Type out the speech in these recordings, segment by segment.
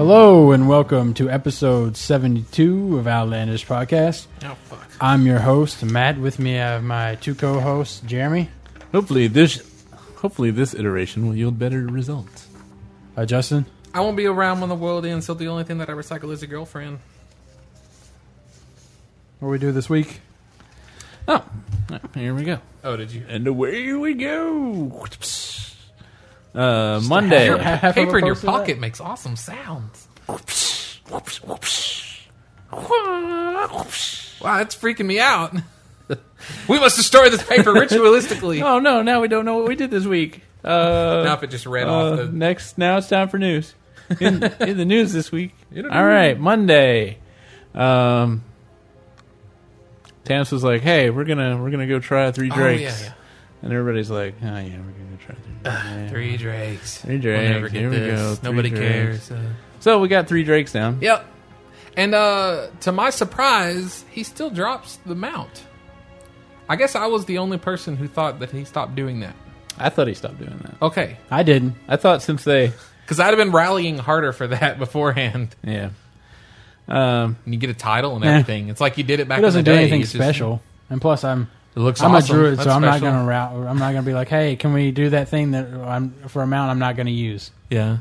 and welcome to episode 72 of Outlandish Podcast. Oh fuck! I'm your host, Matt. With me, I have my two co hosts, Jeremy. Hopefully this, hopefully this iteration will yield better results. Uh, Justin. I won't be around when the world ends, so the only thing that I recycle is a girlfriend. What we do this week? Oh, here we go. Oh, did you? And away we go. Your Uh, Your Monday. half of a paper in your post of that. pocket makes awesome sounds. Wow, that's freaking me out. we must destroy this paper ritualistically. Oh no! Now we don't know what we did this week. Uh, Now if it just read uh, off the. next, now it's time for news. In, in the news this week. You don't All know. right, Monday. Um, Tams was like, "Hey, we're gonna we're gonna go try three Oh, drinks," yeah, yeah. and everybody's like, "Oh yeah, we're gonna try three drinks." Yeah. Three drakes. Three We'll never drakes. get Here we this. go. Three Nobody drakes. cares. Uh, So we got three drakes down. yep. And uh, to my surprise, he still drops the mount. I guess I was the only person who thought that he stopped doing that. I thought he stopped doing that. Okay, I didn't. I thought since they, because I'd have been rallying harder for that beforehand. yeah, um, And you get a title and everything. It's like you did it back. It doesn't in the do day. anything It's just- special. and plus, I'm. it looks I'm awesome. a druid, so That's I'm not special. going to route. I'm not going to be like, "Hey, can we do that thing that I'm for a mount I'm not going to use?" Yeah,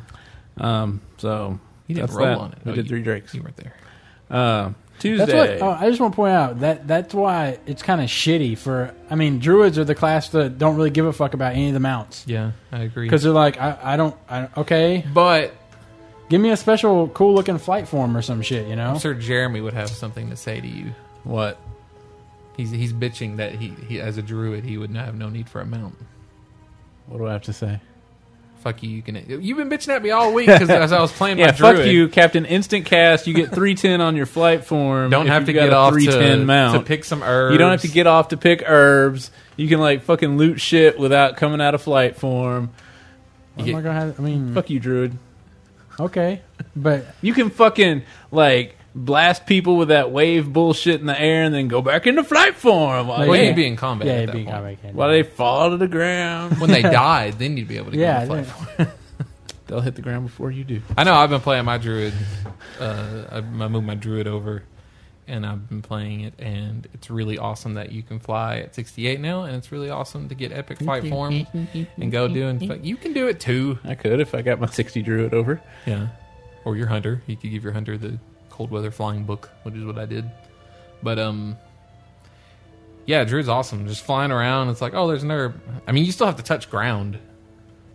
um, so you didn't that's roll that. on it. We Oh, did you- three drakes. You weren't there. Uh, Tuesday. That's what oh, I just want to point out that that's why it's kind of shitty for. I mean, druids are the class that don't really give a fuck about any of the mounts Yeah, I agree. because they're like, I, I don't, I, okay, but give me a special cool looking flight form or some shit, you know? I'm sure Jeremy would have something to say to you. What? He's he's bitching that he, he as a druid he would not have no need for a mount. What do I have to say? Fuck you, you can. You've been bitching at me all week because as I was playing Yeah, my fuck druid, you, Captain Instant Cast. You get three ten on your flight form. don't if have you to got get a off three to, ten mount. to pick some herbs. you don't have to get off to pick herbs. You can like fucking loot shit without coming out of flight form. What am I gonna have? I mean, Fuck you, druid. okay, but You can fucking like blast people with that wave bullshit in the air and then go back into flight form. Why, Well, Yeah. you'd be in combat. yeah, at it'd that be point. comic. why they fall to the ground? When they died, then you'd be able to get Yeah, on the yeah. platform. They'll hit the ground before you do. I know I've been playing my druid. Uh, I, I moved my druid over, and I've been playing it, and it's really awesome that you can fly at 68 now, and it's really awesome to get epic flight form and go doing. fu- You can do it too. I could if I got my sixty druid over. Yeah, or your hunter. You could give your hunter the cold weather flying book, which is what I did. But um, yeah, druid's awesome. Just flying around, it's like oh, there's an herb. I mean, you still have to touch ground,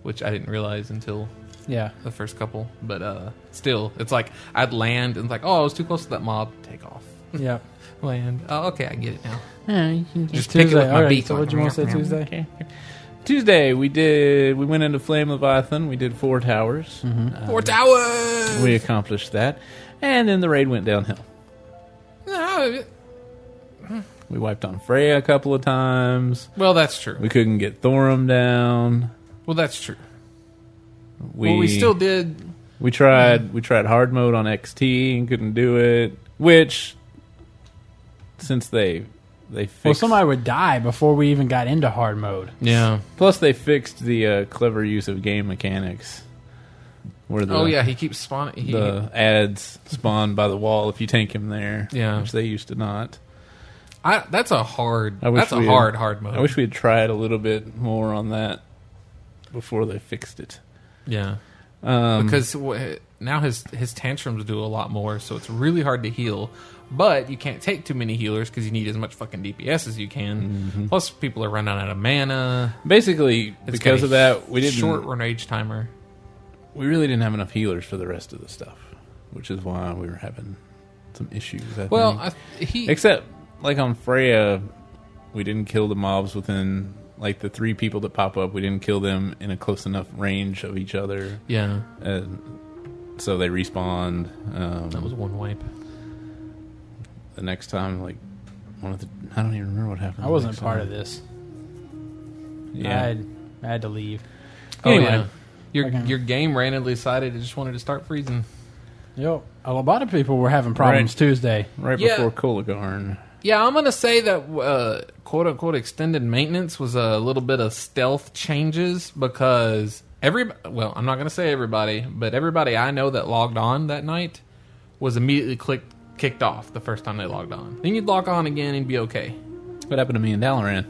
which I didn't realize until yeah, the first couple, but uh still, it's like I'd land and it's like, oh, I was too close to that mob. Take off, yeah. land. Oh, okay, I get it now. Just pick it Tuesday. with my All right, beak. so what you want to say Tuesday? Okay. Tuesday we did. We went into Flame Leviathan. We did four towers. Uh, Four towers. We accomplished that, and then the raid went downhill. No, We wiped on Freya a couple of times. well, that's true. We couldn't get Thorum down. Well, that's true. We, well, we still did. We tried we tried hard mode on XT and couldn't do it. Which since they they fixed Well, somebody would die before we even got into hard mode. Yeah. plus they fixed the uh, clever use of game mechanics. Where the oh yeah, he keeps spawning. He, the ads spawn by the wall if you tank him there. Yeah. Which they used to not. I, that's a hard. I wish that's a we had- hard hard mode. I wish we had tried a little bit more on that before they fixed it. yeah, Um, because wh- now his his tantrums do a lot more, so it's really hard to heal. But you can't take too many healers because you need as much fucking DPS as you can. Mm-hmm. Plus, people are running out of mana. basically It's got because a of that we didn't short range timer. we really didn't have enough healers for the rest of the stuff, which is why we were having some issues. I Well, think. I, he except like on Freya, we didn't kill the mobs within like the three people that pop up. We didn't kill them in a close enough range of each other, yeah, and so they respawned. Um, that was one wipe. the next time. Like one of the, I don't even remember what happened. I the wasn't next part time. of this. Yeah, I had, I had to leave. Anyway. oh, yeah. your Okay. your game randomly decided it just wanted to start freezing. Yep, a lot of people were having problems Right. Tuesday. right Yeah. before Kolagarn. Yeah, I'm gonna say that uh, quote unquote extended maintenance was a little bit of stealth changes because every well, I'm not gonna say everybody, but everybody I know that logged on that night was immediately clicked kicked off the first time they logged on. Then you'd log on again and be okay. What happened to me in Dalaran?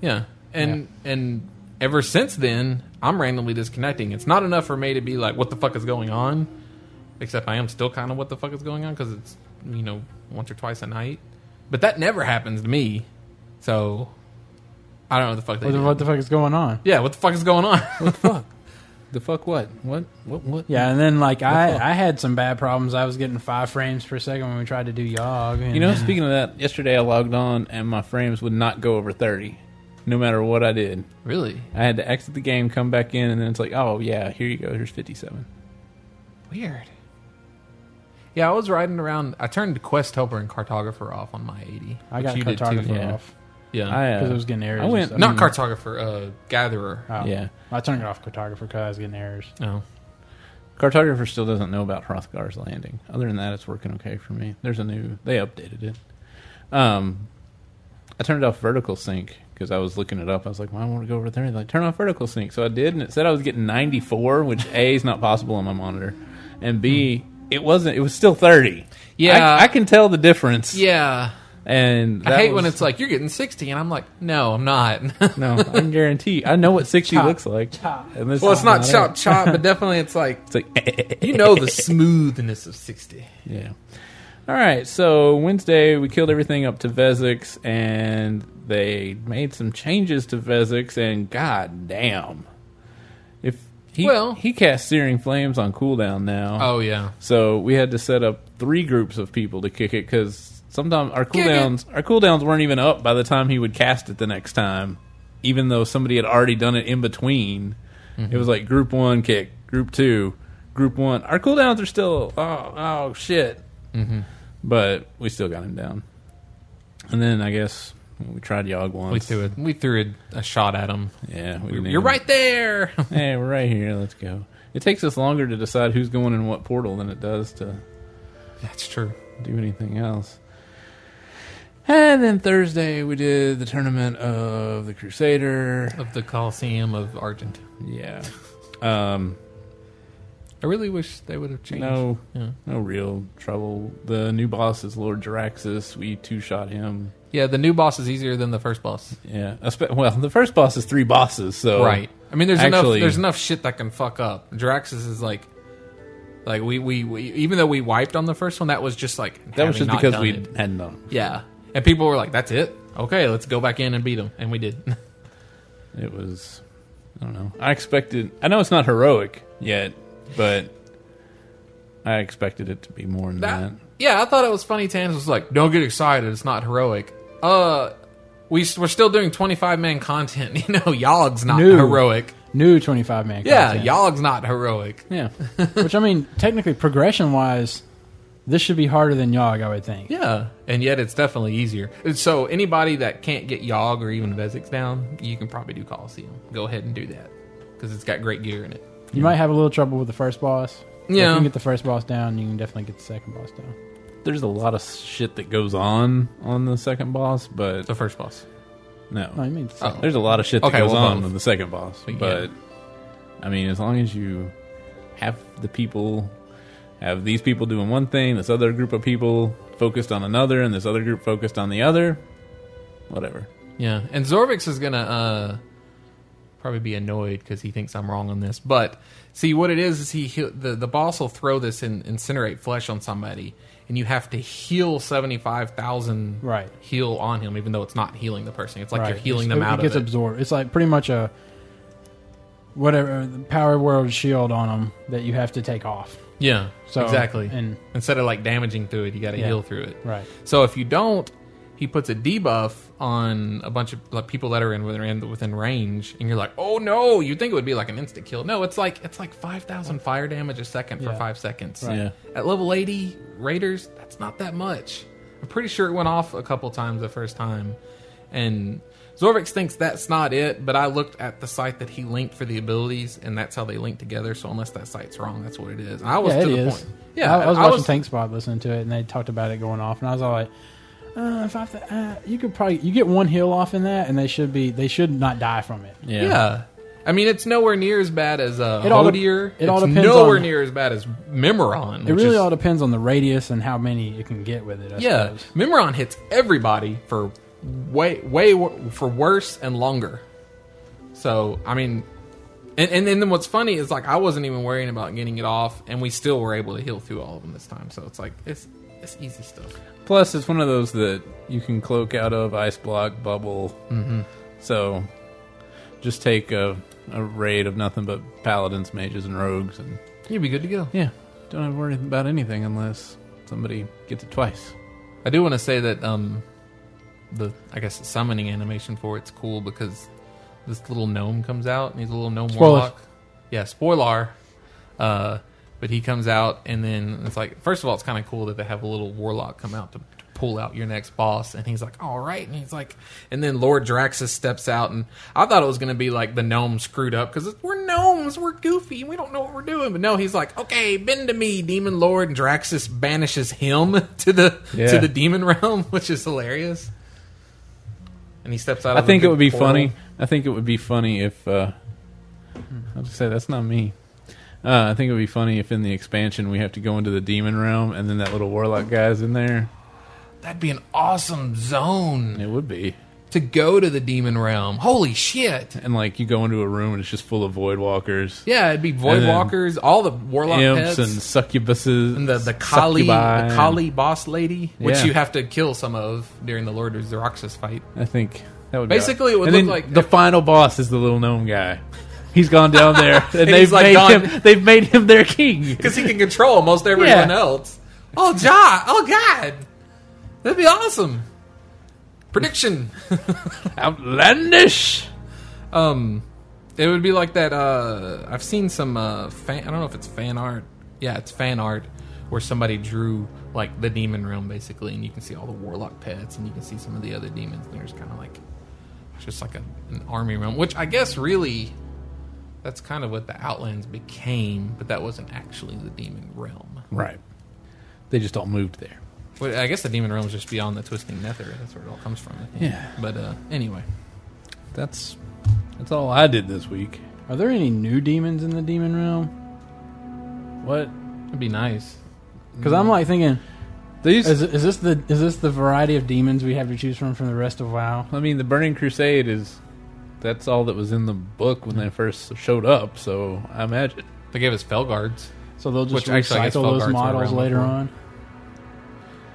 Yeah. And and ever since then, I'm randomly disconnecting. It's not enough for me to be like, what the fuck is going on? Except I am still kind of what the fuck is going on because it's you know once or twice a night. But that never happens to me. So I don't know what the fuck they What the, did. what the fuck is going on? yeah, what the fuck is going on? The fuck what? What? What? What? Yeah, and then like I, I had some bad problems. I was getting five frames per second when we tried to do Yogg. And, You know, speaking of that, yesterday I logged on and my frames would not go over 30, no matter what I did. really I had to exit the game, come back in, and then it's like, oh, yeah, here you go. Here's 57. weird. Yeah, I was riding around. I turned Quest Helper and Cartographer off on my 80. I which got you did too. cartographer yeah. off Yeah, I, uh, because it was getting errors. I and went- stuff. Mm. not cartographer, uh, gatherer. Oh. Oh. Yeah. I turned it off cartographer because I was getting errors. No, Cartographer still doesn't know about Hrothgar's landing. Other than that, it's working okay for me. There's a new. They updated it. Um, I turned off vertical sync because I was looking it up. I was like, well, I want to go over there. They're like, turn off vertical sync. So I did, and it said I was getting 94, which A is not possible on my monitor, and B it wasn't. It was still 30. Yeah. I, I can tell the difference. yeah. and I that hate when was- it's like you're getting 60, and I'm like, no, I'm not. no. I can guarantee. I know what 60 Chop, looks like. chop. And this well, is it's not it. chop chop, but definitely it's like It's like you know the smoothness of 60. Yeah. All right. So Wednesday we killed everything up to Vezix, and they made some changes to Vezix, and god damn, if he Well- he casts searing flames on cooldown now, Oh yeah, so we had to set up three groups of people to kick it because sometimes our it. cooldowns our cooldowns weren't even up by the time he would cast it the next time, even though somebody had already done it in between. Mm-hmm. It was like group one kick, group two, group one. Our cooldowns are still oh oh shit Mm-hmm. but we still got him down. And then I guess we tried Yogg once. we threw it. We threw a, a shot at him. Yeah, we You're didn't even- right there. Hey, we're right here. Let's go. It takes us longer to decide who's going in what portal than it does to That's true. do anything else. And then Thursday we did the tournament of the Crusader. Of the Coliseum of Argent. Yeah. Um, I really wish they would have changed. no, Yeah. no real trouble. The new boss is Lord Jaraxis. We two shot him. Yeah, the new boss is easier than the first boss. Yeah. Espe- Well, the first boss is three bosses, so Right. I mean, there's Oh. Actually- enough. There's enough shit that can fuck up. Draxus is like, like we, we we even though we wiped on the first one, that was just like That having was just not because done we it. hadn't done. it. yeah. And people were like, "That's it. Okay, let's go back in and beat them." And we did. It was, I don't know. I expected. I know it's not heroic yet, but I expected it to be more than that. That- yeah, I thought it was funny. Tans was like, "Don't get excited. It's not heroic." Uh, we s- we're still doing 25 man content. You know, Yogg's not No. heroic. New twenty five man. Yeah, content. Yogg's not heroic. Yeah, Which I mean, technically, progression wise, this should be harder than Yogg, I would think. Yeah, and yet it's definitely easier. So anybody that can't get Yogg or even Vezix down, you can probably do Coliseum. Go ahead and do that because it's got great gear in it. You might have a little trouble with the first boss. But If Yeah. you can get the first boss down, you can definitely get the second boss down. there's a lot of shit that goes on on the second boss, but The first boss. No, I no, Uh, mean, the second- there's a lot of shit that Oh, Okay, goes well, on both. with the second boss. But yeah. But I mean, as long as you have the people, have these people doing one thing, this other group of people focused on another, and this other group focused on the other, whatever. Yeah, and Zorvix is gonna uh, probably be annoyed because he thinks I'm wrong on this. But see, what it is is he he'll- the the boss will throw this in, incinerate flesh on somebody, and you have to heal seventy five thousand Right. heal on him, even though it's not healing the person. It's like you're Right. healing It's- them it, out It gets of it. absorbed. It's like pretty much a whatever the power world shield on them that you have to take off. yeah, So exactly. and Instead of like damaging through it, you got to Yeah. heal through it. right, So if you don't, he puts a debuff on a bunch of like, people that are in within, within range, and you're like, oh no! You think it would be like an instant kill? No, it's like it's like five thousand fire damage a second for Yeah. five seconds. Right. Yeah. At level eighty raiders, that's not that much. I'm pretty sure it went off a couple times the first time, and. Zorvix thinks that's not it, but I looked at the site that he linked for the abilities, and that's how they link together. So unless that site's wrong, that's what it is. And I was yeah, it to the is. point. Yeah, I, I was watching Tank Spot listening to it, and they talked about it going off, and I was all like, uh, if I th- uh, you could probably you get one heal off in that, and they should be they should not die from it. Yeah. I mean, it's nowhere near as bad as uh, It all de- Hodier. it all it's depends nowhere on- near as bad as Memoron. It which really is- all depends on the radius and how many you can get with it. I Yeah, suppose. Memoron hits everybody for way way wor- for worse and longer. So I mean, and, and and then what's funny is like I wasn't even worrying about getting it off, and we still were able to heal through all of them this time. So it's like it's it's easy stuff. Plus, it's one of those that you can cloak out of, ice block, bubble. Mm-hmm. So, just take a, a raid of nothing but paladins, mages, and rogues, and You'd be good to go. yeah, don't have to worry about anything unless somebody gets it twice. I do want to say that um, the I guess the summoning animation for it's cool because this little gnome comes out and he's a little gnome Spoiler. warlock. Yeah, spoiler. Uh, but he comes out and then it's like first of all it's kind of cool that they have a little warlock come out to, to pull out your next boss and he's like all right and he's like and then Lord Draxus steps out and I thought it was gonna be like the gnome screwed up because we're gnomes we're goofy we don't know what we're doing but no he's like okay bend to me demon lord and Draxus banishes him to the Yeah. to the demon realm which is hilarious and he steps out I of a think it big would be portal. funny. I think it would be funny if uh, Hmm. I'll just say that's not me. Uh, I think it would be funny if in the expansion we have to go into the demon realm and then that little warlock guy's in there. that'd be an awesome zone It would be. to go to the demon realm. Holy shit! And like you go into a room and it's just full of void walkers, Yeah, it'd be void And then walkers, all the warlock imps, pets, and and, succubuses, the the Kali, succubi, the Kali boss lady, which Yeah. you have to kill some of during the Lord of Xeroxus fight. I think that would Basically, be it would and look like- then the final boss is the little gnome guy. He's gone down there he's, and, they've like, made gone- him. They've made him their king. because he can control almost everyone Yeah. else. Oh god! Oh god! That'd be awesome. Prediction. Outlandish. Um, it would be like that. Uh, I've seen some. Uh, fan, I don't know if it's fan art. Yeah, it's fan art where somebody drew like the demon realm basically, and you can see all the warlock pets, and you can see some of the other demons. And there's kind of like it's just like a, an army realm, which I guess really that's kind of what the Outlands became, but that wasn't actually the demon realm. Right. They just all moved there. Well, I guess the demon realm is just beyond the twisting nether. That's where it all comes from. I think. Yeah. But uh, anyway, That's that's all I did this week. Are there any new demons in the demon realm? What? it'd be nice. Because Mm. I'm like thinking, These is, is this the is this the variety of demons we have to choose from from the rest of WoW? I mean the Burning Crusade is that's all that was in the book when they first showed up, so I imagine They gave us Felguards. guards. So they'll just Which actually, I guess, recycle those Felguards were models around later before. on.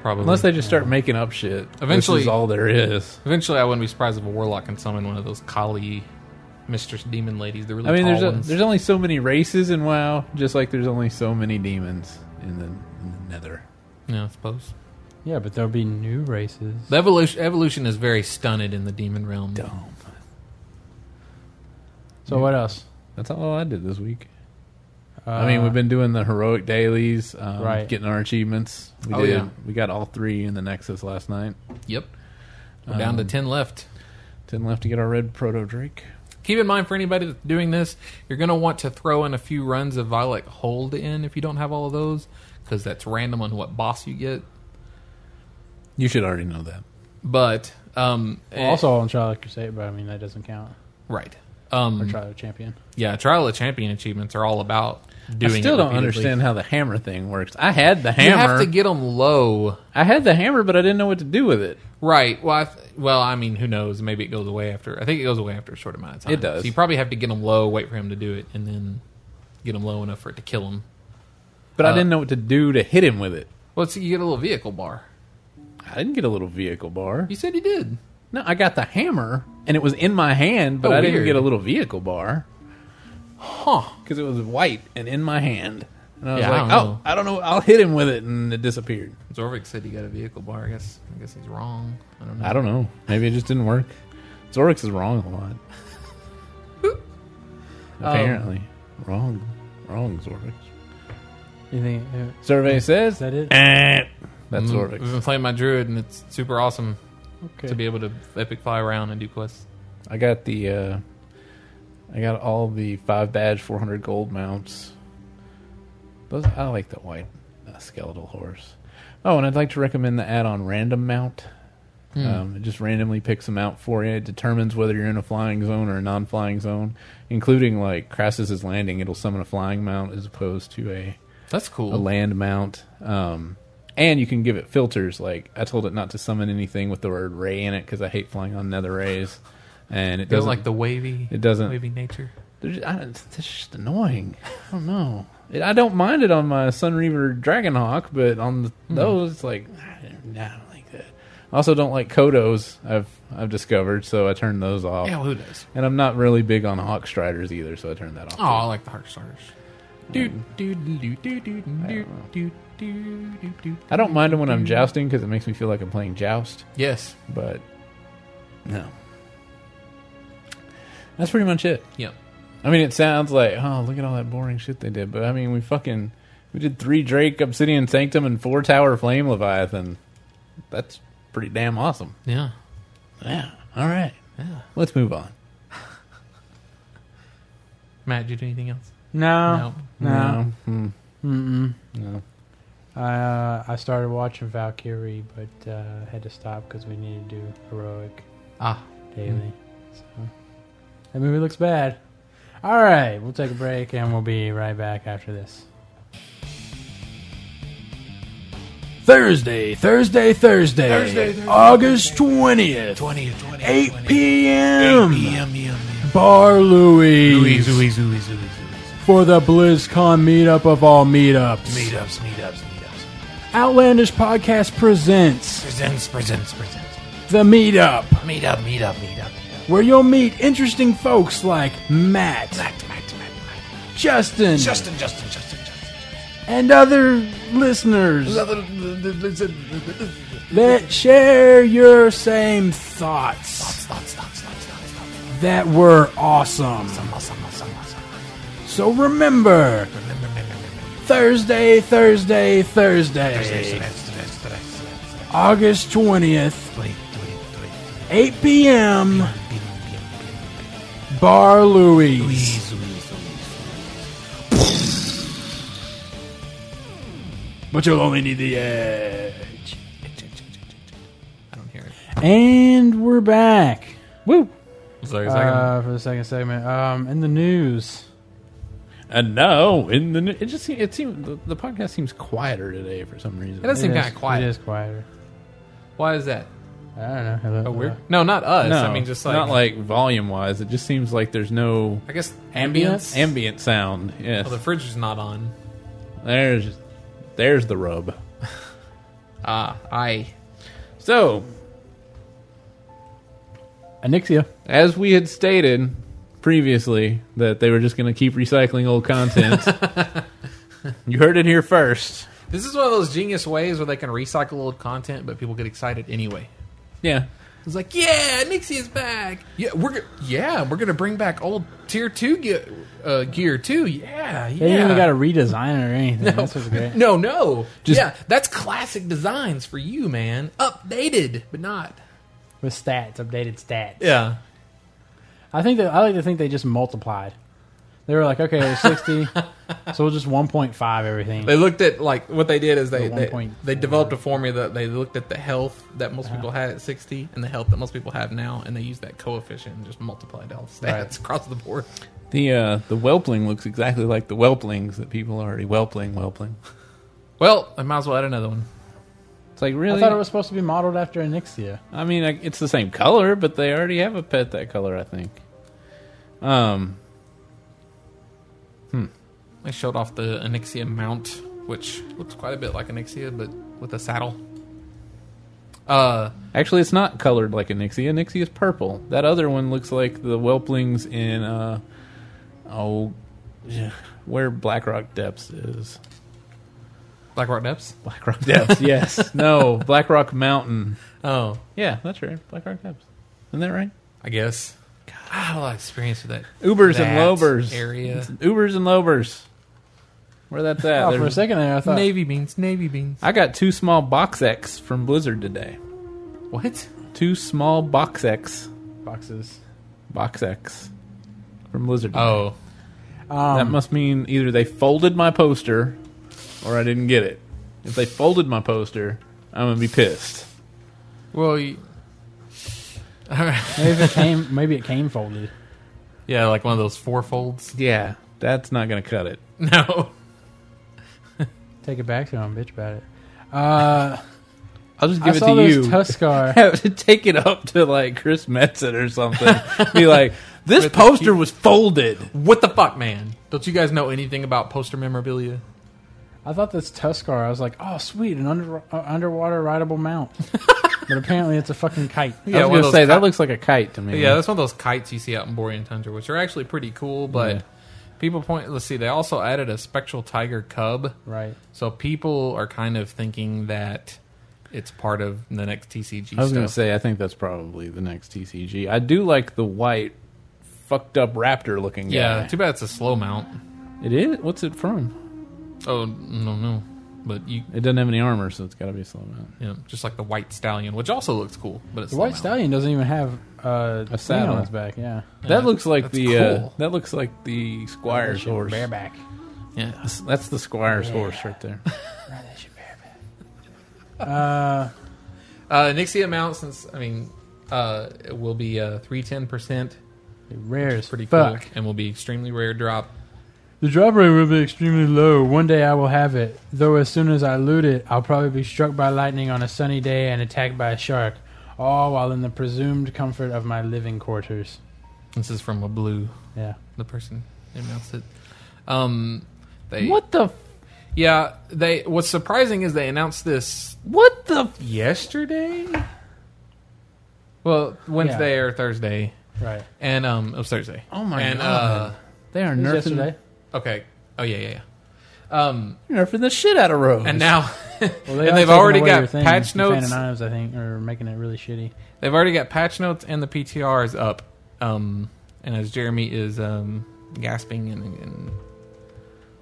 Probably. unless they just start making up shit. Eventually- this is all there is. Eventually, I wouldn't be surprised if a warlock can summon one of those Kali mistress demon ladies. The really I mean, tall there's a, ones. there's only so many races in WoW, just like there's only so many demons in the, in the Nether. yeah, I suppose. Yeah, but there'll be new races. The evolution evolution is very stunted in the demon realm. Dumb. So what else? That's all I did this week. Uh, I mean, we've been doing the heroic dailies, um, Right. getting our achievements. We Oh, did. yeah. We got all three in the Nexus last night. Yep. We're down to Um, ten left. Ten left to get our red proto Drake. Keep in mind for anybody that's doing this, you're going to want to throw in a few runs of Violet Hold in if you don't have all of those, because that's random on what boss you get. You should already know that. But um, well, also on Trial of Crusade, but I mean that doesn't count. right. Or Um, Trial of Champion. yeah, Trial of Champion achievements are all about doing. I it still don't repeatedly. understand how the hammer thing works. I had the hammer. You have to get them low. I had the hammer, but I didn't know what to do with it. Right. Well, I th- well, I mean, who knows? Maybe it goes away after. I think it goes away after a short amount of time. It does. So you probably have to get him low, wait for him to do it, and then get him low enough for it to kill him. But Uh, I didn't know what to do to hit him with it. Well, see, you get a little vehicle bar. I didn't get a little vehicle bar. You said you did. No, I got the hammer, and it was in my hand, but Oh, I didn't weird. get a little vehicle bar Huh. because it was white and in my hand. And I was Yeah, I like, don't know. oh, I don't know. I'll hit him with it, and it disappeared. Zorvik said you got a vehicle bar. I guess. I guess he's wrong. I don't know. I don't know. Maybe it just didn't work. Zorix is wrong a lot. Apparently, Oh. wrong, wrong Zorix. You think uh, Survey is says that it? Eh. that's Mm, We've been Zorvix. playing my druid, and it's super awesome Okay. to be able to epic fly around and do quests. I got the, uh, I got all the five badge, four hundred gold mounts. Those I like the white uh, skeletal horse. Oh, and I'd like to recommend the add-on random mount. Um, it just randomly picks them out for you. It determines whether you're in a flying zone or a non-flying zone, including like Crassus's landing. It'll summon a flying mount as opposed to a That's a cool. land mount. Um, and you can give it filters. Like I told it not to summon anything with the word ray in it because I hate flying on nether rays, and it You don't doesn't like the wavy, It doesn't- wavy nature. They're just, I, it's just annoying. I don't know. It, I don't mind it on my Sun Reaver Dragonhawk, but on the, Hmm. those, it's like I don't, nah, I don't like that. I also don't like Kodos. I've I've discovered, so I turned those off. Yeah, well, who knows? And I'm not really big on Hawk Striders either, so I turned that off. Oh, I like the heart starters. Do do do do do do do do do do do. I don't mind them when I'm jousting because it makes me feel like I'm playing Joust. Yes. But no, that's pretty much it. Yep. I mean, it sounds like oh, look at all that boring shit they did, but I mean, we fucking we did three Drake Obsidian Sanctum and four Tower Flame Leviathan. That's pretty damn awesome. Yeah. Yeah. All right. Yeah. Let's move on. Matt, did you do anything else? Uh, No, no, No. Hmm. Mm-mm. No. I uh, I started watching Valkyrie, but uh, had to stop because we needed to do heroic Ah. daily. So that movie looks bad. All right, we'll take a break and we'll be right back after this. Thursday, Thursday, Thursday, Thursday, Thursday, August twentieth, 20, 20, 8 20. p.m. Yum, yum, yum. Bar Louie Zooey, zooey, zooey, zooey, zooey. for the BlizzCon meetup of all meetups. Meetups, meetups, meetups. Outlandish Podcast presents Presents, presents, presents. the meetup, Meetup, meetup, meetup, meetup. where you'll meet interesting folks like Matt, Matt, Matt, Matt, Matt. Justin, Justin, Justin, Justin, Justin. and other listeners that share your same thoughts Stop, stop, stop, stop, stop. that were awesome. Awesome, awesome, awesome. So remember, Remember, remember, remember. Thursday, Thursday, Thursday, Today's the best, today's the best, today's the best. August 20th, Tweet, tweet, tweet, 8 p.m., tweet. Bim, bim, bim, bim. Bar Louie's. Zooey, zooey, But you'll only need the edge. zooey. I don't hear it. And we're back Woo. Sorry, uh, for the second segment. Um, in the news, And now in the new- it just seems, it seems the, the podcast seems quieter today for some reason. It does seem It is- kind of quiet. It is quieter. Why is that? I don't know. Hello, Oh, weird. hello. No, not us. no, I mean, just like not like volume wise. It just seems like there's no I guess Ambience? Am- ambient sound. Yes. oh, the fridge is not on. there's there's the rub. Ah, I. So Anixia. as we had stated previously that they were just going to keep recycling old content you heard it here first This is one of those genius ways where they can recycle old content, but people get excited anyway. yeah It's like, yeah, Nixie is back. Yeah, we're go- yeah, we're gonna bring back old tier two ge- uh, gear too. Yeah, yeah. They didn't even got to redesign it or anything. That's what's great. no, no. Just- yeah, that's classic designs for you, man. Updated, but not. With stats, updated stats. Yeah. I think that I like to think they just multiplied. They were like, okay, there's 60, so we'll just 1.5 everything. They looked at like what they did is they The they, 1.4. they developed a formula that they looked at the health that most people had at 60 and the health that most people have now, and they used that coefficient and just multiplied all the stats Right. across the board. the uh the whelpling looks exactly like the whelplings that people are already whelpling whelpling Well, I might as well add another one. it's like I really thought it was supposed to be modeled after Anixia. I mean, like, it's the same color, but they already have a pet that color, I think. Um, I showed off the Anixia mount, which looks quite a bit like Anixia, but with a saddle. Uh, actually, it's not colored like a Nixie. A Nixie is purple. That other one looks like the Whelplings in, uh, oh, yeah, where Blackrock Depths is. Black Rock Depths. Blackrock Depths, Oh, yes. No, Blackrock Mountain. Oh, Yeah, that's right. Blackrock Depths. Isn't that right? I guess. God, I have a lot of experience with that. Ubers that and Lobers. area. Ubers and Lobers. Where that's at. Oh, for a There's- second there, I thought Navy beans, navy beans. I got two small box X from Blizzard today. What? Two small box X. boxes. Box X from Blizzard. Oh, Um, that must mean either they folded my poster or I didn't get it. If they folded my poster, I'm gonna be pissed. well, you, Maybe it came. Maybe it came folded. Yeah, like one of those four folds. Yeah, that's not going to cut it. No. Take it back to him, bitch about it. Uh, I'll just I give saw it to those you. Tuscar. have to take it up to like Chris Metzen or something. Be like, this With the poster was folded. What the fuck, man? Don't you guys know anything about poster memorabilia? I thought this Tuscar. I was like, oh sweet, an under, uh, underwater rideable mount. but apparently, it's a fucking kite. Yeah, I one was of gonna those say ki- that looks like a kite to me. Yeah, that's one of those kites you see out in Borean Tundra, which are actually pretty cool, but Yeah. people point. Let's see, they also added a spectral tiger cub. Right. So people are kind of thinking that it's part of the next TCG I was going stuff. to say I think that's probably the next TCG. I do like the white, fucked up raptor looking yeah, guy. too bad it's a slow mount. It is. What's it from? Oh no, no, but you, It doesn't have any armor, so it's got to be slow mount. you know, just like the white stallion, which also looks cool, but it's The slow white mount. stallion doesn't even have uh, a saddle saddle. on its back. Yeah, That looks like that's the uh, cool. that looks like the That squire's shit horse. bareback. Yeah, That's the squire's horse right there. Ride that shit bareback. Uh, uh, Nixie amount since I mean, uh, it will be uh three ten percent. rare as Pretty fuck. cool, and will be extremely rare drop. The drop rate will be extremely low. One day I will have it, though as soon as I loot it, I'll probably be struck by lightning on a sunny day and attacked by a shark, all while in the presumed comfort of my living quarters. This is from a blue. Yeah. the person who announced it. Um, they What the Yeah, they. What's surprising is they announced this what the yesterday. Well, Wednesday or Thursday, Right. and um, it was Thursday. Oh my and, God. they are nerfing Yesterday. Uh, okay. Oh yeah, yeah, yeah. Um, nerfing the shit out of Rose. and now, Well, and are they've taking already away got your things. patch The Phantom notes. Knives, I think, are making it really shitty. they've already got patch notes and the PTRs up. Um, and as Jeremy is um gasping and, and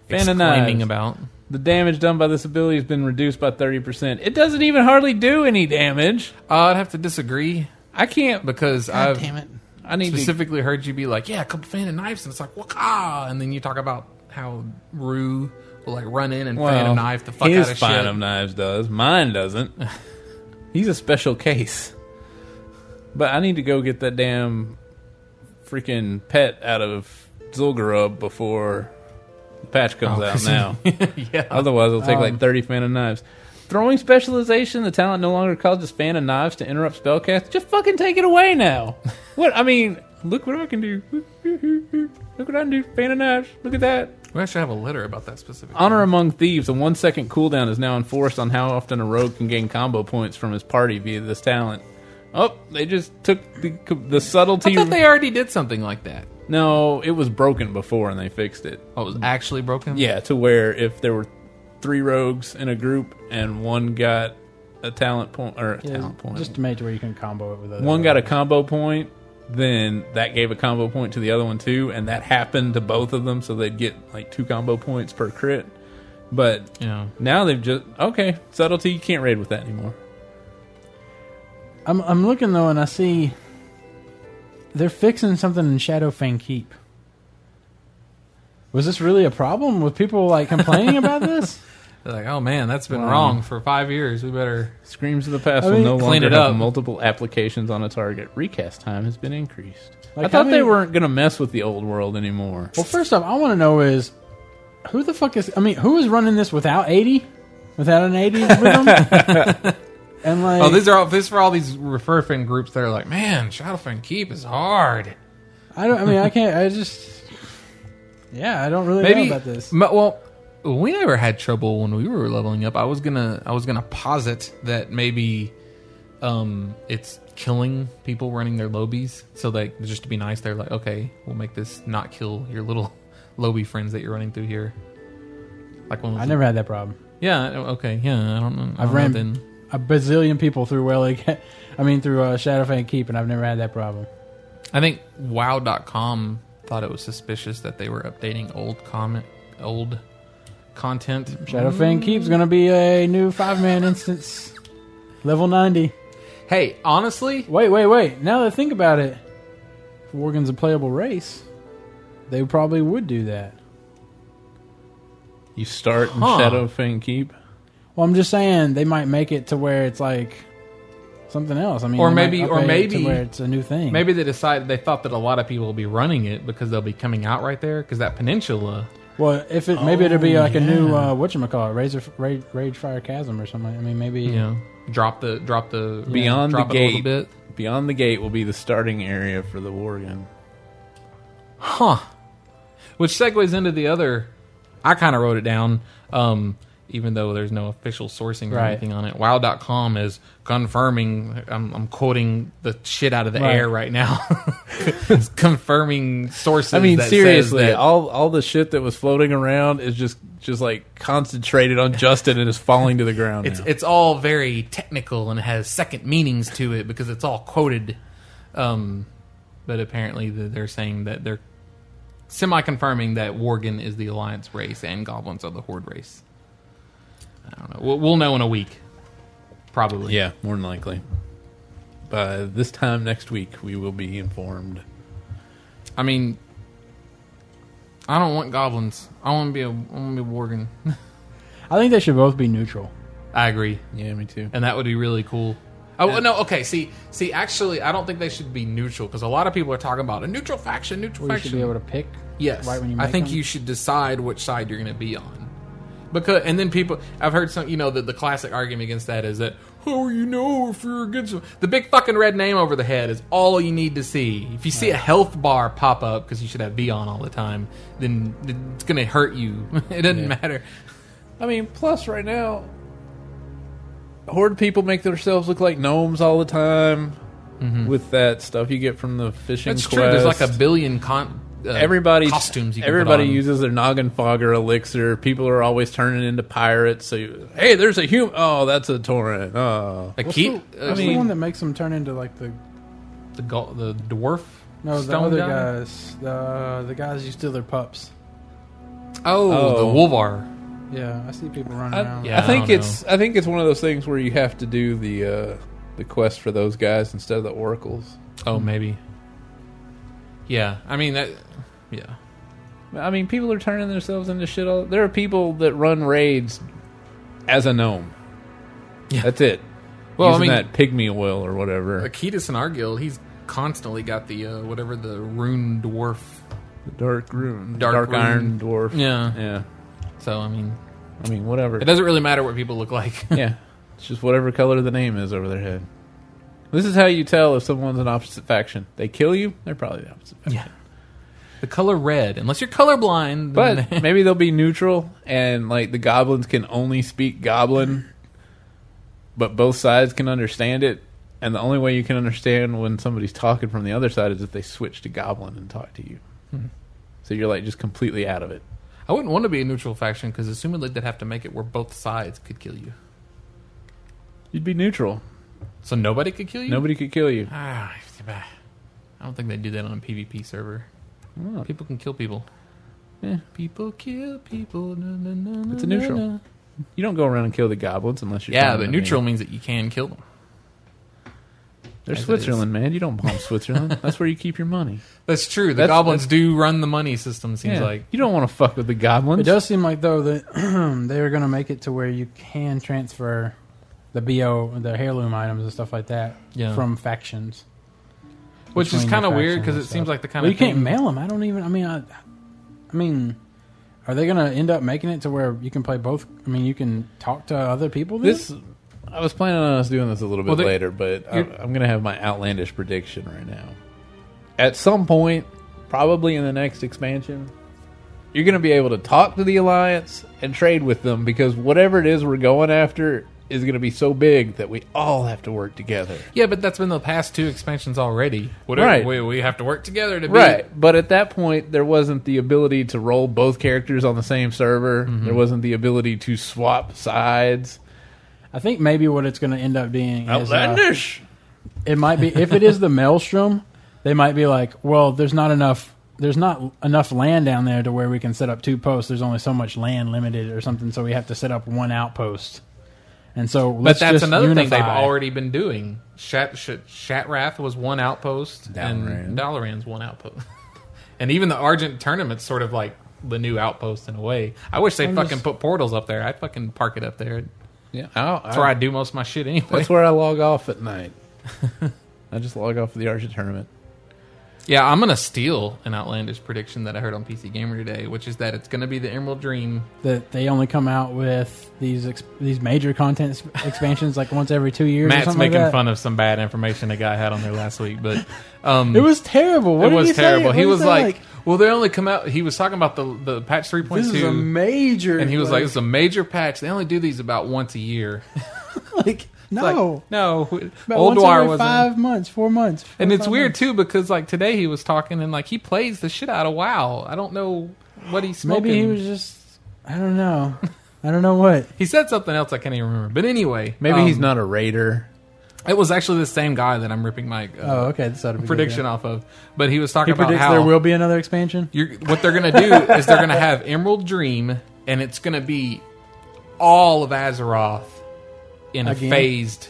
Phantom exclaiming knives. about. The damage done by this ability has been reduced by 30%. It doesn't even hardly do any damage. Uh, I'd have to disagree I can't. because I've it. I need to. specifically heard you be like, "Yeah, a couple phantom knives," and it's like, "Waka!" And then you talk about how Rue will like run in and phantom knife the fuck his out of Phantom shit. Knives does. Mine doesn't. He's a special case. But I need to go get that damn freaking pet out of Zul'Garub before the patch comes Oh, out now. yeah, Otherwise, it'll take Um, like 30 Phantom Knives. Throwing specialization, the talent no longer causes Phantom Knives to interrupt spellcast. Just fucking take it away now. what? I mean, look what I can do. Look what I can do. Phantom Knives. Look at that. we actually have a letter about that specific. Honor Among Thieves, a one second cooldown is now enforced on how often a rogue can gain combo points from his party via this talent. Oh, they just took the, the I subtlety. thought they already did something like that. no, it was broken before and they fixed it. Oh, it was actually broken. Mm. Yeah, to where if there were three rogues in a group and one got a talent point or a talent point, Just to make it where you can combo it with other one got a combo point, then that gave a combo point to the other one too, and that happened to both of them, so they'd get like two combo points per crit. But yeah. now they've just okay subtlety. You can't raid with that anymore. I'm I'm looking though, and I see they're fixing something in Shadowfang Keep. Was this really a problem? with people like complaining about this? They're like, oh man, that's been wrong for five years. We better. Screams of the past I will mean- no Clean longer it have up. multiple applications on a target. Recast time has been increased. Like, I thought how they many- weren't going to mess with the old world anymore. Well, first off, I want to know is who the fuck is? I mean, who is running this without eighty, without an eighty with them? and like, Oh, these are all. This is for all these referfin groups that are like, man, Shadowfin Keep is hard. I don't. I mean, I can't. I just, yeah, I don't really maybe know about this. m- well we never had trouble when we were leveling up i was gonna i was gonna posit that maybe um it's killing people running their lobies so like just to be nice they're like okay we'll make this not kill your little lobby friends that you're running through here like when I never had that problem. yeah okay yeah i don't know I I've don't ran- know then. A bazillion people through Wellig, I mean through uh, Shadowfang Keep, and I've never had that problem. i think wow.com thought it was suspicious that they were updating old comment old content Shadowfang Keep's gonna be a new five man instance, level ninety. hey honestly Wait, wait, wait. Now that I think about it, if Worgen's a playable race, they probably would do that. You start in Huh. Shadow Fang Keep. Well, I'm just saying they might make it to where it's like something else. I mean, Or they might maybe- or update it to maybe- where it's a new thing. Maybe they decided they thought that a lot of people will be running it because they'll be coming out right there because that peninsula. Well, if it maybe it'll be Oh, like a new yeah. uh, what you call it, Razor Rage, Rage Fire Chasm or something. I mean, maybe You know, drop the drop the Beyond drop the it a little gate. bit. Beyond the gate will be the starting area for the war gun. Huh. Which segues into the other. I kind of wrote it down, um, even though there's no official sourcing or Right. anything on it. WoW.com is confirming. I'm, I'm quoting the shit out of the Right. air right now. it's confirming sources. I mean, that says seriously, that- all all the shit that was floating around is just just like concentrated on Justin and is falling to the ground. it's now. it's all very technical and has second meanings to it because it's all quoted. Um, but apparently the, they're saying that they're semi confirming that Worgen is the Alliance race and goblins are the Horde race. I don't know. We'll, we'll know in a week, probably. yeah, more than likely. By this time next week, we will be informed. I mean, I don't want goblins. I want to be a I want to be a Worgen. I think they should both be neutral. I agree. Yeah, me too. and that would be really cool. Oh no, okay. See, see, actually, I don't think they should be neutral because a lot of people are talking about a neutral faction, neutral Where you faction. should be able to pick. yes, right when you I make think them. you should decide which side you're going to be on. Because and then people, I've heard some, you know, the, the classic argument against that is that oh, you know, if you're against the big fucking red name over the head is all you need to see. If you see a health bar pop up because you should have V on all the time, then it's going to hurt you. it doesn't matter. I mean, plus right now, horde people make themselves look like gnomes all the time with that stuff you get from the fishing. That's quest. true. There's like a billion con. Uh, everybody costumes. You can put everybody on. uses their noggin fogger elixir. People are always turning into pirates. So you, hey, there's a human. Oh, that's a torrent. Oh, Like What's keep. the, what's Uh, I the mean, one the that makes them turn into like the the, go- the dwarf. no the stone other guy? guys the the guys you steal their pups. Oh, the Oh. Wolvar. Yeah, I see people running I, around. Uh, yeah, I I think don't it's I think it's one of those things where you have to do the uh, the quest for those guys instead of the oracles. Oh, maybe. Yeah, I mean that. Yeah, I mean, people are turning themselves into shit. All there are people that run raids as a gnome. Yeah. that's it. Well, I Using mean- that pygmy oil or whatever. Akitas in our guild, he's constantly got the uh, whatever the rune dwarf. dark rune, Dark dark, rune. iron dwarf. Yeah. yeah. So I mean, I mean, whatever. it doesn't really matter what people look like. yeah. It's just whatever color the name is over their head. This is how you tell if someone's an opposite faction. They kill you, they're probably the opposite faction. yeah. The color red, unless you're colorblind. then- But maybe they'll be neutral and like the goblins can only speak goblin, but both sides can understand it. And the only way you can understand when somebody's talking from the other side is if they switch to goblin and talk to you. Hmm. So you're like just completely out of it. I wouldn't want to be a neutral faction because assumedly they'd have to make it where both sides could kill you, You'd be neutral. so nobody could kill you. Nobody could kill you. Ah, I don't think they do that on a PvP server. Oh. People can kill people. Yeah. People kill people. na, na, na, na, It's a na, neutral. na. You don't go around and kill the goblins unless you're Yeah, talking but to me. neutral means that you can kill them. They're As it Switzerland, man. You don't bomb Switzerland. That's where you keep your money. That's true. The That's- goblins do run the money system. Seems Yeah. like you don't want to fuck with the goblins. It does seem like though that they are going to make it to where you can transfer the bo the heirloom items and stuff like that Yeah. from factions. which is between kind the of weird factions because and it seems stuff. like the kind Well, you of can't thing- mail them. I don't even. I mean, I, I mean, are they going to end up making it to where you can play both? I mean, you can talk to other people. Then? This, I was planning on us doing this a little bit Well, they- later, but I, you're- I'm going to have my outlandish prediction right now. At some point, probably in the next expansion, you're going to be able to talk to the alliance and trade with them because whatever it is we're going after is going to be so big that we all have to work together. Yeah, but that's been the past two expansions already. Whatever, Right. we, we have to work together to Right, beat. but at that point, there wasn't the ability to roll both characters on the same server. Mm-hmm. There wasn't the ability to swap sides. I think maybe what it's going to end up being is uh, Outlandish. it might be if it is the maelstrom, they might be like, well, there's not enough. There's not enough land down there to where we can set up two posts. There's only so much land limited or something, so we have to set up one outpost. And so, But let's that's just another thing unify. they've already been doing. Shat, Shat, Shatrath was one outpost, and Dalaran. Dalaran's one outpost. and even the Argent tournament's sort of like the new outpost in a way. I wish they fucking just- put portals up there. I'd fucking park it up there. Yeah, I- That's I- where I do most of my shit anyway. That's where I log off at night. I just log off of the Archer tournament. Yeah, I'm gonna steal an outlandish prediction that I heard on PC Gamer today, which is that it's gonna be the Emerald Dream. That they only come out with these ex- these major content s- expansions like once every two years. or Matt's something like making that. fun of some bad information a guy had on there last week, but um, It was terrible. What it did was he say? terrible. What He did was say? like, well, they only come out. He was talking about the the patch three point this is a two, major. and he was like, "It's a major patch. They only do these about once a year." It's like, like, no, no. About Old once Dwyer every was not five months, four months, four and or it's five weird months. too because like today he was talking and like he plays the shit out of WoW. I don't know what he's smoking. Maybe he was just. I don't know. I don't know what. He said something else I can't even remember. But anyway, Maybe um, he's not a raider. It was actually the same guy that I'm ripping my uh, Oh, okay. This ought to be good, prediction yeah. off of. But he was talking He about predicts how there will be another expansion. you're, what they're gonna do is they're gonna have Emerald Dream, and it's gonna be all of Azeroth in a Again? phased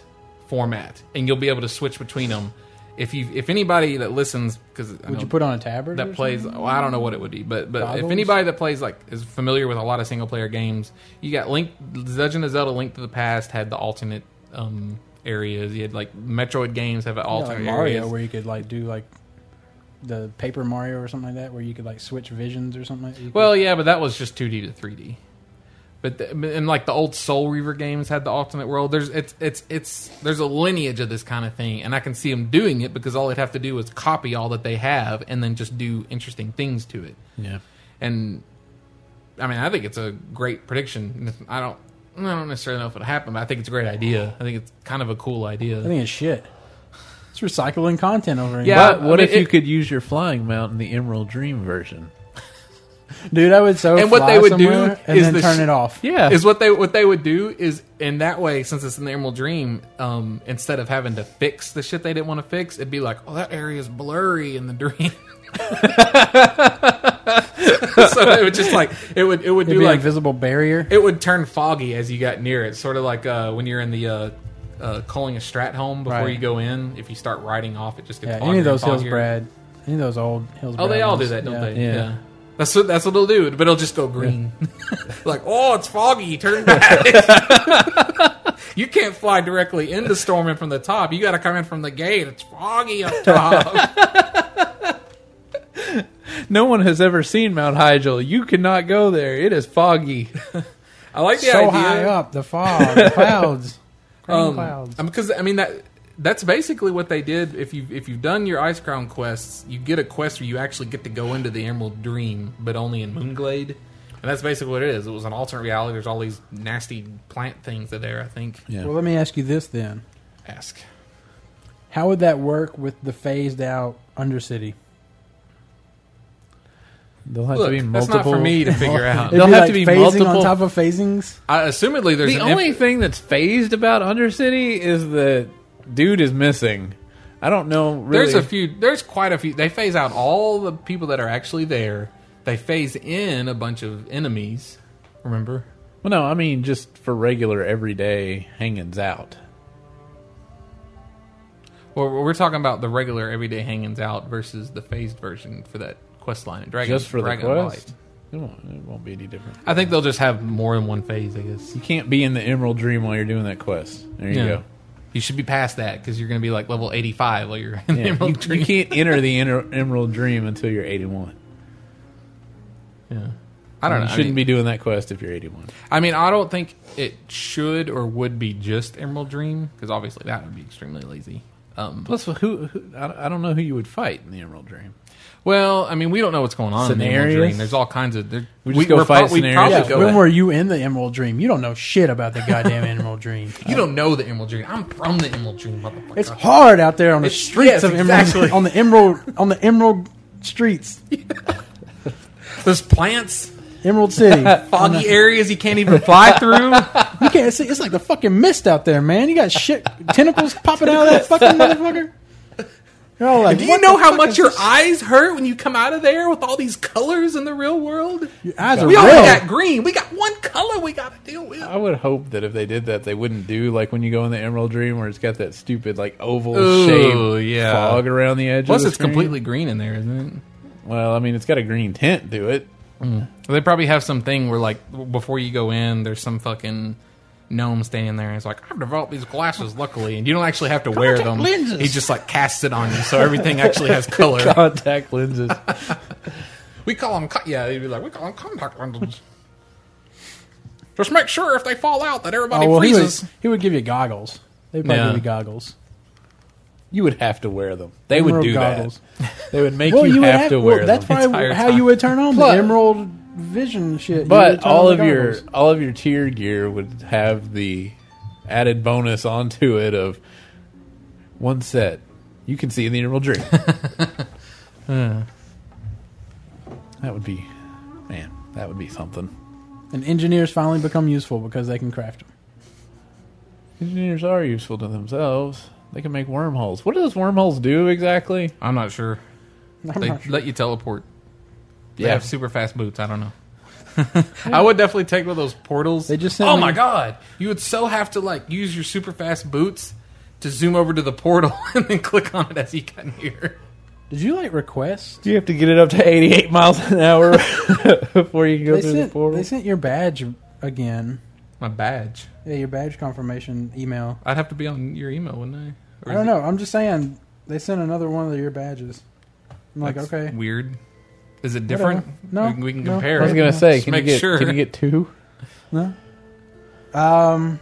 format, and you'll be able to switch between them. If you, if anybody that listens, because Would you put on a tabard? that or plays well, I don't know what it would be, but but if Goggles? anybody that plays like is familiar with a lot of single player games, you got Link Legend of Zelda Link to the Past had the alternate um areas. You had like Metroid games have something? alternate Yeah, like Mario, areas. where you could like do like the Paper Mario or something like that, where you could like switch visions or something. like that. You Well, yeah, but that was just 2D to 3D. But the, and like the old Soul Reaver games had the alternate world. There's it's it's it's there's a lineage of this kind of thing, and I can see them doing it because all they'd have to do is copy all that they have and then just do interesting things to it. Yeah. and I mean, I think it's a great prediction. I don't, I don't necessarily know if it'll happen, but I think it's a great idea. I think it's kind of a cool could- I idea. think it's shit. It's recycling content over here. Yeah, but what I mean, if you it- could use your flying mount in the Emerald Dream version? dude, I would so. And what fly they would do somewhere and is then the turn sh- it off. Yeah. Is what they what they would do is in that way, since it's an Emerald Dream, um, instead of having to fix the shit they didn't want to fix, it'd be like, oh, that area's blurry in the dream. so it would just like it would it would It'd do be an like invisible barrier. it would turn foggy as you got near it, sort of like uh, when you're in the uh, uh, calling a strat home before Right. you go in. If you start riding off, it just gets Yeah, foggier any of and those hills, foggier. Brad. Any of those old hills. Oh, they all do that, don't they? Yeah. That's what that's what it'll do, but it'll just go green. like, oh, it's foggy. Turn back. you can't fly directly into storm in from the top. You got to come in from the gate. It's foggy up top. No one has ever seen Mount Hyjal. You cannot go there. It is foggy. I like the So idea. Um, high up, the fog, the clouds, green clouds. Because I mean that that's basically what they did. If you if you've done your Ice Crown quests, you get a quest where you actually get to go into the Emerald Dream, but only in Moonglade. And that's basically what it is. It was an alternate reality. There's all these nasty plant things that are there. I think. Yeah. Well, let me ask you this then: Ask. How would that work with the phased out Undercity? They'll have Look, to be that's multiple. not for me to figure out. It'd They'll be have like to be phasing on multiple on top top of phasings. I, assumedly, there's the an only inf- thing that's phased about Undercity is the dude is missing. I don't know. Really. there's a few. There's quite a few. They phase out all the people that are actually there. They phase in a bunch of enemies. Remember? Well, no, I mean just for regular everyday hangings out. Well, we're talking about the regular everyday hangings out versus the phased version for that quest line. in Dragon, just for Dragon the Light. quest. It won't, it won't be any different. I think they'll just have more than one phase. I guess. You can't be in the Emerald Dream while you're doing that quest. There you Yeah. go. You should be past that because you're going to be like level 85 while you're in the Yeah. Emerald You, Dream. you can't enter the inner Emerald Dream until you're 81. Yeah. I don't know. You I mean- shouldn't be doing that quest if you're 81. I mean, I don't think it should or would be just Emerald Dream because obviously that would be extremely lazy. Um, Plus, who, who I I don't know who you would fight in the Emerald Dream. well, I mean, we don't know what's going on in the Emerald Scenarios? Dream. There's all kinds of. there- We just go we're fight we scenarios. probably Yeah, Yeah, go. when were you in the Emerald Dream? You don't know shit about the goddamn Emerald Dream. you don't know the Emerald Dream. I'm from the Emerald Dream, motherfucker. It's hard out there on the It's- streets yes, of Emerald, exactly. on the Emerald, on the Emerald streets, There's plants, Emerald City. foggy areas you can't even fly through. you can't see. It's like the fucking mist out there, man. You got shit tentacles popping out of that fucking motherfucker. You're all like, Do "What you know the how fuck much is your this?" eyes hurt when you come out of there with all these colors in the real world? Your eyes are We all got red? green. We got one color we got to deal with. I would hope that if they did that, they wouldn't do like when you go in the Emerald Dream where it's got that stupid like oval Ooh, shape yeah. fog around the edge. Plus, of the it's screen. completely green in there, isn't it? Well, I mean, it's got a green tint to it. They probably have some thing where, like, before you go in, there's some fucking gnome standing there and he's like, I've developed these glasses luckily, and you don't actually have to wear them. lenses. He just like casts it on you, so everything actually has color. Contact lenses. we call them, co- yeah, they'd be like, we call them contact lenses. just make sure if they fall out that everybody Oh, well, he freezes. would, he would give you goggles. They'd probably Yeah. give you goggles. you would have to wear them. They would Emerald do goggles. that. They would make Well, you, you would have, to wear well, that's them. probably entire how time. you would turn on But- the emerald vision shit. You would But turn all on of the your goggles. all of your tier gear would have the added bonus onto it of one set. You can see in the emerald dream. that would be, man. That would be something. and engineers finally become useful because they can craft them. Engineers are useful to themselves. They can make wormholes. What do those wormholes do exactly? I'm not sure. I'm They not sure. let you teleport. They Yeah. have super fast boots. I don't know. I would definitely take one of those portals. They just sent oh me- my god! You would so have to like use your super fast boots to zoom over to the portal and then click on it as you got near. Did you like request? You have to get it up to 88 miles an hour before you can go They through the sent, portal. they sent your badge again. My badge. Yeah, your badge confirmation email. I'd have to be on your email, wouldn't I? Or I is don't it- know. I'm just saying they sent another one of your badges. I'm like, that's okay. Weird. Is it different? Whatever. No, we, we can no. compare. I was it. gonna say, Just can you, make get, sure. can you get two? No. Um,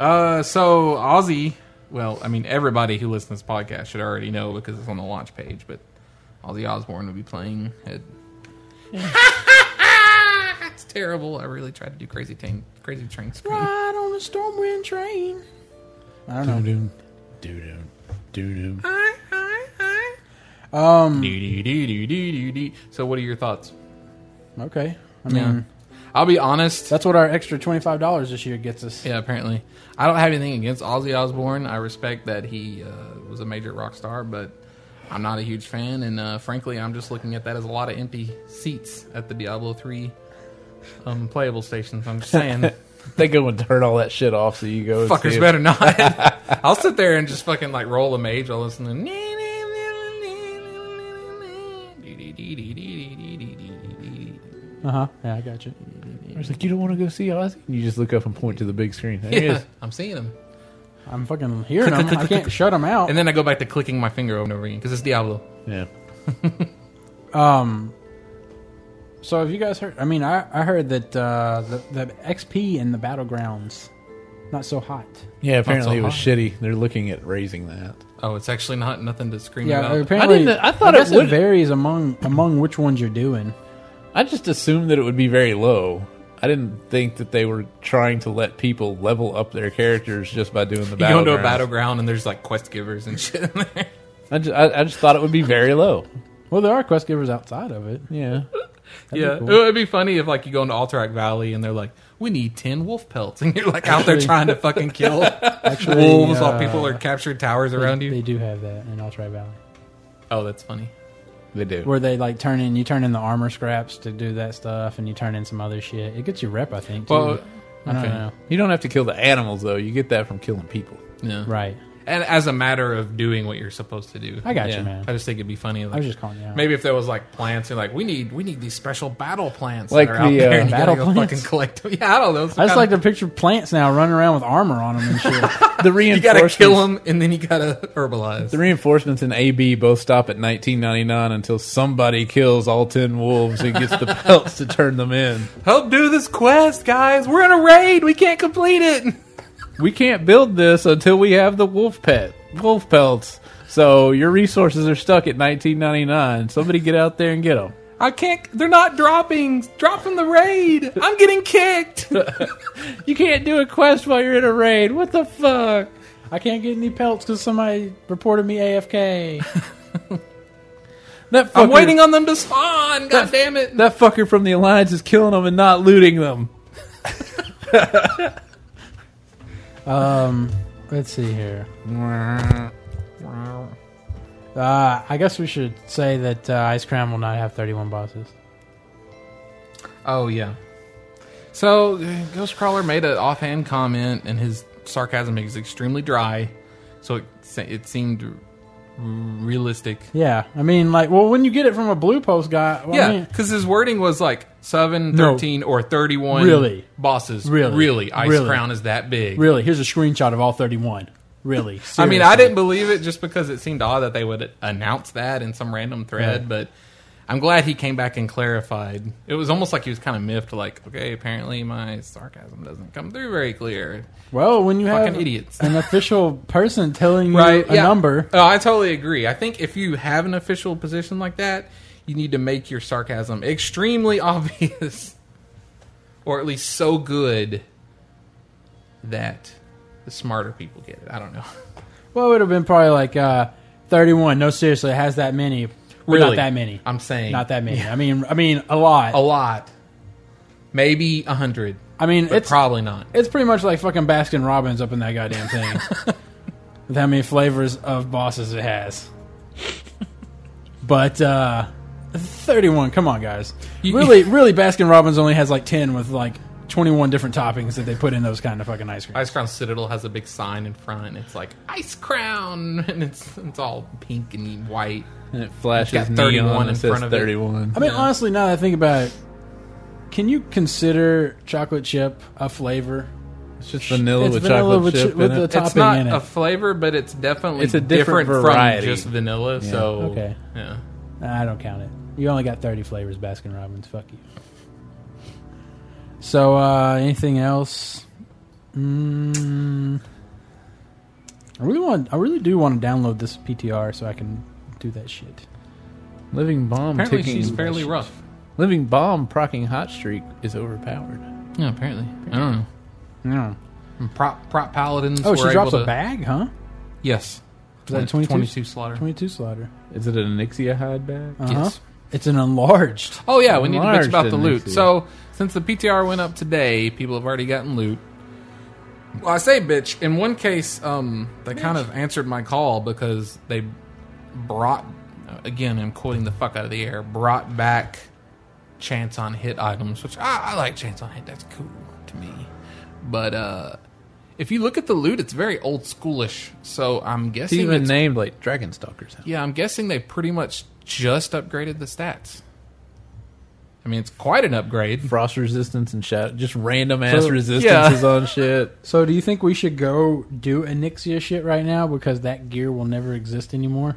Uh, so Ozzy, well, I mean, everybody who listens to this podcast should already know because it's on the launch page. But Ozzy Osbourne will be playing at. it's terrible. I really tried to do crazy thing, crazy train screen. ride on a stormwind train. I don't Doo-doom. Doo-doom. Doo-doom. know. Um, Do-do-do-do-do-do. so, what are your thoughts? okay. I mean, I'll be honest. that's what our extra twenty five dollars this year gets us. Yeah, apparently, I don't have anything against Ozzy Osbourne. I respect that he uh, was a major rock star, but I'm not a huge fan, and uh, frankly, I'm just looking at that as a lot of empty seats at the Diablo three um, playable stations. I'm just saying, They go and turn all that shit off so you go. and see fuckers it. better not. I'll sit there and just fucking like roll a mage while listening. Uh huh. Yeah, I got you. It's like, you don't want to go see Ozzy? You just look up and point to the big screen. There he Yeah, is. I'm seeing him, I'm fucking hearing them. I can't shut them out. and then I go back to clicking my finger over and over again because it's Diablo. Yeah. Um. So have you guys heard? I mean, I, I heard that uh, the, the XP in the battlegrounds not so hot. Yeah, apparently so it was hot. shitty. They're looking at raising that. Oh, it's actually not nothing to scream Yeah, about. apparently. I didn't- I thought it guess would- varies among among which ones you're doing. I just assumed that it would be very low. I didn't think that they were trying to let people level up their characters just by doing the You battle. go into a battleground and there's like quest givers and shit in there. I just, I, I just thought it would be very low. Well, there are quest givers outside of it. Yeah. yeah, cool. it would be funny if like you go into Alterac Valley and they're like, "We need ten wolf pelts," and you're like out there Actually- trying to fucking kill Actually, wolves uh, while people are captured towers they- around They you. do have that in Ultra Valley, Oh, that's funny. They do. where they like turn in. You turn in the armor scraps to do that stuff, and you turn in some other shit. It gets you rep, I think. Too. Well, I don't okay. know. You don't have to kill the animals, though. You get that from killing people. Yeah, Right. And as a matter of doing what you're supposed to do, I got Yeah. you, man. I just think it'd be funny. I Like, was just calling you out. maybe if there was like plants, you're like, "We need we need these special battle plants Like that are out the, there." uh, and you gotta battle go plants? fucking collect them. Yeah, I don't know. It's I just kinda- like to picture plants now running around with armor on them and shit. The you gotta reinforcements, kill them and then you gotta herbalize. the reinforcements and AB both stop at 1999 until somebody kills all 10 wolves and gets the pelts to turn them in. Help do this quest, guys. We're in a raid. We can't complete it. We can't build this until we have the wolf pet, wolf pelts. So your resources are stuck at 1999. Somebody get out there and get them. I can't. They're not dropping. Drop from the raid. I'm getting kicked. You can't do a quest while you're in a raid. What the fuck? I can't get any pelts because somebody reported me AFK. That fucker, I'm waiting on them to spawn. God damn it. That fucker from the alliance is killing them and not looting them. um, let's see here. Uh, I guess we should say that uh, Ice Crown will not have 31 bosses. Oh yeah. So uh, Ghostcrawler made an offhand comment, and his sarcasm is extremely dry. So it, se- it seemed realistic. Yeah, I mean, like, well, when you get it from a blue post guy, well, I Yeah, mean, because his wording was like 7, No. 13, or 31 Really. bosses. Really. Really. Ice Really. Crown is that big. really, here's a screenshot of all 31. Really, I mean, seriously. I didn't believe it just because it seemed odd that they would announce that in some random thread, but I'm glad he came back and clarified. It was almost like he was kind of miffed, like, okay, apparently my sarcasm doesn't come through very clear. Well, when you have Fucking idiots. an official person telling Right. you a yeah. number, Oh, I totally agree. I think if you have an official position like that, you need to make your sarcasm extremely obvious, or at least so good that the smarter people get it. I don't know. well, it would have been probably like uh, 31. No, seriously, it has that many. But Not that many. I'm saying Not that many. I mean, I mean, a lot. a lot. Maybe a hundred. I mean, But it's probably not. it's pretty much like fucking Baskin Robbins up in that goddamn thing. With how many flavors of bosses it has. But uh 31, come on guys. You- Really really Baskin Robbins only has like 10 with like 21 different toppings that they put in those kind of fucking ice cream. Ice Crown Citadel has a big sign in front, and it's like Ice Crown, and it's it's all pink and white. And it flashes It's got 31 neon in and says front of it. 31. I mean, Yeah. honestly, now that I think about it, can you consider chocolate chip a flavor? It's just vanilla It's with vanilla chocolate with chip chi- with in the it. top- It's Topping not in it. a flavor, but it's definitely It's a different from variety. just vanilla. So Okay. yeah. Nah, I don't count it. You only got 30 flavors, Baskin Robbins. Fuck you. So, uh, anything else? Mm, I really want. I really do want to download this PTR so I can do that shit. Living bomb Apparently ticking. she's fairly rough. Living bomb procking hot streak is overpowered. Yeah, apparently. I don't know. Yeah. And Prop prop paladins. Oh, she were drops able a to- bag, huh? Yes. Is that 22? 22? 22 slaughter. 22 slaughter. Is it an Anixia hide bag? Uh-huh. Yes. It's an enlarged. Oh yeah, we need to bitch Enlarged, about the didn't loot. they? So since the PTR went up today, people have already gotten loot. Well, I say bitch. In one case, um, they kind of answered my call because they brought again. I'm quoting the fuck out of the air. Brought back chance on hit items, which I, I like chance on hit. That's cool to me. But uh, if you look at the loot, it's very old schoolish. So I'm It's guessing even it's- named like Dragon Stalker's house. yeah, I'm guessing they pretty much just upgraded the stats. I mean, it's quite an upgrade. Frost resistance and shadow. Just random ass So- resistances on shit. So, do you think we should go do Anixia shit right now because that gear will never exist anymore?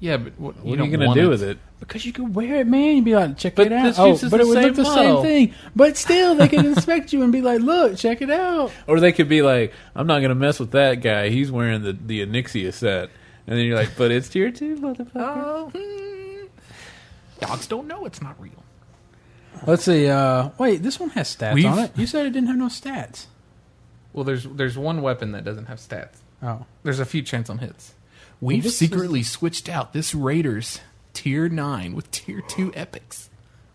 Yeah, but what, What you are don't you going want to do with it? Because you could wear it, man. You'd be like, check But it out. this Oh, uses but the it would look same the same model. thing. But still, they can inspect you and be like, look, check it out. Or they could be like, I'm not going to mess with that guy. He's wearing the, the Anixia set. And then you're like, but it's tier two, motherfucker. Oh, hmm. Dogs don't know it's not real. Let's see. Uh, wait, this one has stats We've- on it. You said it didn't have no stats. Well, there's there's one weapon that doesn't have stats. Oh. There's a few chance on hits. We've this secretly switched out this Raiders tier nine with tier two epics.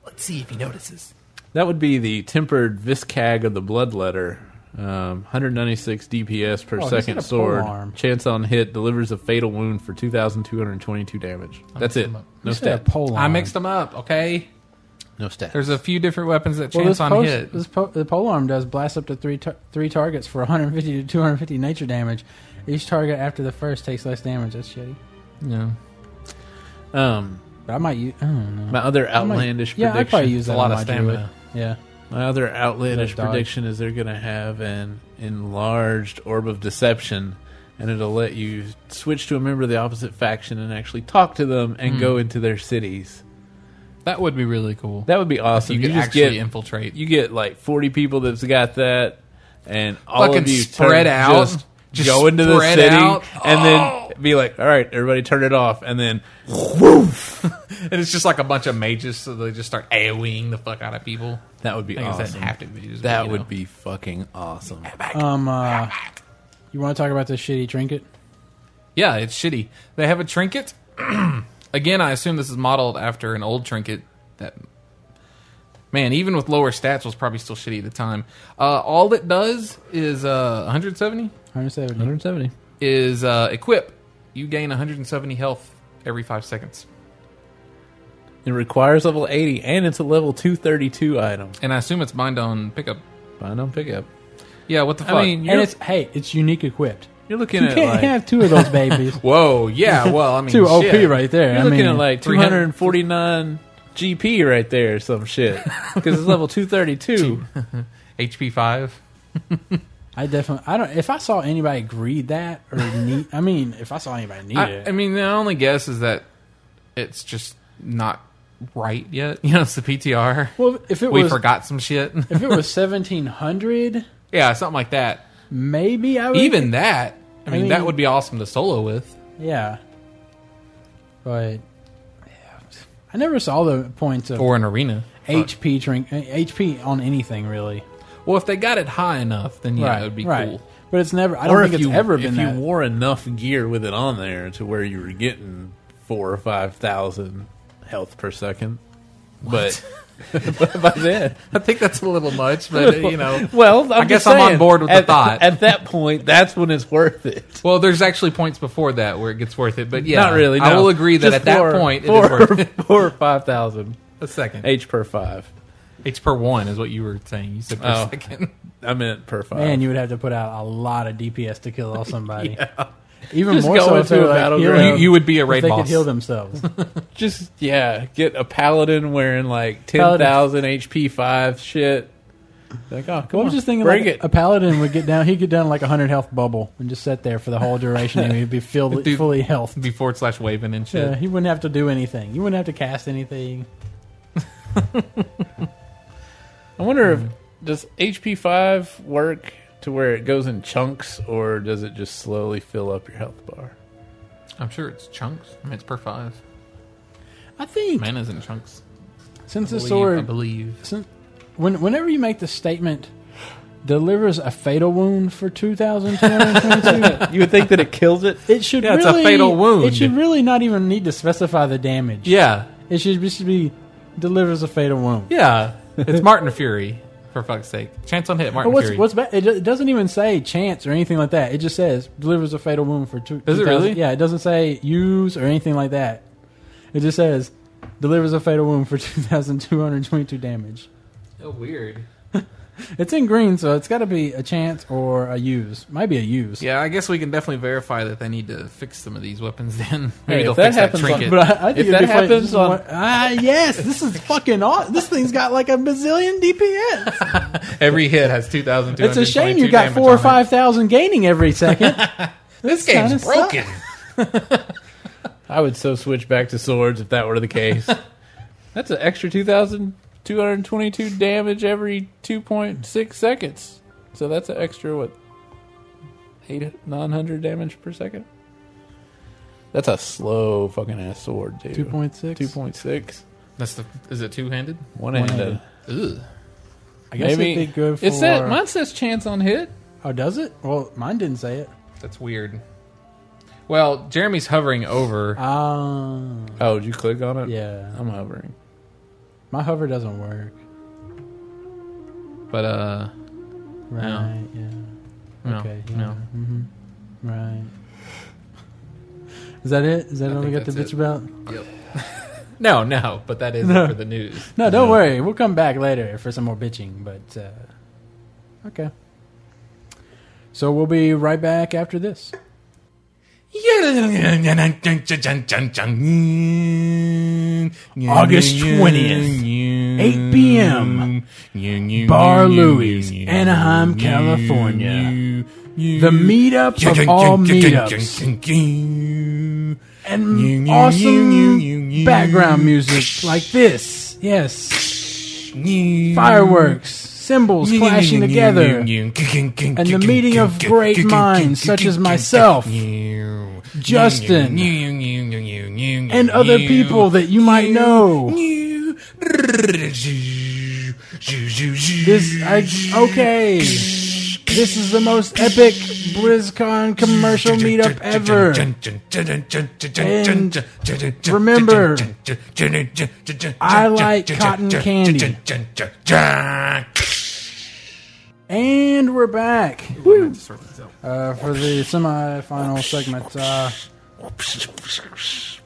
Let's see if he notices. That would be the tempered Viscag of the Bloodletter. Um, 196 DPS per Oh, he's got second a sword. polearm. Chance on hit delivers a fatal wound for 2,222 damage. That's mixing it. them up. No you said a stat. pole I mixed them up. Okay, No stat. there's a few different weapons that Well, chance this on post- hit. This po- the pole arm does blast up to three tar- three targets for 150 to 250 nature damage. Each target after the first takes less damage. That's shitty. yeah. Um, But I might use. I don't know. my other I might- outlandish yeah, I'd prediction. probably use a that lot on of my stamina. druid. Yeah. My other outlandish Good dodge. prediction is they're going to have an enlarged orb of deception, and it'll let you switch to a member of the opposite faction and actually talk to them and Hmm. go into their cities. That would be really cool. That would be awesome. you, You, could just actually get infiltrate. you get like forty people that's got that, and all Fucking of you spread turn, out. Just, Just go into the spread city out. and Oh. then be like, "All right, everybody, turn it off," and then And it's just like a bunch of mages, so they just start AoEing the fuck out of people. that would be I guess that awesome. doesn't have to be mages. That would be fucking awesome. Um. Uh, you want to talk about this shitty trinket? Yeah, it's shitty. They have a trinket. Again, I assume this is modeled after an old trinket that. Man, even with lower stats, was probably still shitty at the time. Uh, all it does is uh, 170 170. One hundred seventy. is uh, equip. You gain 170 health every five seconds. It requires level 80, and it's a level 232 item. And I assume it's bind on pickup. Find on pickup. Yeah, what the fuck? I mean, and you're, it's hey, it's unique equipped. You're looking You at can't like have two of those babies. Whoa, yeah. Well, I mean, Two OP shit. right there. You're I looking mean, at like 300 249 GP right there or some shit. Because it's level 232. HP five. I definitely. I don't. If I saw anybody greed that or need, I mean, if I saw anybody need I, it, I mean, the only guess is that it's just not right yet. You know, it's the PTR. well, if it we was forgot some shit. if it was seventeen hundred, yeah, something like that. maybe I would Even that. I mean, that mean- would be awesome to solo with. yeah. But yeah, I never saw the points of or an arena. HP drink uh, HP on anything really. Well, if they got it high enough, then yeah, it would be right. cool. But it's never. I don't think it's ever been if that. you wore enough gear with it on there to where you were getting four or 5,000 health per second. But by then. I think that's a little much, but uh, you know. Well, I'm I guess just I'm on saying, board with the at, thought. At that point, that's when it's worth it. Well, there's actually points before that where it gets worth it, but yeah, Not really. I no. will agree that Just at that four- point, it four, is worth it. four or five thousand a second. H per five. H per one is what you were saying. You said per Oh. second. I meant per five. Man, you would have to put out a lot of DPS to kill off somebody. Even Just more go so if into they a were, like, battleground. healing- You, you would be a if raid they boss. could heal themselves. just yeah, get a paladin wearing like ten thousand HP five shit. Like oh, come Well, on, I'm just thinking bring like it. a paladin would get down. He'd get down like a hundred health bubble and just sit there for the whole duration, and he'd be filled, Dude. fully health. Be forward slash waving and shit. Yeah, he wouldn't have to do anything. You wouldn't have to cast anything. I wonder if does HP five work to where it goes in chunks, or does it just slowly fill up your health bar? I'm sure it's chunks. I mean, it's per five. I think Mana's in chunks. since the Believe- I sword, believe. since, when, whenever you make the statement, delivers a fatal wound for two thousand two hundred twenty-two. You would think that it kills it. It should Yeah, it's a really, fatal wound. It should really not even need to specify the damage. Yeah, It should just be delivers a fatal wound. yeah. It's Martin Fury, for fuck's sake. Chance on hit, But Martin what's Fury. what's ba- it, do- it doesn't even say chance or anything like that. It just says delivers a fatal wound for two. Does it 2000 really? Yeah, it doesn't say use or anything like that. It just says delivers a fatal wound for two thousand two hundred twenty-two damage. so weird. It's in green, so it's got to be a chance or a use. Might be a use. Yeah, I guess we can definitely verify that they need to fix some of these weapons. Then maybe Hey, they'll if that fix that happens on- trinket. But I, I think If it'd that be funny- happens this is on- one- ah yes, this is fucking awesome. This thing's got like a bazillion DPS. Every hit has two thousand. It's a shame you got four or five thousand gaining every second. This kinda game's broken. I would so switch back to swords if that were the case. That's an extra two thousand two hundred twenty-two damage every two point six seconds. So that's an extra what eight nine hundred damage per second. That's a slow fucking ass sword, dude. Two point six. two point six. That's the. Is it two handed? One handed. One-handed. Ugh. I guess Maybe- it'd be good for. It said mine says chance on hit. oh, does it? Well, mine didn't say it. That's weird. Well, Jeremy's hovering over. Um, Oh, did you click on it? yeah, I'm hovering. my hover doesn't work. But uh, Right. Yeah. no, Okay, yeah. no. hmm Right. Is that it? Is that I all we think got to bitch that's it. about? No, no, but that is No. it for the news. No, don't worry. We'll come back later for some more bitching. But uh, okay. So we'll be right back after this. August 20th, 8 p.m. Bar Louie's, Anaheim, California. The meetup of all meetups and awesome background music like this. Yes, fireworks, cymbals clashing together. and the the meeting of great minds such as myself, Justin, and and other people that you might know. This, I, okay. This is the most epic BlizzCon commercial meetup ever. And remember, I like cotton cotton candy. candy. And we're back uh, for the semi-final segment. Uh,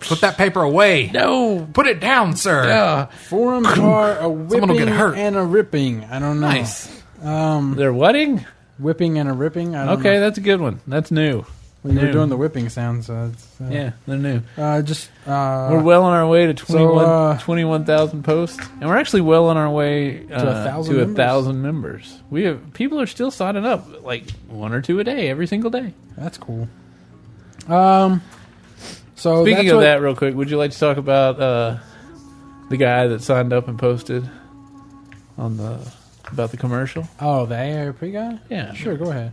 Put that paper away. No. Put it down, sir. forums are a Someone will whipping get hurt. and a ripping. I don't know. Nice. Um, They're wedding? whipping and a ripping. I don't Okay, know. that's a good one. That's new. We were Noon. doing the whipping sound, so it's, uh, Yeah, they're new. Uh, just uh, we're well on our way to 21 uh, 21,000 posts, and we're actually well on our way uh, to a 1,000 thousand members? members. We have people are still signing up, like one or two a day, every single day. That's cool. Um. So Speaking that's of what- that, real quick, would you like to talk about uh, the guy that signed up and posted on the about the commercial? oh, the AARP guy. Yeah, Sure, go ahead.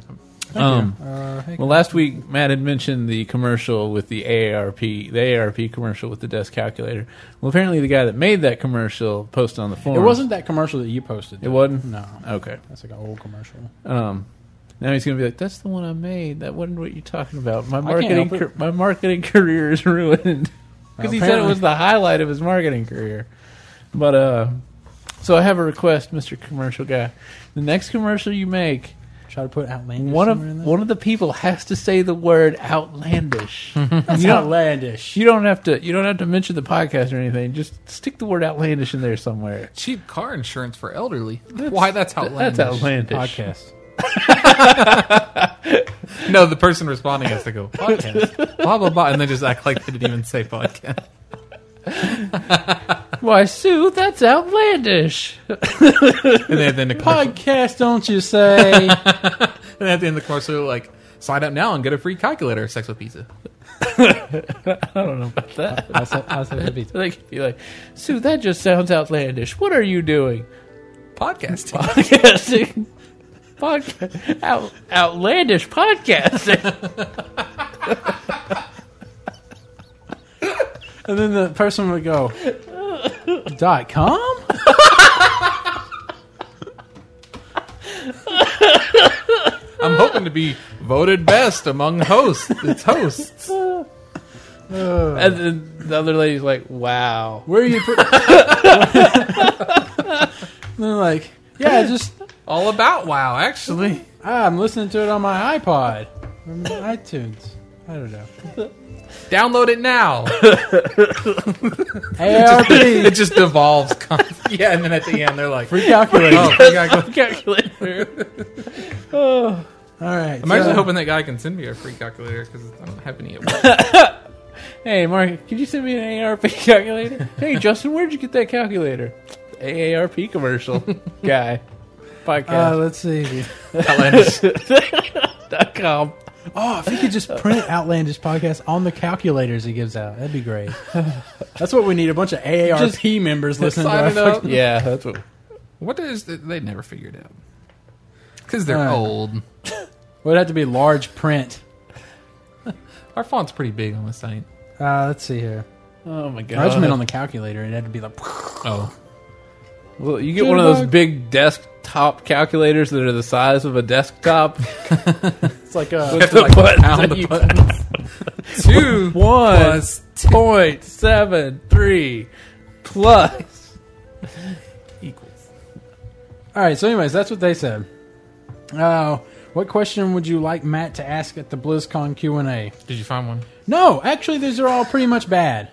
Um, Uh, hey, Well, last week Matt had mentioned the commercial with the AARP, the AARP commercial with the desk calculator. Well, apparently the guy that made that commercial posted on the it forum. wasn't that commercial that you posted. It wasn't. No, Okay. that's like an old commercial. Um, now he's gonna be like, "That's the one I made. That wasn't what you're talking about. My I can't marketing, help car- my marketing career is ruined because he said it Apparently. was the highlight of his marketing career." But uh, so I have a request, Mister Commercial Guy. The next commercial you make, Try to put outlandish. one somewhere in of there. one of the people has to say the word outlandish. That's you don't- outlandish. you don't have to. You don't have to mention the podcast or anything. Just stick the word outlandish in there somewhere. Cheap car insurance for elderly. Why? That's outlandish. That's outlandish. podcast. No, the person responding has to go podcast, blah blah blah, and then just act like they didn't even say podcast. Why, Sue? That's outlandish. And then at the end of commercial, Podcast, don't you say? and at the end of the commercial, like sign up now and get a free calculator. Sex with pizza. I don't know about that. I said, I said it'd be- So They could be like, Sue, that just sounds outlandish. What are you doing? Podcasting. Podcasting. Podcast. Out, outlandish podcasting. And then the person would go, dot com? I'm hoping to be voted best among hosts. It's hosts. Ugh. and then the other lady's like, wow. Where are you? Put- and they're like, yeah, just, All about wow, actually. ah, I'm listening to it on my iPod, on iTunes. I don't know. Download it now. ARP, It just devolves. Con- yeah, and then at the end they're like, free calculator. oh, free calculator. Calculator. All right. I'm actually so- hoping that guy can send me a free calculator because I don't have any at work. Hey, Mark, could you send me an ARP calculator? hey, Justin, where'd you get that calculator? The AARP commercial guy. Uh, Podcast. let's see. Outlandish. dot com. Oh, if he could just print Outlandish podcast on the calculators he gives out, that'd be great. That's what we need—a bunch of AARP Just- members listening to our sign it up. Yeah, that's what. What is the, they never figured out? Because they're Uh. old. It would have to be large print. Our font's pretty big on the site. Uh, let's see here. Oh my god! I just meant on the calculator. It had to be like. Oh, Well, you get one of those big desktop calculators that are the size of a desktop. It's like a. have With to, like, pound the you- two One plus point seven three plus equals. All right. So, anyways, that's what they said. Uh, what question would you like Matt to ask at the BlizzCon Q and A? Did you find one? No, actually, these are all pretty much bad.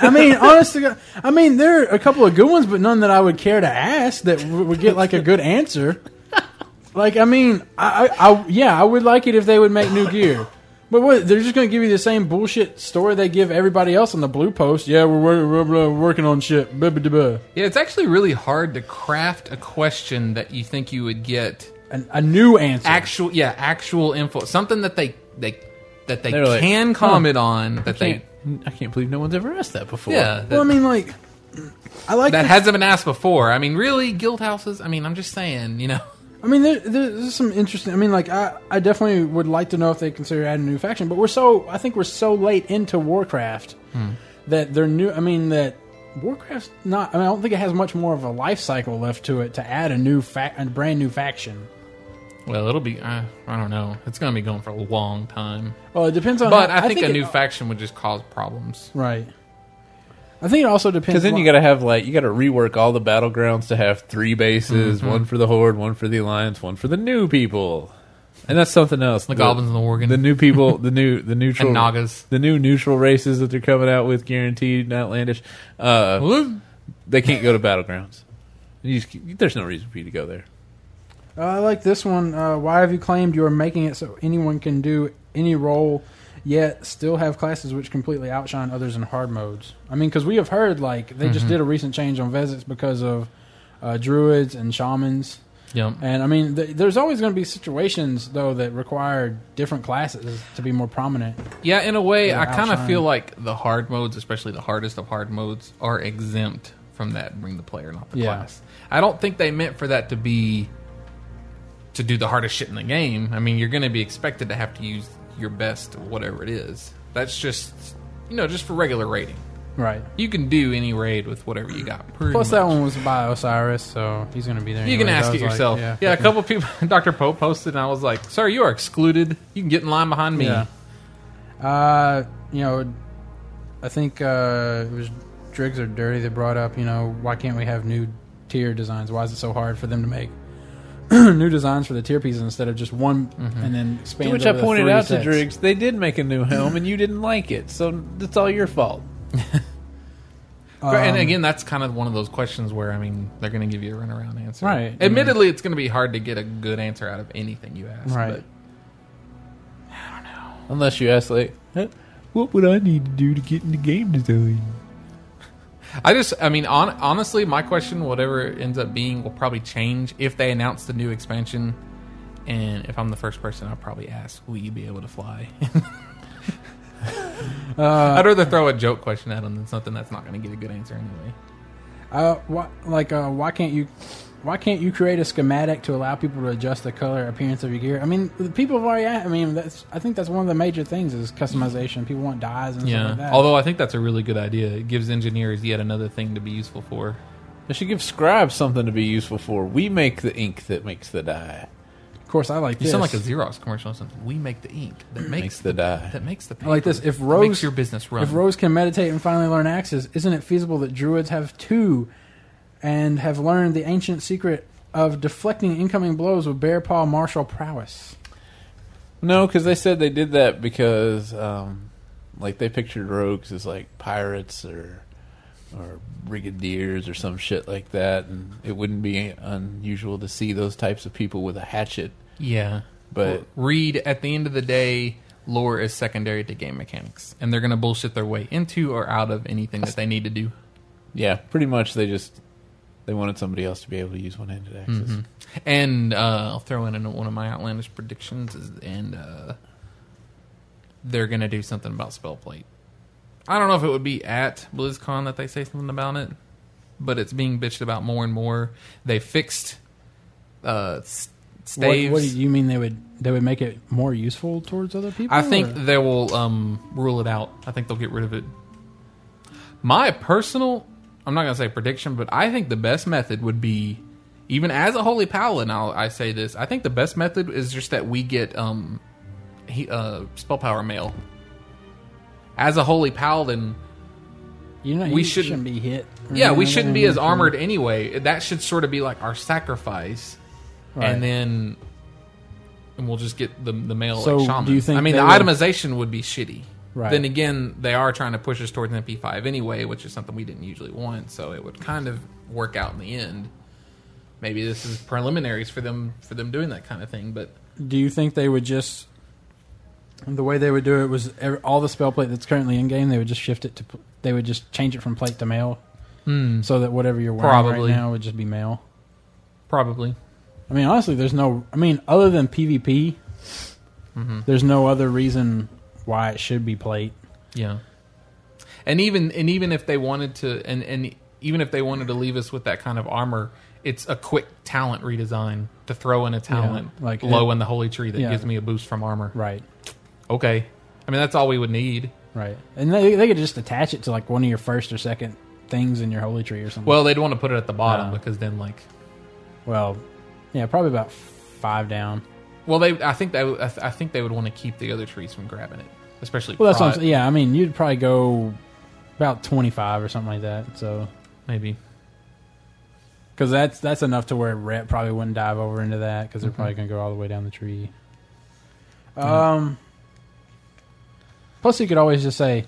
I mean, honestly, I mean, there are a couple of good ones, but none that I would care to ask that w- would get like a good answer. Like, I mean, I, I, I yeah, I would like it if they would make new gear. But what, they're just going to give you the same bullshit story they give everybody else on the blue post. Yeah, we're, wor- we're, we're working on shit. Blah, blah, blah. Yeah, it's actually really hard to craft a question that you think you would get An, a new answer. actual, yeah, actual info, something that they they that they They're like, can comment on that Can't, they I can't believe no one's ever asked that before. yeah that, well, I mean, like, I like that the- hasn't been asked before. I mean, really, guild houses. I mean, I'm just saying, you know, I mean, there, there's some interesting. I mean, like I, I definitely would like to know if they consider adding a new faction, but we're so I think we're so late into Warcraft Hmm. that they're new. I mean, that Warcraft's not. I mean, I don't think it has much more of a life cycle left to it to add a new fac a brand new faction. well, it'll be I, I don't know. It's gonna be going for a long time. Well, it depends on. But how- I, think, a it- new faction would just cause problems. right. I think it also depends. Because then you on- got to have like you got to rework all the battlegrounds to have three bases: one for the Horde, one for the Alliance, one for the new people. And that's something else. The goblins and the worgen. the new people, the new the neutral And Nagas. the new neutral races that they're coming out with, guaranteed and outlandish. Uh, they can't go to battlegrounds. You just, there's no reason for you to go there. Uh, I like this one. Uh, why have you claimed you are making it so anyone can do any role, yet still have classes which completely outshine others in hard modes. I mean, because we have heard like they Mm-hmm. just did a recent change on Vezits because of uh, druids and shamans. Yep. And I mean, th- there's always going to be situations though that require different classes to be more prominent. Yeah, in a way, Yeah, I kind of outshine. feel like the hard modes, especially the hardest of hard modes, are exempt from that. Bring the player, not the Yeah. class. I don't think they meant for that to be to do the hardest shit in the game. I mean, you're going to be expected to have to use your best, whatever it is. That's just you know, just for regular raiding. Right. You can do any raid with whatever you got. pretty Plus, that much. one was by Osiris, so he's going to be there. You can anyways. I ask it was like, yourself. yeah. a couple people. Dr. Pope posted, and I was like, "Sir, you are excluded. You can get in line behind me." Yeah. Uh, you know, I think uh, it was Driggs or Dirty that brought up. You know, why can't we have new tier designs? Why is it so hard for them to make new designs for the tier pieces instead of just one and then expand? Mm-hmm. To which I over the pointed three out sets? to Driggs, they did make a new helm and you didn't like it, so it's all your fault. Um, and again, that's kind of one of those questions where I mean, they're going to give you a runaround answer, Right. Admittedly, it's going to be hard to get a good answer out of anything you ask, Right. Unless you ask, like, "Huh, what would I need to do to get into game design? But I just, I mean, on, honestly, my question, whatever it ends up being, will probably change if they announce the new expansion. And if I'm the first person, I'll probably ask, "Will you be able to fly?" Uh, I'd rather throw a joke question at them than something that's not going to get a good answer anyway. uh, why, like, uh, why can't you? Why can't you create a schematic to allow people to adjust the color appearance of your gear? I mean, the people have already. I mean, that's. I think that's one of the major things is customization. People want dyes and Yeah. stuff like that. Although I think that's a really good idea. It gives engineers yet another thing to be useful for. They should give scribes something to be useful for. We make the ink that makes the dye. of course, I like You this. sound like a Xerox commercial or something. We make the ink that makes, Makes the, the dye. that makes the paper. I like this. If that Rose- makes your business run. If Rose can meditate and finally learn axes, isn't it feasible that druids have two and have learned the ancient secret of deflecting incoming blows with bare paw martial prowess? No, because they said they did that because, um, like, they pictured rogues as like pirates or or brigadiers or some shit like that, and it wouldn't be unusual to see those types of people with a hatchet. yeah. But Read at the end of the day, lore is secondary to game mechanics, and they're going to bullshit their way into or out of anything that they need to do. yeah, pretty much they just they wanted somebody else to be able to use one-handed axes. And uh, I'll throw in an- one of my outlandish predictions, is, and uh, they're going to do something about Spellplate. I don't know if it would be at BlizzCon that they say something about it, but it's being bitched about more and more. They fixed uh, s- What, staves. what do you mean they would they would make it more useful towards other people? I think or- they will um, rule it out. I think they'll get rid of it. My personal, I'm not going to say prediction, but I think the best method would be, even as a holy paladin, I'll, I say this. I think the best method is just that we get um, he, uh, spell power mail. As a holy paladin, you know, we you shouldn't, shouldn't- be hit. or yeah, we anything. shouldn't be as armored anyway. That should sort of be like our sacrifice, Right. and then, and we'll just get the the mail So, like shamans. do you think I mean, they the will- itemization would be shitty. Right. Then again, they are trying to push us towards MP5 anyway, which is something we didn't usually want. So it would kind of work out in the end. Maybe this is preliminaries for them for them doing that kind of thing, but Do you think they would just the way they would do it was ev- all the spell plate that's currently in game they would just shift it to pl- they would just change it from plate to mail so that whatever you're wearing Probably. right now would just be mail. probably. I mean, honestly, there's no. I mean, other than PvP, there's no other reason why it should be plate. Yeah. And even and even if they wanted to and and even if they wanted to leave us with that kind of armor, it's a quick talent redesign to throw in a talent Yeah, like- low in the holy tree that Yeah. gives me a boost from armor. Right. Okay. I mean that's all we would need. Right. And they they could just attach it to like one of your first or second things in your holy tree or something. Well, they'd want to put it at the bottom Yeah. because then like well, yeah, probably about five down. well they I think they would- I, th- I think they would want to keep the other trees from grabbing it, especially Well, that's what I'm prod, saying. Yeah, I mean, you'd probably go about twenty five or something like that. So maybe. because that's that's enough to where Rhett probably wouldn't dive over into that because they're probably going to go all the way down the tree. Um. Plus, you could always just say,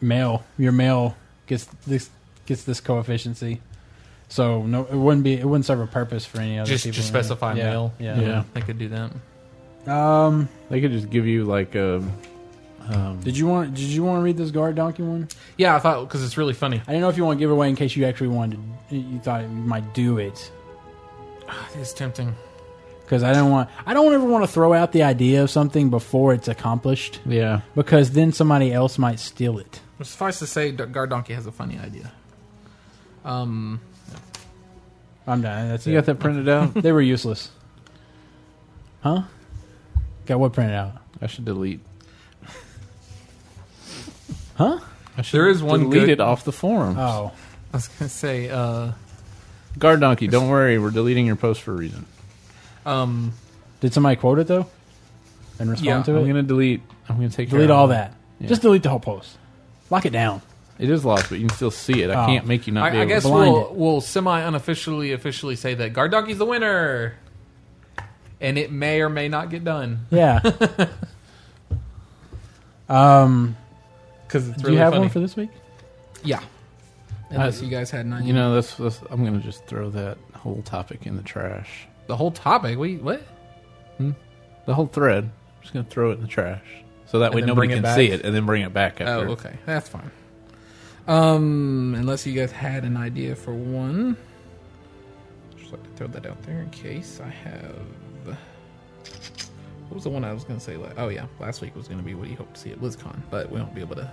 "Male, your male gets this gets this coefficiency." So no, it wouldn't be it wouldn't serve a purpose for any other Just people. just specify Yeah, male. Yeah. Yeah. They could do that. Um, They could just give you like a. Um, did you want? Did you want to read this guard donkey one? Yeah, I thought because it's really funny. I didn't know if you want to give it away in case you actually wanted. To, you thought you might do it It's tempting. because I don't want. I don't ever want to throw out the idea of something before it's accomplished yeah, because then somebody else might steal it. Well, suffice to say, D- Guard Donkey has a funny idea. Um, I'm done. That's you it. got that printed out. they were useless. Huh? Got what printed out? I should delete. Huh? I should There is one delete good- it off the forum. Oh, I was gonna say, uh, Guard donkey, don't worry, we're deleting your post for a reason. um, did somebody quote it though? And Yeah, respond I'm to it. gonna delete. I'm gonna take care delete of all it. that. Just delete the whole post. Lock it down. It is lost, but you can still see it. I Oh. can't make you not. be I, I able guess To. blind we'll it. we'll semi unofficially officially say that Guard Donkey's the winner, and it may or may not get done Yeah. um. because it's do really you have funny. one for this week? yeah. Unless you guys had nine, You know, that's, that's. I'm gonna just throw that whole topic in the trash. the whole topic. We what? The whole thread. I'm just gonna throw it in the trash, so that And way then nobody bring it can back? see it, and then bring it back. Oh, After. okay, that's fine. Um, unless you guys had an idea for one, just like to throw that out there in case I have. What was the one I was gonna say? la- Oh yeah, last week was gonna be what you hope to see at BlizzCon, but we won't be able to.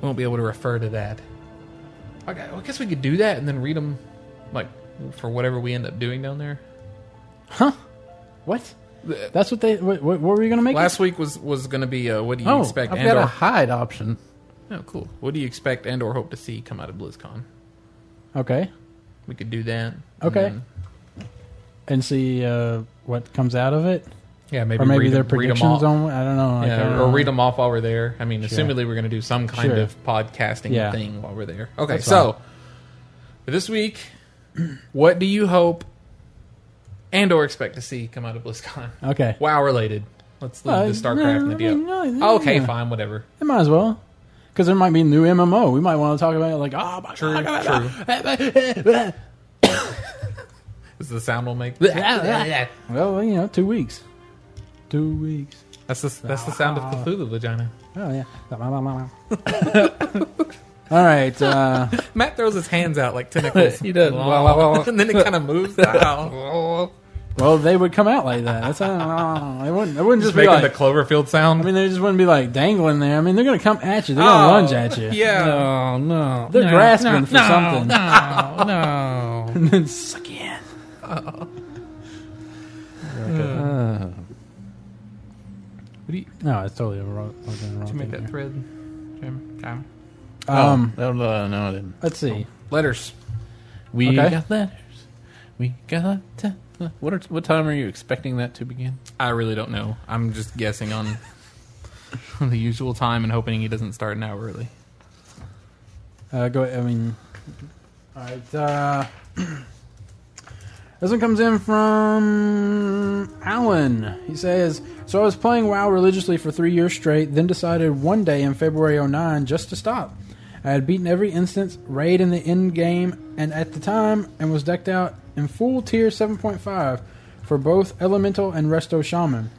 We won't be able to refer to that. I gu- I guess we could do that and then read them, like for whatever we end up doing down there. What? That's what they. What, what were we gonna make? it? Last week was was gonna be uh, what do you Oh, expect I've and got or a hide option. oh cool. What do you expect and or hope to see come out of BlizzCon? Okay. We could do that. and Okay. then- And see uh, what comes out of it, Yeah, maybe or maybe read their them- read them predictions off. on. I don't know. like, I Yeah, don't or know. read them off while we're there. I mean, Sure. assumedly we're going to do some kind Sure. of podcasting Yeah. thing while we're there. Okay, That's so for this week, what do you hope and or expect to see come out of BlizzCon? Okay. WoW related. Let's leave Uh, the StarCraft and the no, deal. no, no, okay, no. fine, whatever. It might as well, because there might be a new MMO. We might want to talk about it. Like, oh my True, god. true. Is the sound we'll make? That's Well, you know, two weeks. Two weeks. the, that's the sound of Ah. Cthulhu vagina. Oh yeah. All right. Uh, Matt throws his hands out like tentacles. He does. and then it kind of moves. out. well, they would come out like that. That's how, they wouldn't. They wouldn't just, Just be making like. the Cloverfield sound. I mean, they just wouldn't be like dangling there. I mean, they're gonna come at you. They're gonna Oh, lunge at you. Yeah. Oh no! They're grasping for something. No, no. and then suck you in. Uh, No, it's totally wrong. totally wrong Did you make thing that thread? there. Um, oh, no, no, I didn't. let's see. Letters. We Okay. got letters. We got. T- what are, what time are you expecting that to begin? I really don't know. I'm just guessing on on the usual time and hoping he doesn't start an hour early. Uh, go. I mean, all right. Uh, this one comes in from Alan. He says, "So I was playing WoW religiously for three years straight, then decided one day in February '09 just to stop. I had beaten every instance, raid in the end game, and at the time, and was decked out in full tier 7.5 for both elemental and resto shaman."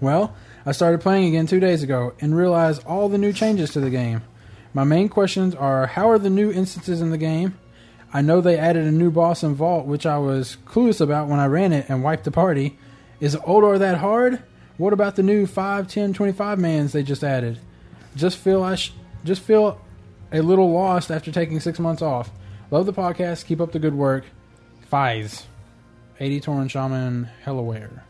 Well, I started playing again two days ago and realized all the new changes to the game. My main questions are how are the new instances in the game? I know they added a new boss in Vault, which I was clueless about when I ran it and wiped the party. Is Oldor that hard? What about the new 5, 10, 25 mans they just added? Just feel I sh- just feel a little lost after taking six months off. Love the podcast. Keep up the good work. Fies. 80 Torrent Shaman Hellaware.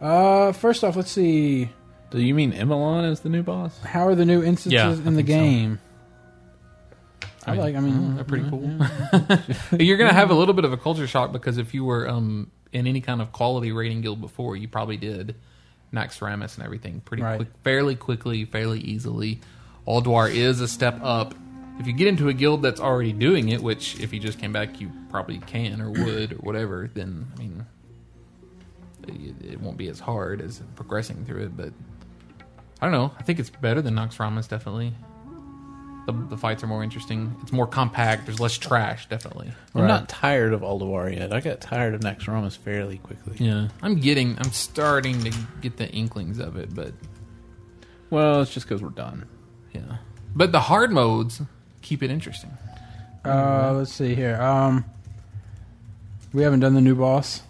Uh, first off, let's see. Do you mean Emilon is the new boss? How are the new instances Yeah, I in the think so. game? I, mean, like. I mean, They're pretty cool. You're gonna have a little bit of a culture shock because if you were um, in any kind of quality rating guild before, you probably did Nax Ramus and everything pretty Right. quick, fairly quickly, fairly easily. Aldwar is a step up. If you get into a guild that's already doing it, which if you just came back, you probably can or would or whatever, then I mean, it, it won't be as hard as progressing through it. But I don't know. I think it's better than Nox Ramus definitely. The, the fights are more interesting. It's more compact. There's less trash, definitely. I'm not tired of Alduar yet. I got tired of Naxxramas fairly quickly. Yeah, I'm getting. I'm starting to get the inklings of it, but Well, it's just because we're done. yeah. But the hard modes keep it interesting. Uh, let's see here. Um, we haven't done the new boss.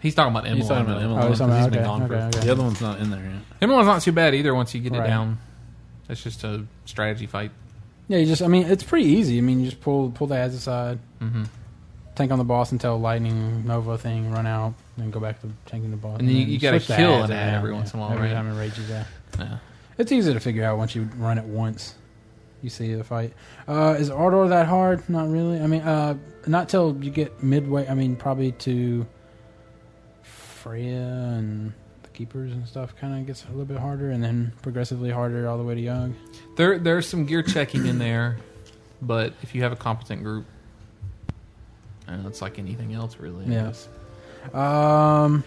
He's talking about Emily. He's talking about Emily. Oh, he's talking He's about- been okay, gone for- okay, okay. The other one's not in there yet. Emily's not too bad either. Once you get it Right. down, that's just a strategy fight. Yeah, you just. I mean, it's pretty easy. I mean, you just pull pull the ads aside, hmm tank on the boss until lightning nova thing run out, then go back to tanking the boss. And you- you gotta switch the kill ads an ad out, every once in a while, Every right? time it rages out. Yeah. It's easy to figure out once you run it once. You see the fight. Uh, is Ardor that hard? Not really. I mean, uh, not till you get midway. I mean, probably to Freya and the Keepers and stuff. Kind of gets a little bit harder, and then progressively harder all the way to Young. There there's some gear checking in there, but if you have a competent group, and it's like anything else really. I Yeah. guess. Um,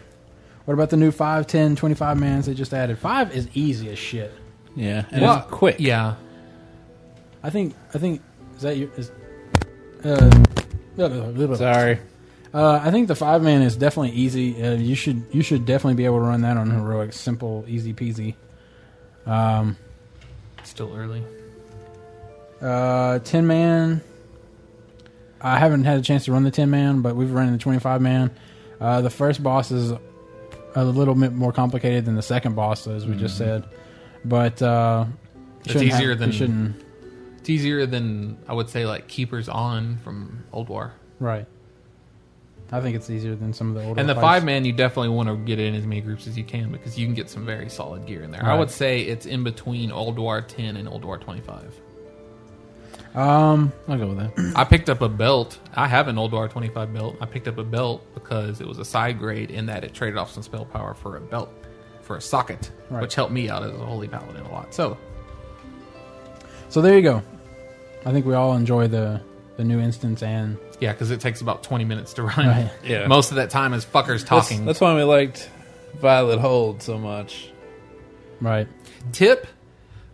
what about the new 5, 10, 25 mans they just added? Five is easy as shit. Yeah, and Well, it's quick. Yeah. I think. I think is that your is. Uh, Sorry. Uh, I think the five man is definitely easy. Uh, you should you should definitely be able to run that on heroic, simple, easy peasy. Um, It's still early. uh, ten man. I haven't had a chance to run the ten man, but we've run the twenty five man. Uh, the first boss is a little bit more complicated than the second boss, as we just said. But uh, Mm-hmm. It's shouldn't easier have- than- it shouldn't It's easier than I would say like keepers on from Old War. right. I think it's easier than some of the older and the fights. five man you definitely want to get in as many groups as you can because you can get some very solid gear in there. I Right. would say it's in between Old War ten and Old War twenty five. Um, I'll go with that. I picked up a belt. I have an old R twenty five belt. I picked up a belt because it was a side grade in that it traded off some spell power for a belt for a socket, Right. which helped me out as a holy paladin a lot. So so there you go. I think we all enjoy the the new instance and yeah, because it takes about twenty minutes to run. Right. Yeah. most of that time is fuckers talking. That's, that's why we liked Violet Hold so much. right. Tip: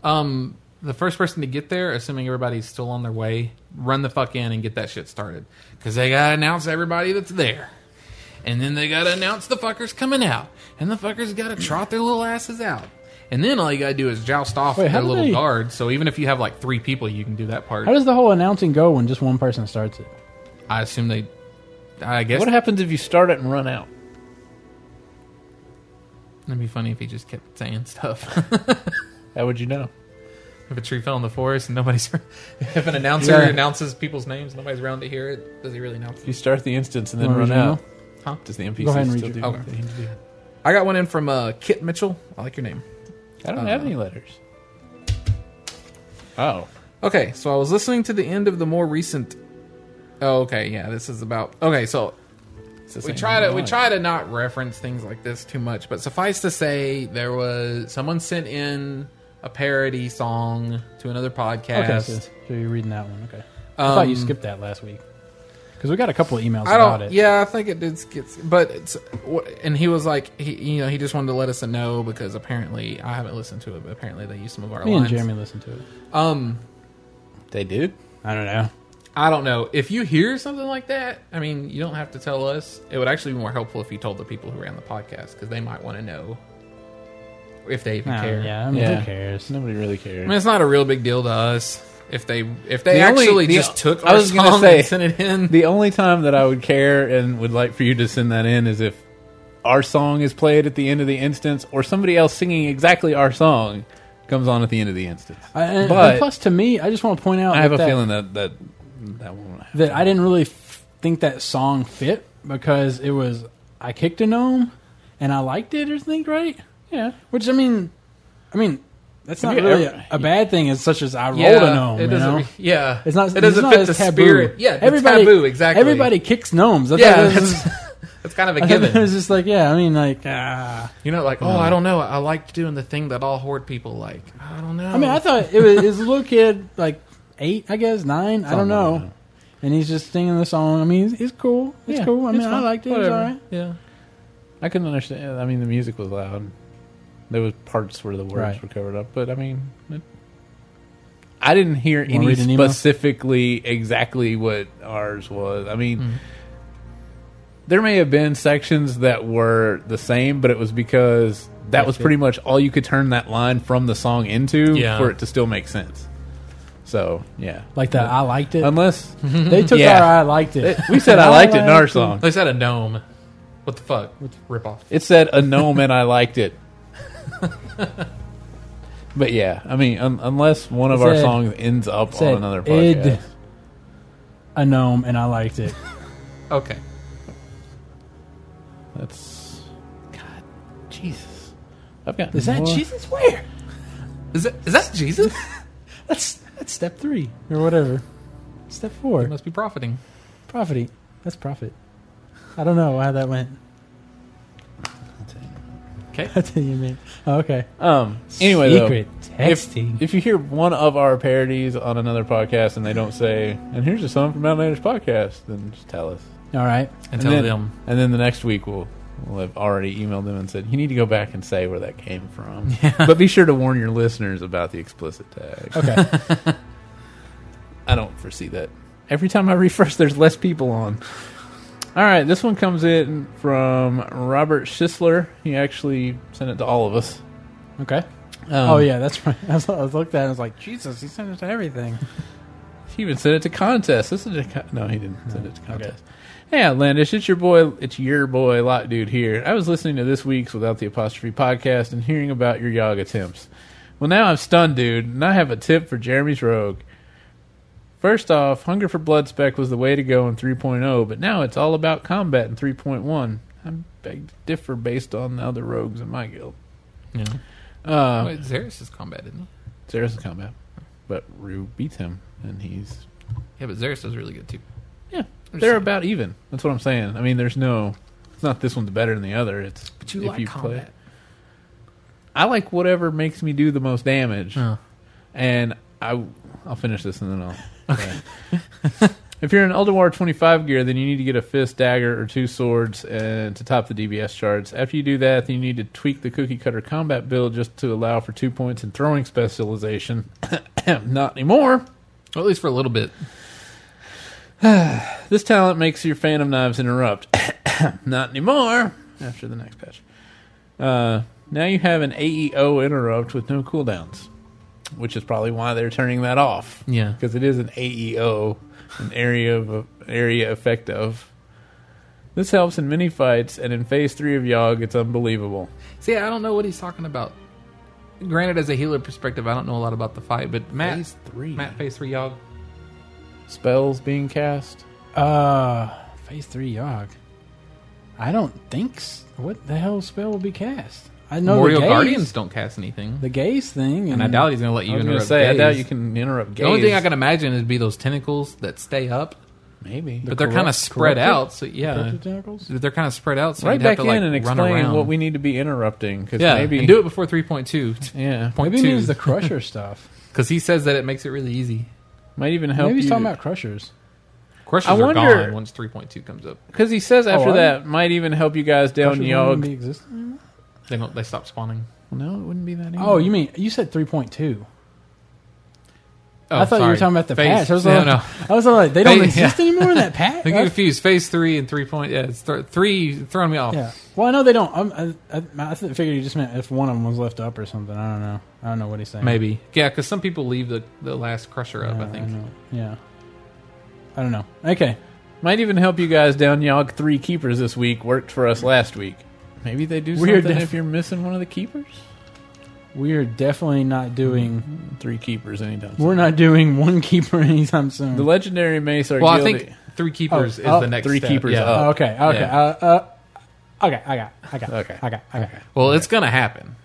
um, the first person to get there, assuming everybody's still on their way, run the fuck in and get that shit started because they gotta announce everybody that's there. And then they gotta announce the fuckers coming out, and the fuckers gotta trot their little asses out. And then all you gotta do is joust off Wait, how their do little they- guard. So even if you have like three people, you can do that part. How does the whole announcing go when just one person starts it? I assume they. I guess What happens if you start it and run out? it'd be funny if he just kept saying stuff. How would you know? if a tree fell in the forest and nobody's, if an announcer Yeah. announces people's names, nobody's around to hear it. Does he really announce? it? If you start the instance and then Wanna run read your out, Huh? does the NPC Go ahead and read still your- do okay. what they need to do? I got one in from uh, Kit Mitchell. I like your name. I don't have any letters. Oh. Okay, so I was listening to the end of the more recent. Oh, okay, yeah, this is about. Okay, so It's the we same try to we line. try to not reference things like this too much, but suffice to say, there was someone sent in a parody song to another Okay, podcast. so, so you're reading that one. Okay, I Um, thought you skipped that last week because we got a couple of emails I about don't. it. Yeah, I think it did get, but it's what- and he was like, he you know, he just wanted to let us know because apparently I haven't listened to it, but apparently they used some of our me and lines. Jeremy listened to it. Um, They did? I don't know. I don't know. If you hear something like that, I mean, you don't have to tell us. It would actually be more helpful if you told the people who ran the podcast because they might want to know if they even care. Yeah, I mean, Oh, Yeah. who cares? Nobody really I cares. mean, it's not a real big deal to us if they if they The only- actually the- just took I our was gonna song say- and sent it in. The only time that I would care and would like for you to send that in is if our song is played at the end of the instance or somebody else singing exactly our song comes on at the end of the instance. I, and, But- and plus, to me, I just want to point out I have that a that, feeling that that that won't happen. that I didn't really f- think that song fit because it was I kicked a gnome and I liked it or think right. Yeah. Which I mean, I mean, that's Have not you really ever- a, a bad thing. As such as I rolled a yeah, gnome, it you doesn't. know? re- Yeah, It's not. It doesn't it's not fit as the taboo. spirit. Yeah, it's taboo, exactly. Everybody kicks gnomes. I Yeah, thought it was- that's, that's kind of a I thought it given. was just like, yeah. I mean, like, ah. You're not like, oh, I don't know. I like doing the thing that all horde people like. I don't know. I mean, I thought it was, it was a little kid, like eight, I guess, nine. I don't Something know. like that. And he's just singing the song. I mean, it's, it's cool. It's Yeah, cool. I it's mean, I fine. liked it. It's Whatever. all right. yeah. I couldn't understand. I mean, the music was loud. There was parts where the words Right. were covered up, but I mean, it, I I didn't hear any read an email? specifically exactly what ours was. I mean, Mm-hmm. there may have been sections that were the same, but it was because that was pretty much all you could turn that line from the song into Yeah. for it to still make sense. So yeah, Like that, I liked it. Mm-hmm. unless they took Um, Yeah. our I liked it. we said I liked it in our song, They said Oh, a gnome. What the fuck? Rip off. it said a gnome and I liked it. But yeah, I mean, un- unless one of It our said- songs ends up on said another id. podcast, A gnome, and I liked it. Okay. That's God, Jesus. I've got Is that more- Jesus? Where? Is that is that Jesus? That's that's step three or whatever. Step he four, must be profiting. profiting. That's profit. I don't know how that went. Okay. That's what you mean. Oh, okay. Um. Anyway, though, secret texting. If, if you hear one of our parodies on another podcast and they don't say, "And here's a song from Outlandish podcast," then just tell us. All right. And tell then, them. And then the next week we'll we'll have already emailed them and said, "You need to go back and say where that came from." But be sure to warn your listeners about the explicit tag. Okay. I don't foresee that. Every time I refresh, there's less people on. All right, this one comes in from Robert Schisler. He actually sent it to all of us. okay. Um, oh yeah, that's right. I was- I was looked at. it, I was like, Jesus, he sent us everything. He even sent it to contest. This is a con- no, he didn't send it to contest. Hey, Outlandish, it's your boy, it's your boy, Lot Dude here. I was listening to this week's Without the Apostrophe podcast and hearing about your yog attempts. Well, now I'm stunned, dude, and I have a tip for Jeremy's Rogue. First off, Hunger for Blood Spec was the way to go in 3.0, but now it's all about combat in 3.1. I beg to differ based on the other rogues in my guild. Yeah. Um, Wait, Zerus is combat, isn't he? Zerus is combat, but Rue beats him, and he's Yeah, but Zerus does really good too. Yeah, I'm just they're saying. about even. That's what I'm saying. I mean, there's no. It's not this one's better than the other. It's But you if like you combat. play. I like whatever makes me do the most damage, Oh. and I I'll finish this and then I'll. Okay. if you're in Elderwar 25 gear, then you need to get a fist, dagger, or two swords, and to top the DBS charts. After you do that, then you need to tweak the cookie cutter combat build just to allow for two points in throwing specialization. not anymore. Well, at least for a little bit. This talent makes your phantom knives interrupt. Not anymore. After the next patch. Uh, now you have an AEO interrupt with no cooldowns, which is probably why they're turning that off. Yeah. Because it is an AEO, an area of area effect of. This helps in many fights, and in phase three of Yogg, it's unbelievable. See, I don't know what he's talking about. Granted, as a healer perspective, I don't know a lot about the fight, but Matt, Phase three. Matt phase three yog. Spells being cast. Uh, phase three Yogg. I don't think. s What the hell spell will be cast? I Oh, know Memorial the gaze, Guardians don't cast anything, the gaze thing, and I doubt he's going to let you I was going to interrupt. say, I gaze. doubt you can interrupt. The only thing I gaze. can imagine is be those tentacles that stay up, maybe, but they're kind of corrupt- spread corrupted? out. So yeah, Corrupted tentacles? they're kind of spread out. So right you'd back have to, like, in and run explain around. what we need to be interrupting because Yeah, maybe and do it before three point two. Yeah, Point Maybe it means two, the crusher stuff. because he says that it makes it really easy. might even help. Maybe he's you talking about crushers. Crushers I are wonder- gone once three point two comes up. because he says after I- that might even help you guys down Crushers wouldn't Yogg. be existing. They don't. They stop spawning. No, it wouldn't be that. Easy. Oh, you mean you said three point two? Oh, I thought you were sorry. talking about the phase, patch. I was no, like, no. I was like, they don't Phase- exist anymore in that patch. I'm confused. Phase three and three point. Yeah, it's th- three throwing me off. yeah. Well, I know they don't. I'm, I, I, I th- figured you just meant if one of them was left up or something. I don't know. I don't know what he's saying. Maybe. Yeah, because some people leave the, the last crusher up. I think. know. Yeah. I don't know. Okay. might even help you guys down Yogg. Three keepers this week worked for us last week. Maybe they do Weird something def- if you're missing one of the keepers. We are definitely not doing. Three keepers anytime. soon. We're not doing one keeper anytime soon. The legendary mace are Well, I guilty- think three keepers Oh, is up, the next. three step, keepers yeah. up. Oh, okay. Okay. Yeah. Uh, uh, okay. I got. I got. Okay. I got. I got. Well, it's gonna happen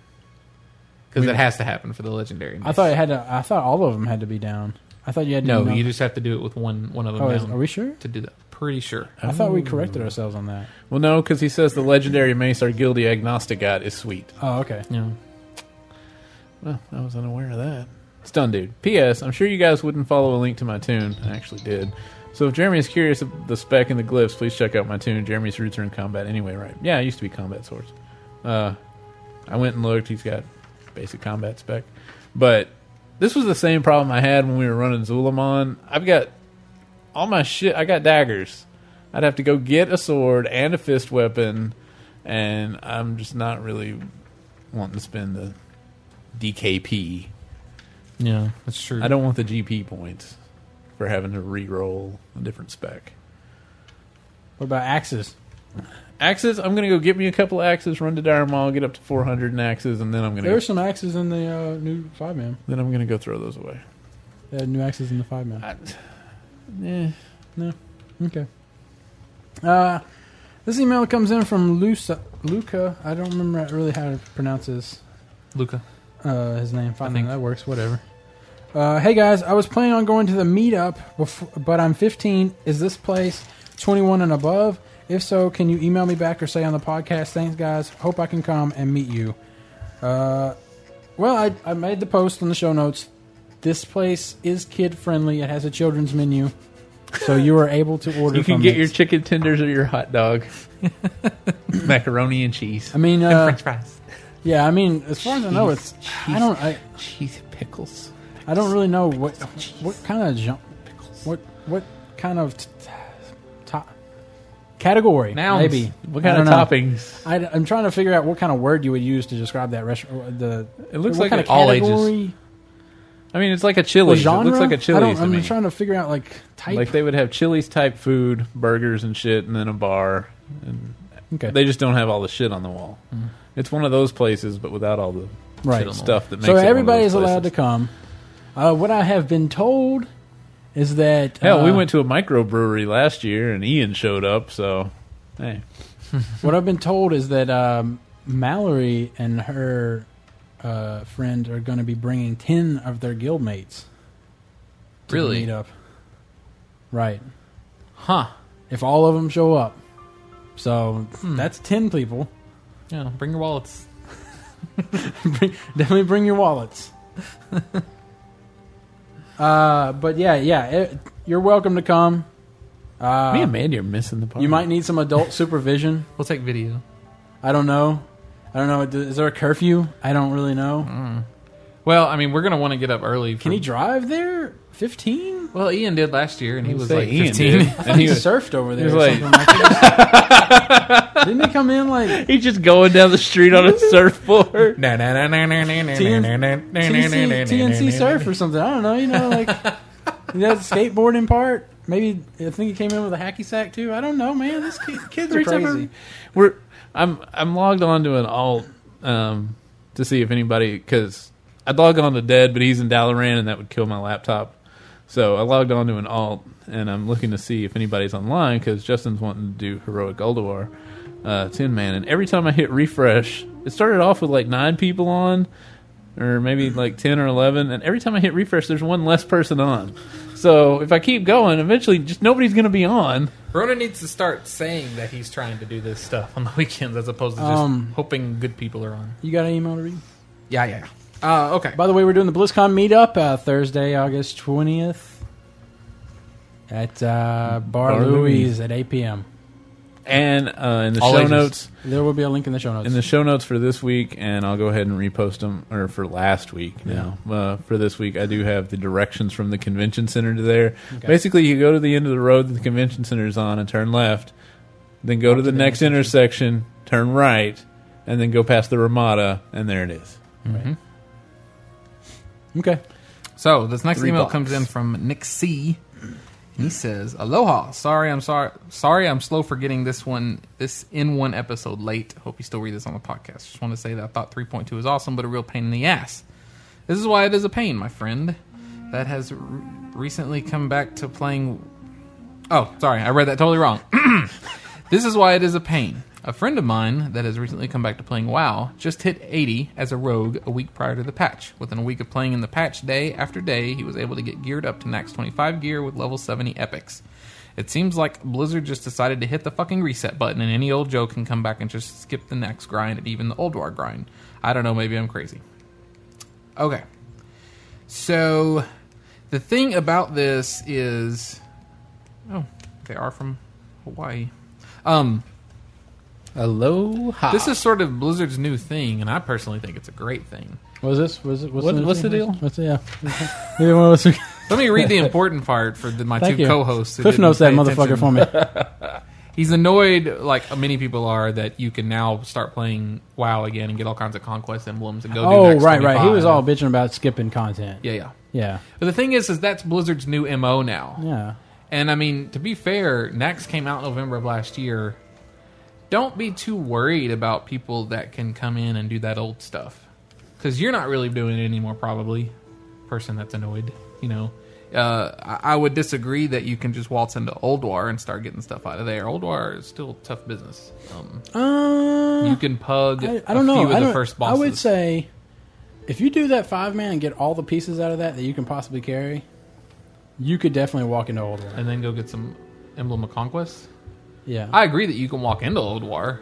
because it has to happen for the legendary. I thought it had to. I thought all of them had to be down. I thought you had to no, be down. you just have to do it with one one of them Oh, is, down are we sure? to do that. Pretty sure. I thought we corrected ourselves on that. Well, no, because he says the legendary mace our guilty agnostic god is sweet. Oh, okay. Yeah. Well, I was unaware of that. It's done, dude. P.S. I'm sure you guys wouldn't follow a link to my tune. I actually did. So if Jeremy is curious of the spec and the glyphs, please check out my tune. Jeremy's roots are in combat anyway, right? Yeah, I used to be combat source. Uh, I went and looked. He's got basic combat spec, but This was the same problem I had when we were running Zulamon. I've got all my shit. I got daggers. I'd have to go get a sword and a fist weapon, and I'm just not really wanting to spend the DKP. Yeah, that's true. I don't want the GP points for having to re-roll a different spec. What about axes? Axes, I'm gonna go get me a couple of axes, run to Dire Mall, get up to 400 in axes, and then I'm gonna There were some axes in the uh, new five man. then I'm gonna go throw those away. They had Uh, new axes in the five man. I, eh. Okay. Uh, this email comes in from Lusa, Luca. I don't remember really how to pronounce his Luca. uh, his name. Fine, think- that works. Whatever. Uh, hey guys, I was planning on going to the meetup, before, but I'm 15. Is this place 21 and above? If so, can you email me back or say on the podcast? Thanks, guys. Hope I can come and meet you. Uh, well, I, I made the post in the show notes. This place is kid friendly. It has a children's menu, so you are able to order. You can from get it. your chicken tenders or your hot dog, macaroni and cheese, I mean, uh, French fries. yeah. I mean, as far as I know, it's Cheese, I don't. I, cheese pickles. I don't really know what what kind of jump, what what kind of t- t- top category Nouns. maybe What I kind of don't know. toppings? I, am trying to figure out what kind of word you would use to describe that restaurant. The It looks what like kind a- of all ages. category, I mean, it's like a or chili. It genre. looks like a I chili don't, to I'm me. trying to figure out like type. Like they would have Chili's type food, burgers and shit, and then a bar. And okay, Mm. They just don't have all the shit on the wall. It's one of those places, but without all the right. on the stuff that makes. So it everybody is one of those allowed to places. come. Uh, what I have been told is that Hell, we uh, went to a microbrewery last year, and Ian showed up. So, hey, What I've been told is that um, Mallory and her uh, friend are going to be bringing ten of their guildmates. To Really? meet up, right? Huh. If all of them show up, so Hmm. that's ten people. Yeah, bring your wallets. Bring- Definitely bring your wallets. uh, but yeah, yeah, it, you're welcome to come. Uh, me and Mandy are missing the party. you might need some adult supervision. We'll take video. I don't know. I don't know. Is there a curfew? I don't really know. Hmm. Well, I mean, we're gonna want to get up early. Can for- he drive there? Fifteen? Well, Ian did last year, and he I was say like Ian fifteen. did. I thought And he he was- surfed over there. he or was something like that. Didn't he come in like He's just going down the street on a surfboard. TNC, TNC surf or something? I don't know. You know, like that skateboarding part. Maybe I think he came in with a hacky sack too. I don't know, man. This kid, kids are Every time crazy. We're I'm I'm logged on to an alt um, to see if anybody because I'd log on to Dead, but he's in Dalaran, and that would kill my laptop. So I logged on to an alt, and I'm looking to see if anybody's online because Justin's wanting to do heroic Ulduar, uh, Tin Man. And every time I hit refresh, it started off with like nine people on, or maybe like ten or eleven. And every time I hit refresh, there's one less person on. So if I keep going, eventually just nobody's going to be on. Rona needs to start saying that he's trying to do this stuff on the weekends as opposed to just Um, hoping good people are on. You got an email to read? Yeah, yeah. yeah. Uh, okay. By the way, we're doing the BlizzCon meetup uh, Thursday, August twentieth, at uh, Bar, Bar Louise, Louise. at eight p.m. And uh, in the All show ages. notes, There will be a link in the show notes. in the show notes for this week, and I'll go ahead and repost them, or for last week now. Uh, for this week, I do have the directions from the convention center to there. Basically, you go to the end of the road that the convention center is on and turn left, then go to the, next intersection, turn right, and then go past the Ramada, and there it is. okay. So this next Three email bucks. comes in from Nick C. He says, "Aloha. Sorry, I'm sorry. Sorry, I'm slow for getting this one. This in one episode late. Hope you still read this on the podcast. Just want to say that I thought 3.2 is awesome, but a real pain in the ass. This is why it is a pain, my friend. That has r recently come back to playing. Oh, sorry, I read that totally wrong. This is why it is a pain. A friend of mine that has recently come back to playing WoW just hit 80 as a rogue a week prior to the patch. Within a week of playing in the patch day after day, he was able to get geared up to max 25 gear with level 70 epics. It seems like Blizzard just decided to hit the fucking reset button and any old Joe can come back and just skip the next grind and even the old war grind. I don't know, maybe I'm crazy. Okay. So the thing about this is Oh, they are from Hawaii. Um, Aloha. this is sort of Blizzard's new thing, and I personally think it's a great thing. Was this? Was it? What's, What- what's the name? deal? What's the, yeah. Either one of us. Let me read the important part for the, my Thank two you. co-hosts. who Cliff didn't notes that pay motherfucker attention. for me. He's annoyed, like many people are, that you can now start playing WoW again and get all kinds of conquest emblems and go. do Oh Next right, right. He 25. was all bitching about skipping content. Yeah, yeah. Yeah. But the thing is, is that's Blizzard's new mo now. Yeah. And I mean, to be fair, Next came out November of last year. Don't be too worried about people that can come in and do that old stuff, because you're not really doing it anymore. Probably, person that's annoyed. You know, uh, I, I would disagree that you can just waltz into Old War and start getting stuff out of there. Old War is still tough business. Um, Um, you can pug. I, I a don't know. Few of I, the don't- first I bosses. would say if you do that five man and get all the pieces out of that that you can possibly carry, you could definitely walk into old one. and then go get some Emblem of Conquest. Yeah. I agree that you can walk into Old War,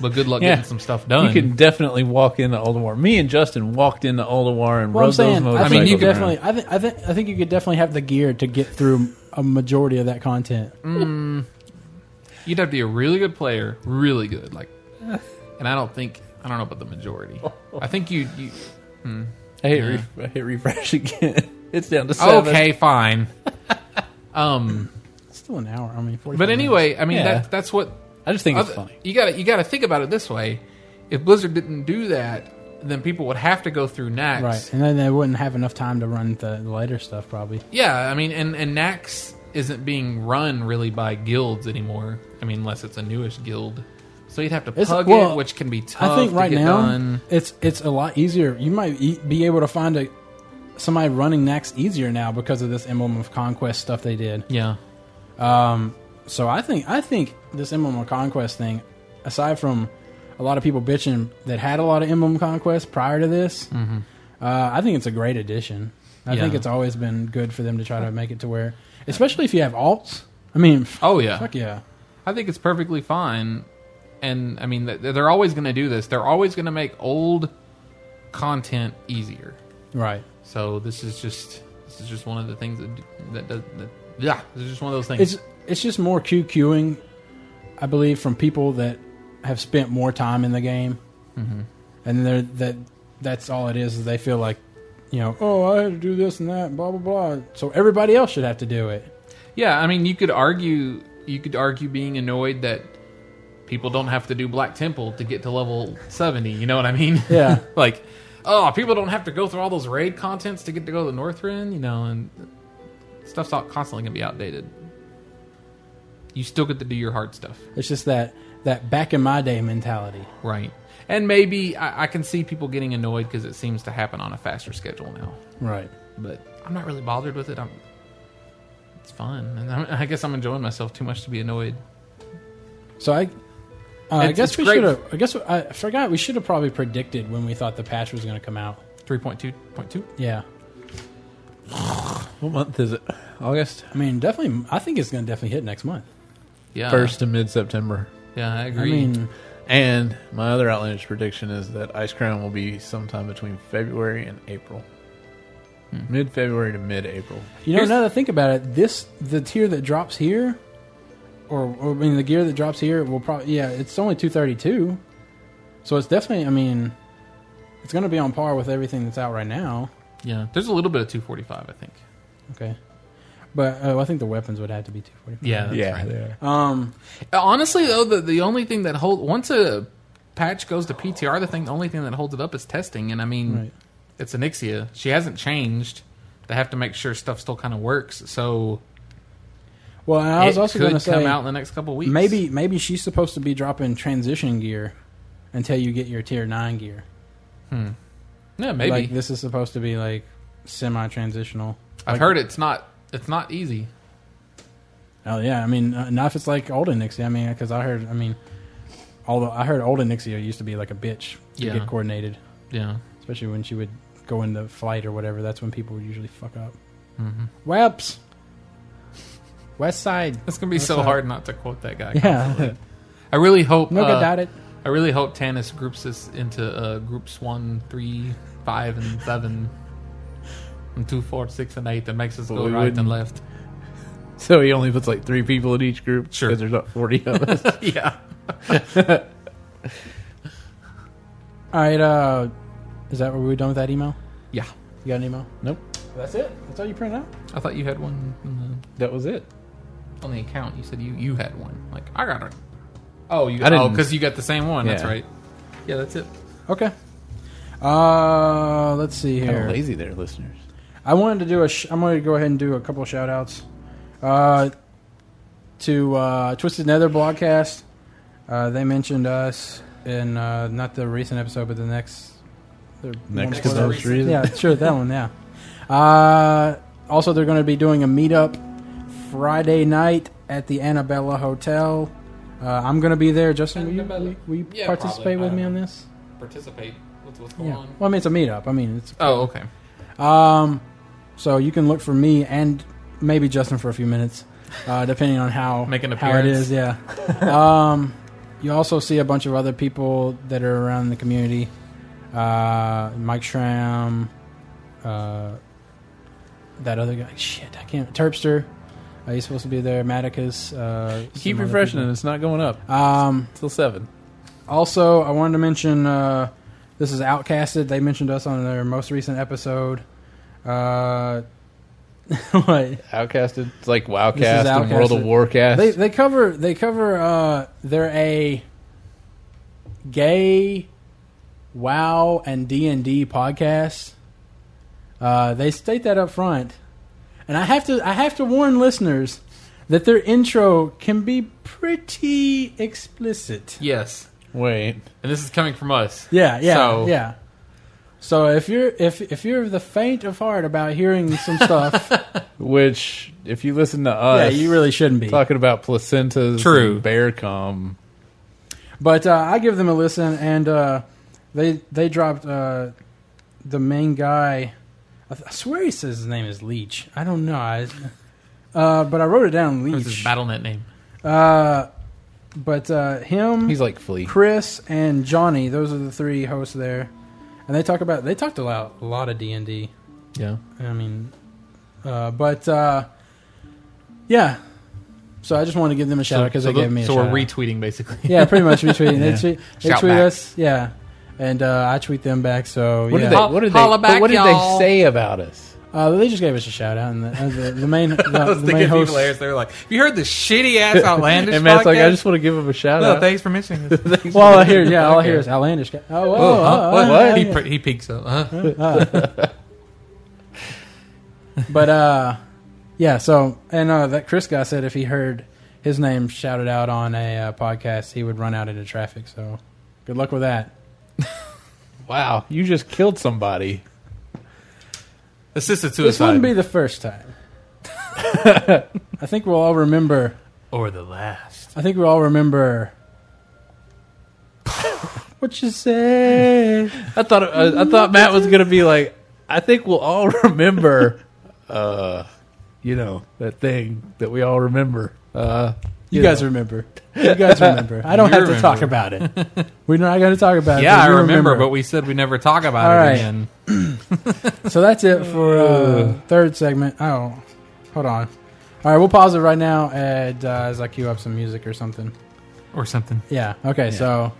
but good luck Yeah. getting some stuff done. You can definitely walk into Alderwar. Me and Justin walked into Alderwar and well, I'm rode those saying I motorcycles. think you you could- could definitely. I think I think I think you could definitely have the gear to get through a majority of that content. You'd have to be a really good player, really good. Like, eh. and I don't think I don't know about the majority. I think you. you I hit, re- I hit refresh again. it's down to seven. okay, fine. Um, It's still an hour. I mean, 45 but minutes. anyway, I mean Yeah. that that's what I just think it's other- funny. you got to you got to think about it this way. If Blizzard didn't do that, then people would have to go through Nax. right? And then they wouldn't have enough time to run the later stuff, probably. Yeah, I mean, and and Nax isn't being run really by guilds anymore. I mean, unless it's a newish guild. So you'd have to It's- pug well, it, which can be tough. I think right to get now done. it's it's a lot easier. You might e- be able to find a somebody running next easier now because of this Emblem of Conquest stuff they did. yeah, So I think I think this Emblem of Conquest thing, aside from a lot of people bitching that had a lot of Emblem of Conquest prior to this, uh, I think it's a great addition. I Mm-hmm. Yeah. think it's always been good for them to try to make it to where, especially if you have alts. I mean, f- oh yeah, fuck yeah. I think it's perfectly fine. And I mean, th- they're always going to do this. They're always going to make old content easier. Right. So this is just this is just one of the things that d- that does that, yeah. This is just one of those things. It's it's just more QQing, I believe, from people that have spent more time in the game, Mm-hmm. and they're that that's all it is. Is they feel like, you know, oh, I had to do this and that, blah blah blah. So everybody else should have to do it. yeah, I mean, you could argue you could argue being annoyed that people don't have to do Black Temple to get to level seventy. You know what I mean? Yeah. like, oh, people don't have to go through all those raid contents to get to go to the Northrend. You know, and stuff's all constantly going to be outdated. You still get to do your hard stuff. It's just that that back in my day mentality. Right. And maybe I, I can see people getting annoyed because it seems to happen on a faster schedule now. Right. But I'm not really bothered with it. I'm, it's fun, and I'm, I guess I'm enjoying myself too much to be annoyed. So I. Uh, I It's- guess it's we great. should have. I guess I forgot. We should have probably predicted when we thought the patch was going to come out. Three point two point two. Yeah, What month is it? August I mean, definitely. I think it's going to definitely hit next month. Yeah. first to mid September. Yeah, I I agree. mean, And my other outlandish prediction is that Ice Crown will be sometime between February and April. Mid February to mid April. You know, Here's- now that I think about it, this the tier that drops here, or, or I mean the gear that drops here will probably yeah, it's only two thirty two, so it's definitely I mean, it's going to be on par with everything that's out right now. yeah, there's a little bit of two forty five. I think. Okay, but oh, I think the weapons would have to be two forty five. Yeah. That's right. Uh, Um. Honestly, though, the the only thing that hold once a patch goes to PTR, the thing the only thing that holds it up is testing. And I mean, Right. it's Anixia. She hasn't changed. They have to make sure stuff still kind of works. So Well, and I was it also could going to come say out in the next couple weeks. maybe maybe she's supposed to be dropping transition gear until you get your tier nine gear. yeah, maybe. Like this is supposed to be like semi transitional. I've heard it's not it's not easy. Oh yeah, I mean, uh, not if it's like olden Nixie. I mean, because I heard, I mean, although I heard olden Nixie used to be like a bitch to Yeah. get coordinated, Yeah, especially when she would go into flight or whatever. That's when people would usually fuck up. Mm-hmm. Weps. West Side. it's gonna be so not- hard not to quote that guy. Yeah. I really hope. no uh, good doubt it. I really hope Tanis groups us into uh, groups one, three, five, and seven, and two, four, six, and eight, and makes us go Well, we right and wouldn't- left. So he only puts like three people in each group because Sure. there's not 40 of us. yeah. All right. Uh, Is that where we were done with that email? Yeah. You got an email? Nope. That's it. That's all you printed out. I thought you had one on That was it. the, on the account. You said you you had one. Like I got it. Oh, you I didn't- because you got the same one. That's Yeah. right. Yeah, that's it. Okay. Uh, let's see Kind here. of lazy there, listeners. I wanted to do a. Sh- I'm going to go ahead and do a couple shout outs. Uh, to uh, Twisted Nether Broadcast. Uh, they mentioned us in uh, not the recent episode, but the next. their one Next Next to before that. episode. those reasons. Yeah, sure, that one, yeah. Uh, also, they're going to be doing a meetup Friday night at the Annabella Hotel. Uh, I'm going to be there. Justin, will you, will you- will you Yeah, participate probably. with I me on don't this? Participate. What's, what's Yeah. Well, I mean, it's a meetup. I mean, it's Oh, okay. um, so you can look for me and maybe Justin for a few minutes, uh, depending on how Make an how it is. appearance. Yeah. um, you also see a bunch of other people that are around the community. Uh, Mike Schramm, uh, that other guy. Shit, I can't. Terpster. Uh, he's supposed to be there. Maticus. Uh, some Keep other refreshing it. people. It's not going up Um, till seven. also, I wanted to mention uh, this is Outcasted. They mentioned us on their most recent episode. Uh, what? Outcasted. It's like Wowcast This is and World of Outcasted. Warcast. They they cover they cover uh, they're a gay WoW and D and D podcast. Uh, they state that up front, and I have to I have to warn listeners that their intro can be pretty explicit. Yes, Wait. and this is coming from us. Yeah, yeah, So- yeah. So if you're if if you're of the faint of heart about hearing some stuff, Which, if you listen to yeah, us, you really shouldn't be. talking about placentas, True. and bear cum. But uh, I give them a listen, and uh, they they dropped uh, the main guy. I, th- I swear he says his name is Leech. I don't know. I, uh, but I wrote it down, What's his Leech. BattleNet name? Uh, but uh, him, He's like flea. Chris, and Johnny. Those are the three hosts there, and they talk about they talked a lot a lot of D and D. Yeah. I mean, uh, but uh, yeah. So I just wanted to give them a shout out because so they the- gave me a so shout we're out. retweeting basically. yeah, pretty much retweeting. Yeah. They tweet, they Shout tweet back. us, yeah, and uh, I tweet them back. So yeah, What did they? Ho- What did they? holla but back, what did y'all. they say about us? Uh, they just gave us a shout out, and the, uh, the, the main the, I was the main thinking host. people areas. They were like, "Have you heard the shitty ass outlandish?" and Matt's like, podcast?" I just want to give him a shout No, out. thanks for mentioning this. Well, all I hear yeah, all I hear is outlandish. guy. Oh, oh, Oh, huh? oh, what? oh, He, yeah. pr- he peeks up. Huh? uh, but uh, yeah. So and uh, that Chris guy said if he heard his name shouted out on a uh, podcast, he would run out into traffic. So good luck with that. wow, you just killed somebody. Assisted This suicide wouldn't be the first time. I think we'll all remember. or the last. I think we'll all remember. what you say? I thought uh, I, I thought Matt was gonna be like, I think we'll all remember, uh, you know, that thing that we all remember. Uh, You guys know. remember. You guys remember. I don't You have to remember. talk about it. We're not going to talk about it. Yeah, but I you remember, but we said we never talk about All it right. again. so that's it for uh, third segment. Oh, hold on. All right, we'll pause it right now and, uh, as I queue up some music or something. or something. Yeah. Okay. So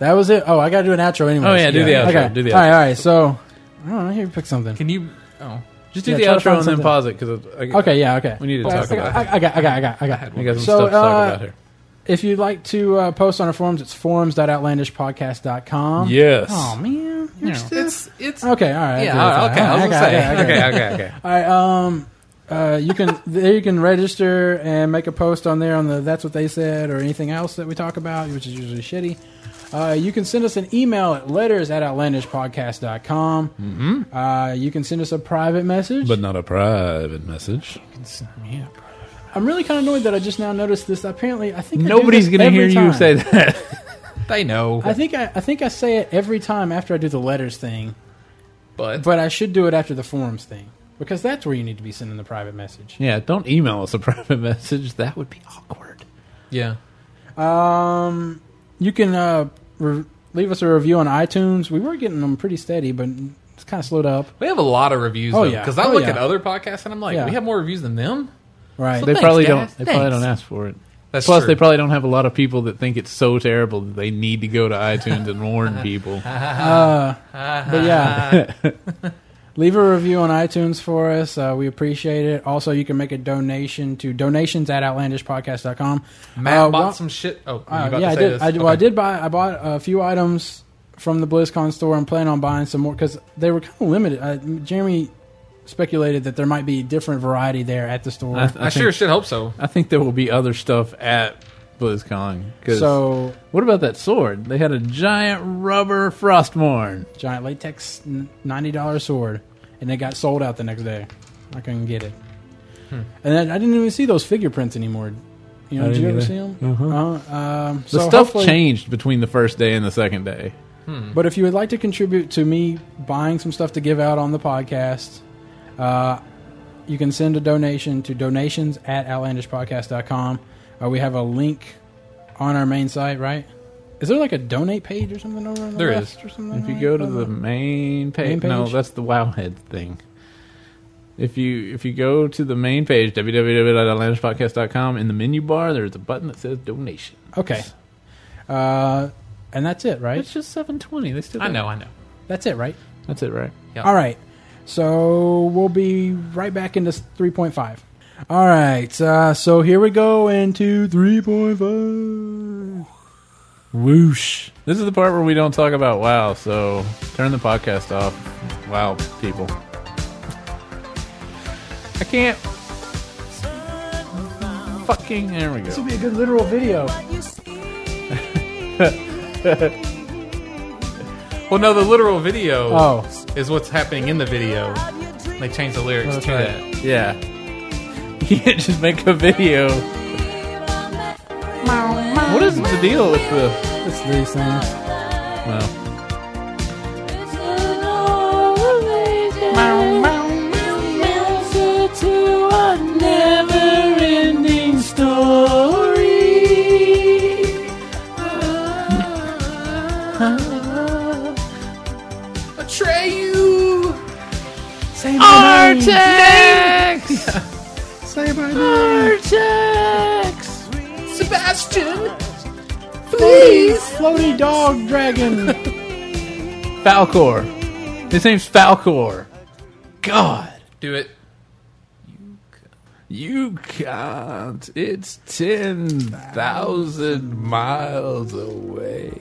that was it. Oh, I gotta do an outro anyway. Oh, yeah, do the outro, Okay. do the All right. All right. So oh, I don't know. Here, pick something. Can you? Oh, Just do Yeah, the try to outro find and then something. pause it because I, I, Okay. Yeah. Okay. We need to Well, talk I, about I, I got. I got. I got. I got. I got some So, stuff to talk uh, about here. If you'd like to uh, post on our forums, it's forums.outlandishpodcast.com. Yes. Oh man. You're still- it's it's Okay. All right. yeah. I'll do all right, it. okay, I was gonna say. okay, Okay, okay, okay. All right. Um. Uh, you can there you can register and make a post on there on the that's what they said or anything else that we talk about which is usually shitty uh, you can send us an email at letters at outlandishpodcast.com mm-hmm. uh, you can send us a private message but not a private message. Yeah. i'm really kind of annoyed that i just now noticed this apparently i think I do Nobody's this gonna hear every you time. say that. They know, i think I, I think i say it every time after i do the letters thing but but i should do it after the forums thing because that's where you need to be sending the private message yeah, don't email us a private message. That would be awkward. yeah, Um, you can uh, re- leave us a review on iTunes. We were getting them pretty steady, but it's kind of slowed up. we have a lot of reviews. Oh, though, yeah. because I Oh, look yeah. at other podcasts and I'm like, Yeah. we have more reviews than them. Right. So they thanks, probably guys. don't. They probably Thanks. don't ask for it. That's Plus, true. they probably don't have a lot of people that think it's so terrible that they need to go to iTunes and warn people. Uh, but yeah, leave a review on iTunes for us. Uh, we appreciate it. Also, you can make a donation to donations at outlandishpodcast.com. Matt Uh, bought one- some shit. Oh, were you Uh, about yeah, to I say did. This? I, Well, I Okay. did buy. I bought a few items from the BlizzCon store. I'm planning on buying some more because they were kind of limited. Uh, Jeremy speculated that there might be different variety there at the store. I, I I sure think, as shit hope so. I think there will be other stuff at BlizzCon. 'cause- so what about that sword? They had a giant rubber Frostmourne. giant latex n- ninety dollar sword, and it got sold out the next day. I couldn't get it, and then I didn't even see those figure prints anymore. You know, Hmm. I did you didn't ever see either. them? Uh-huh. Um, The so stuff hopefully- changed between the first day and the second day. But if you would like to contribute to me buying some stuff to give out on the podcast, uh, you can send a donation to donations at outlandishpodcast.com. Uh, we have a link on our main site, right? Is there like a donate page or something over on the There left or something? If you right? go to Uh, the main page, Main no, page? that's the Wowhead thing. If you if you go to the main page www.outlandishpodcast.com in the menu bar, there's a button that says donation. okay, uh, and that's it, right? It's just seven twenty. They still I know, I know. That's it, right? That's it, right? Yeah. All right. So we'll be right back into 3.5. All right. Uh, so here we go into 3.5. Whoosh. This is the part where we don't talk about wow, so turn the podcast off. Wow, people. I can't. Fucking. There we This go. will be a good literal video. Well, no, the literal video Oh. is what's happening in the video. They changed the lyrics That's to right. that. Yeah. You can't just make a video. What is the deal with the. It's these things. Well, Floaty dog dragon. Falcor. His name's Falcor. God. Do it. You can't. It's 10,000 miles away.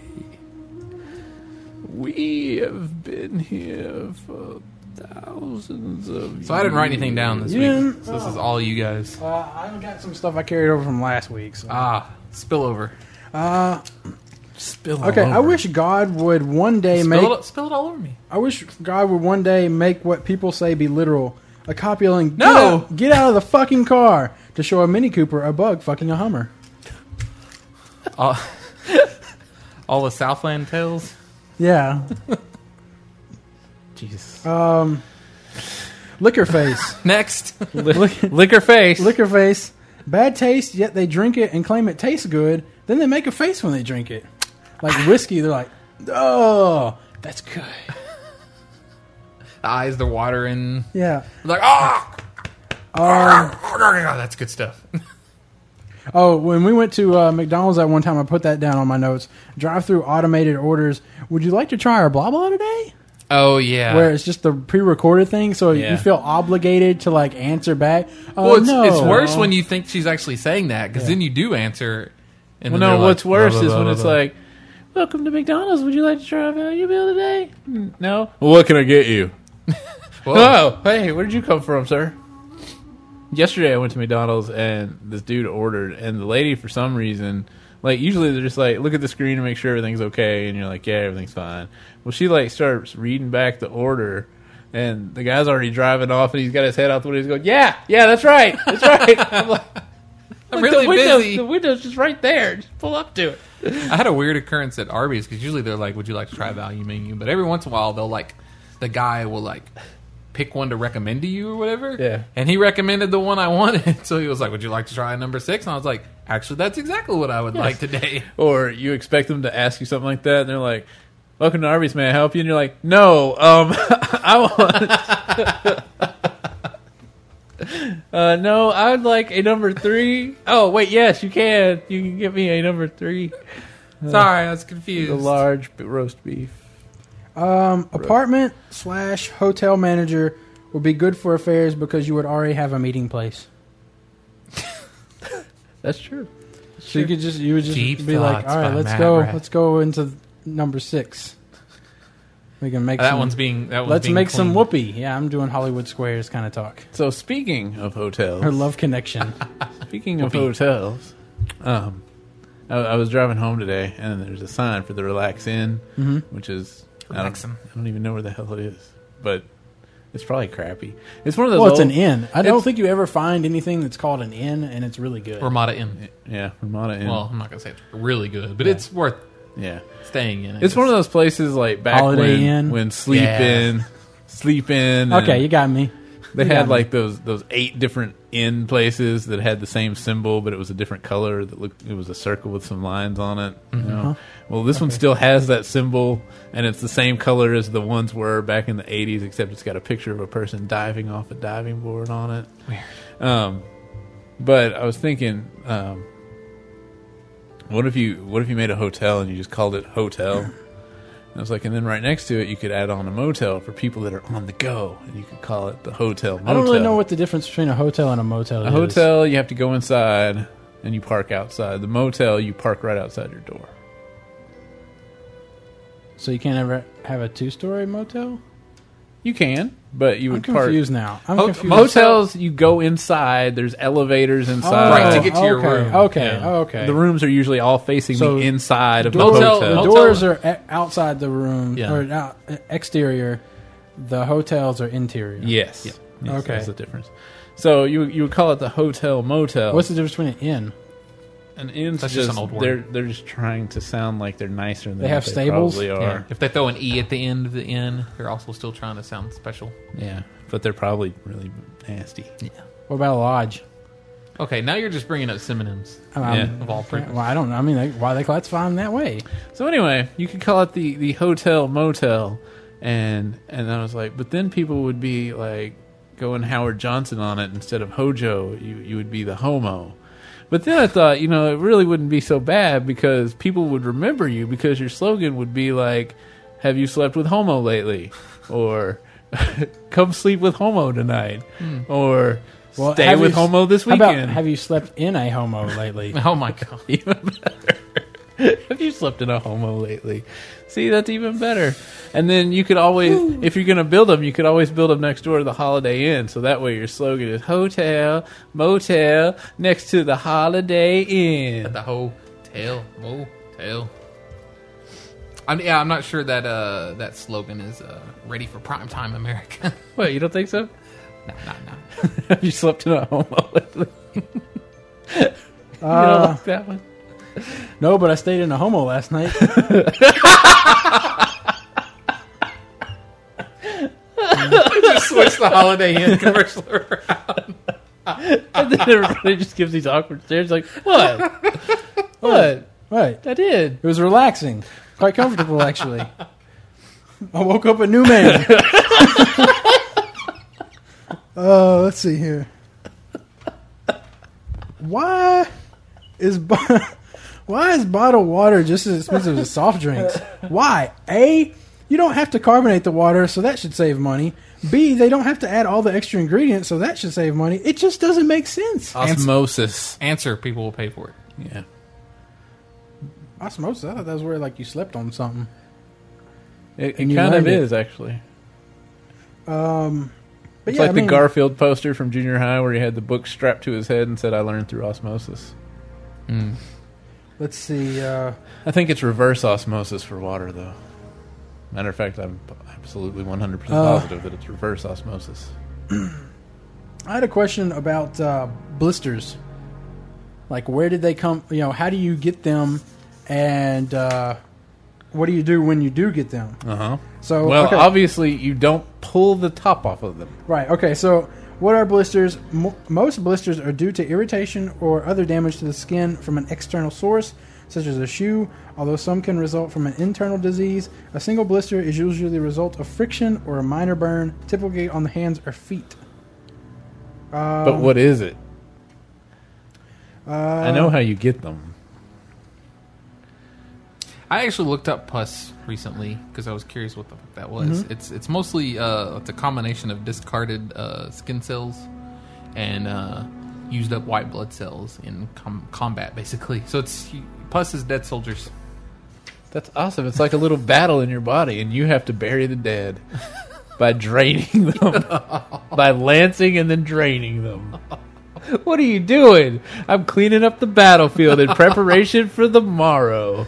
We have been here for thousands of So I didn't write anything down this Yeah. week. So this is all you guys. uh, I've got some stuff I carried over from last week. So. Ah, spillover. Uh, Spill okay. I wish God would one day make. Spill it, spill it all over me. I wish God would one day make what people say be literal. A cop yelling, "Get No! out- Get out of the fucking car!" to show a Mini Cooper a bug fucking a Hummer. All, all the Southland tales. Yeah. Jesus. Um, liquor face. Next. Liquor face. liquor face. Bad taste, yet they drink it and claim it tastes good. Then they make a face when they drink it. Like whiskey, they're like, oh, that's good. the eyes, the water, and Yeah. like ah. Oh. Um, that's good stuff. oh, when we went to uh, McDonald's that one time, I put that down on my notes. Drive through automated orders. Would you like to try our blah blah today? Oh yeah. Where it's just the pre recorded thing, so Yeah. you feel obligated to like answer back. Oh, well, it's, no. it's worse when you think she's actually saying that because then you do answer. And Well, then no, they're like, what's worse blah, blah, is blah, when blah, it's blah. like, Welcome to McDonald's. Would you like to try a value meal today? "Mm, No. Well, what can I get you? Whoa. Oh, hey, where did you come from, sir? Yesterday I went to McDonald's and this dude ordered, and the lady, for some reason, like, usually they're just like, look at the screen to make sure everything's okay, and you're like, yeah, everything's fine. Well, she, like, starts reading back the order, and the guy's already driving off, and he's got his head out the window. He's going, yeah, yeah, that's right, that's right. I'm like, I'm "Look, really the window- busy. The window's just right there. Just pull up to it. I had a weird occurrence at Arby's because usually they're like, "Would you like to try a value menu?" But every once in a while, they'll like, the guy will like pick one to recommend to you or whatever. Yeah. And he recommended the one I wanted, so he was like, "Would you like to try number six? And I was like, "Actually, that's exactly what I would like today." Or you expect them to ask you something like that, and they're like, "Welcome to Arby's, may I help you?" And you're like, "No, um, I want." Uh, no, I'd like a number three. Oh, wait, yes, you can. You can give me a number three. Sorry, I was confused. The large b- roast beef. Um, apartment slash hotel manager would be good for affairs because you would already have a meeting place. That's true. So you could just you would just Deep be like, Thoughts all right, by let's Matt go, Rapp. let's go into number six. We can make that some, one's being that one's Let's being make some clean. whoopee. Yeah, I'm doing Hollywood Squares kind of talk. So speaking of hotels, Her love connection. Speaking of Whoopee. hotels, um, I, I was driving home today, and there's a sign for the Relax Inn, Mm-hmm. which is I Relaxin'. don't, I don't even know where the hell it is, but it's probably crappy. It's one of those. well, it's an old- inn. I it's- don't think you ever find anything that's called an inn and it's really good. Ramada Inn. Yeah, Ramada Inn. Well, I'm not gonna say it's really good, but it's worth yeah, staying in. I it's one of guess. those places like back Holiday when Inn? when sleep Yeah. in, sleep in. and okay, you got me. they you got had me. like those those eight different inn places that had the same symbol, but it was a different color. That looked it was a circle with some lines on it. you Mm-hmm. know? Well, this one still has that symbol, and it's the same color as the ones were back in the '80s, except it's got a picture of a person diving off a diving board on it. Weird. Um, but I was thinking, um, what if you what if you made a hotel and you just called it hotel? And I was like, and then right next to it, you could add on a motel for people that are on the go, and you could call it the hotel. Motel. I don't really know what the difference between a hotel and a motel a is. hotel. You have to go inside, and you park outside. The motel, you park right outside your door. So you can't ever have a two-story motel? You can, but you I'm would park. confused now. I'm Ho- confused. Oh. Motels, you go inside. There's elevators inside. Right, to get to your okay, room. Okay, Yeah. okay. The rooms are usually all facing So, the inside of Door- the Motel- hotel. The motel- doors are e- outside the room Yeah. or out, exterior. The hotels are interior. Yes. Yes, Okay. That's the difference. So you you would call it the hotel motel. What's the difference between an inn? an inn's That's just, just an old word. They're they're just trying to sound like they're nicer than They have what stables? They probably Yeah. are. If they throw an E at the end of the inn, they're also still trying to sound special. Yeah. but they're probably really nasty. What about a lodge? Okay, now you're just bringing up synonyms Um, Yeah. of all Well, things. I don't know. I mean, like, why they classify them that way? So anyway, you could call it the the hotel motel, and and I was like, but then people would be like going Howard Johnson on it instead of Hojo. You you would be the homo. But then I thought, you know, it really wouldn't be so bad because people would remember you because your slogan would be like, "Have you slept with homo lately?" or "Come sleep with homo tonight," or Hmm. Well, "Stay have with you- homo this How weekend." about have you slept in a homo lately? Oh my god! even better. Have you slept in a homo lately? See, that's even better. And then you could always, if you're going to build them, you could always build them next door to the Holiday Inn. So that way your slogan is hotel, motel, next to the Holiday At Inn. the hotel, motel. I'm yeah. I'm not sure that uh that slogan is uh ready for prime time America. What, you don't think so? no, no, no. Have you slept in a homo lately? You don't Uh, like that one? no, but I stayed in a homo last night. just switch the Holiday Inn commercial around. And then everybody just gives these awkward stares like, what? what? right. I did. It was relaxing, quite comfortable actually. I woke up a new man. Oh, let's see here. Why is bo- why is bottled water just as expensive as soft drinks? Why? A, you don't have to carbonate the water, so that should save money. B, they don't have to add all the extra ingredients, so that should save money. It just doesn't make sense. Uh, Osmosis. Answer: People will pay for it. Yeah. Osmosis. I thought that was where like you slept on something. It, it And you kind of learned it. is, actually. Um, but It's yeah, like I the mean- Garfield poster from junior high where he had the book strapped to his head and said, I learned through osmosis. Let's see. Uh, I think it's reverse osmosis for water, though. Matter of fact, I'm absolutely 100% Uh, positive that it's reverse osmosis. I had a question about uh, blisters. Like, where did they come? You know, how do you get them, and uh, what do you do when you do get them? Uh huh. So, Uh-huh. Well, Oh, okay, obviously, you don't pull the top off of them. right, okay. So, what are blisters? Mo most blisters are due to irritation or other damage to the skin from an external source, such as a shoe. Although some can result from an internal disease, a single blister is usually the result of friction or a minor burn, typically on the hands or feet. Um, But what is it? Uh, I know how you get them. I actually looked up pus recently because I was curious what the fuck that was. Mm-hmm. It's it's mostly uh, it's a combination of discarded uh, skin cells and uh, used up white blood cells in com- combat, basically. So it's pus is dead soldiers. That's awesome. It's like a little battle in your body, and you have to bury the dead by draining them, by lancing and then draining them. What are you doing? I'm cleaning up the battlefield in preparation for the morrow.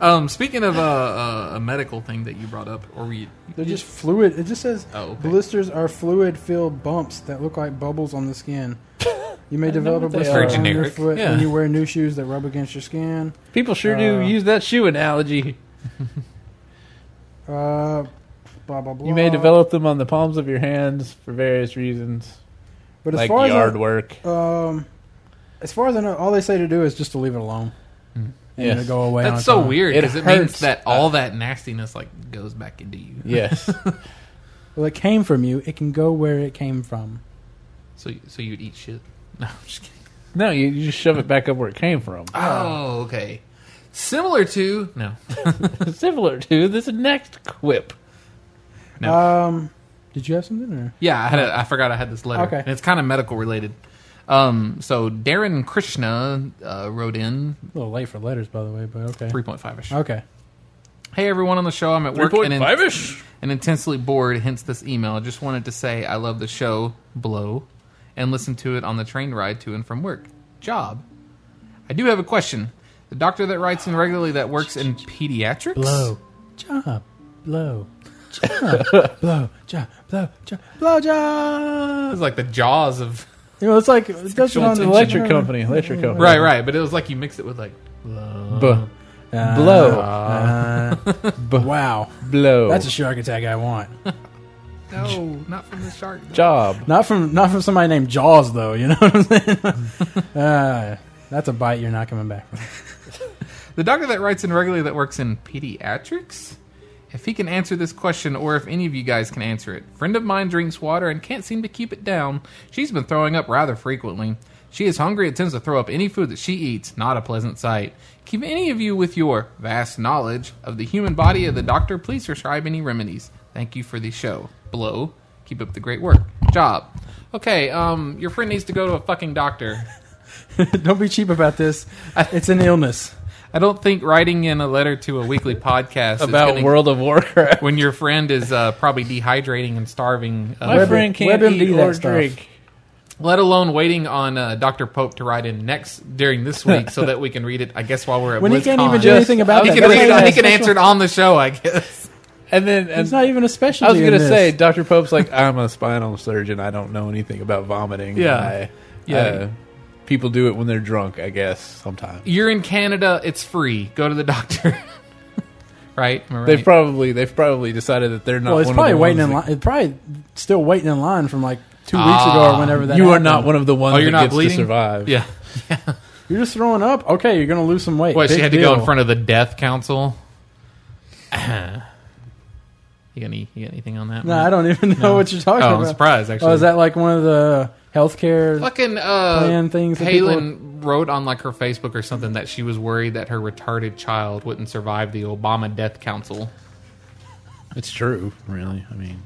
Um, speaking of uh, uh, a medical thing that you brought up, or we They're just fluid. It just says Oh, okay. blisters are fluid-filled bumps that look like bubbles on the skin. You may develop a what they blister are. on Very your generic. foot Yeah. when you wear new shoes that rub against your skin. People sure do Uh, use that shoe analogy. Uh, blah blah blah. You may develop them on the palms of your hands for various reasons, but as like far yard as work. I, um, as far as I know, all they say to do is just to leave it alone and Yes. it'll go away. on that's its so own. weird It because it, hurts. means that all that nastiness like goes back into you. Yes. Well, it came from you. It can go where it came from. So so you'd eat shit. No, I'm just kidding. no, you, you just shove it back up where it came from. Oh, okay. Similar to no. Similar to this next quip. No. Um, did you have something? Or? Yeah, I had a, I forgot I had this letter. Okay. And it's kind of medical related. Um, so Darren Krishna uh, wrote in A little late for letters, by the way, but okay. 3.5 ish. Okay. Hey everyone on the show, I'm at work and, in- 3.5-ish? and intensely bored, hence this email. I just wanted to say I love the show, Blow, and listen to it on the train ride to and from work. Job. I do have a question. The doctor that writes in regularly that works in pediatrics? Blow. Job. Blow. Job. blow. Job. Blow. Job. Blow job. It's like the jaws of. You know, it's like it's Sexual on the tension. electric Electric company. Electric company. Right, right. But it was like you mix it with like. B- Uh, Blow. uh, wow. blow. That's a shark attack I want. No, not from the shark. though. job. Not from not from somebody named Jaws though, you know what I'm saying? uh, that's a bite you're not coming back from. The doctor that writes in regularly that works in pediatrics? If he can answer this question, or if any of you guys can answer it. Friend of mine drinks water and can't seem to keep it down. She's been throwing up rather frequently. She is hungry and tends to throw up any food that she eats. Not a pleasant sight. Keep any of you with your vast knowledge of the human body of the doctor. Please prescribe any remedies. Thank you for the show. Blow. Keep up the great work. Job. Okay, um, your friend needs to go to a fucking doctor. Don't be cheap about this. It's an illness. I don't think writing in a letter to a weekly podcast is About gonna- World of Warcraft. when your friend is uh, probably dehydrating and starving, uh, My Web- friend can't WebMD eat that or stuff. drink. let alone waiting on uh, Dr. Pope to write in next during this week so that we can read it. I guess while we're at When he BlizzCon. can't even do Just- anything about he that. can That's read it. not on- He even can a answer it special- on the show. I guess. And then and It's not even a specialty. I was going to say, Dr. Pope's like, I'm a spinal surgeon. I don't know anything about vomiting. Yeah. I- Yeah. uh, people do it when they're drunk, I guess, sometimes. You're in Canada. It's free. Go to the doctor. right? Am I right? They've probably they've probably decided that they're not. well, it's one probably of the waiting ones in that- line. It's probably still waiting in line from like two weeks ago Ah, or whenever that. You are happened. not one of the ones oh, you're that not gets bleeding. to survive. Yeah. You're just throwing up. Okay, you're going to lose some weight. What? She Big had to go deal. in front of the death council. you got any? You got anything on that? No, one? I don't even know what you're talking Oh, I'm about. surprised. Actually, Oh, is that like one of the healthcare? fucking uh, Plan things that Palin wrote on like her Facebook or something that she was worried that her retarded child wouldn't survive the Obama Death Council. It's true, really. I mean,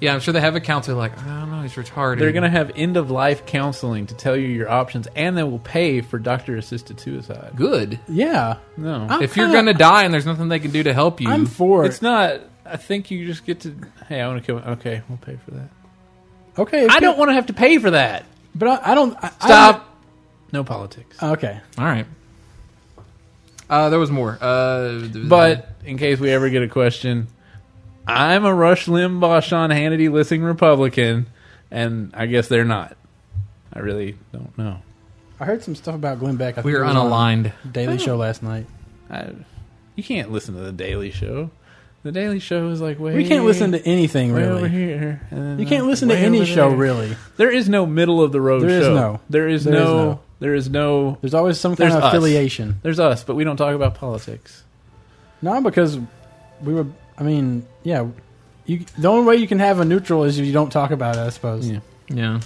Yeah, I'm sure they have a council like I don't know, he's retarded. they're going to have end of life counseling to tell you your options, and they will pay for doctor assisted suicide. good. Yeah, No, I'm If you're kinda- gonna die and there's nothing they can do to help you, I'm for Mm-hmm. it's it. not. I think you just get to. Hey, I want to kill. Okay, we'll pay for that. Okay, if I you- don't want to have to pay for that. But I, I don't I, I Stop. No politics. don't- okay, all right. Uh, there was more, uh, But in case we ever get a question, I'm a Rush Limbaugh, Sean Hannity listening Republican, and I guess they're not. I really don't know. I heard some stuff about Glenn Beck. I think we are it was on unaligned. Oh. Daily Show last night. I, you can't listen to the Daily Show. The Daily Show is like way We can't listen to anything way over really. here. and then You can't way listen to over any show there. really. There is no middle of the road. There is show. no. There is There is no, no. There is no. There's always some kind There's of us. affiliation. There's us, but we don't talk about politics. No, because we were. I mean, yeah, You, the only way you can have a neutral is if you don't talk about it. I suppose. Yeah. Yeah.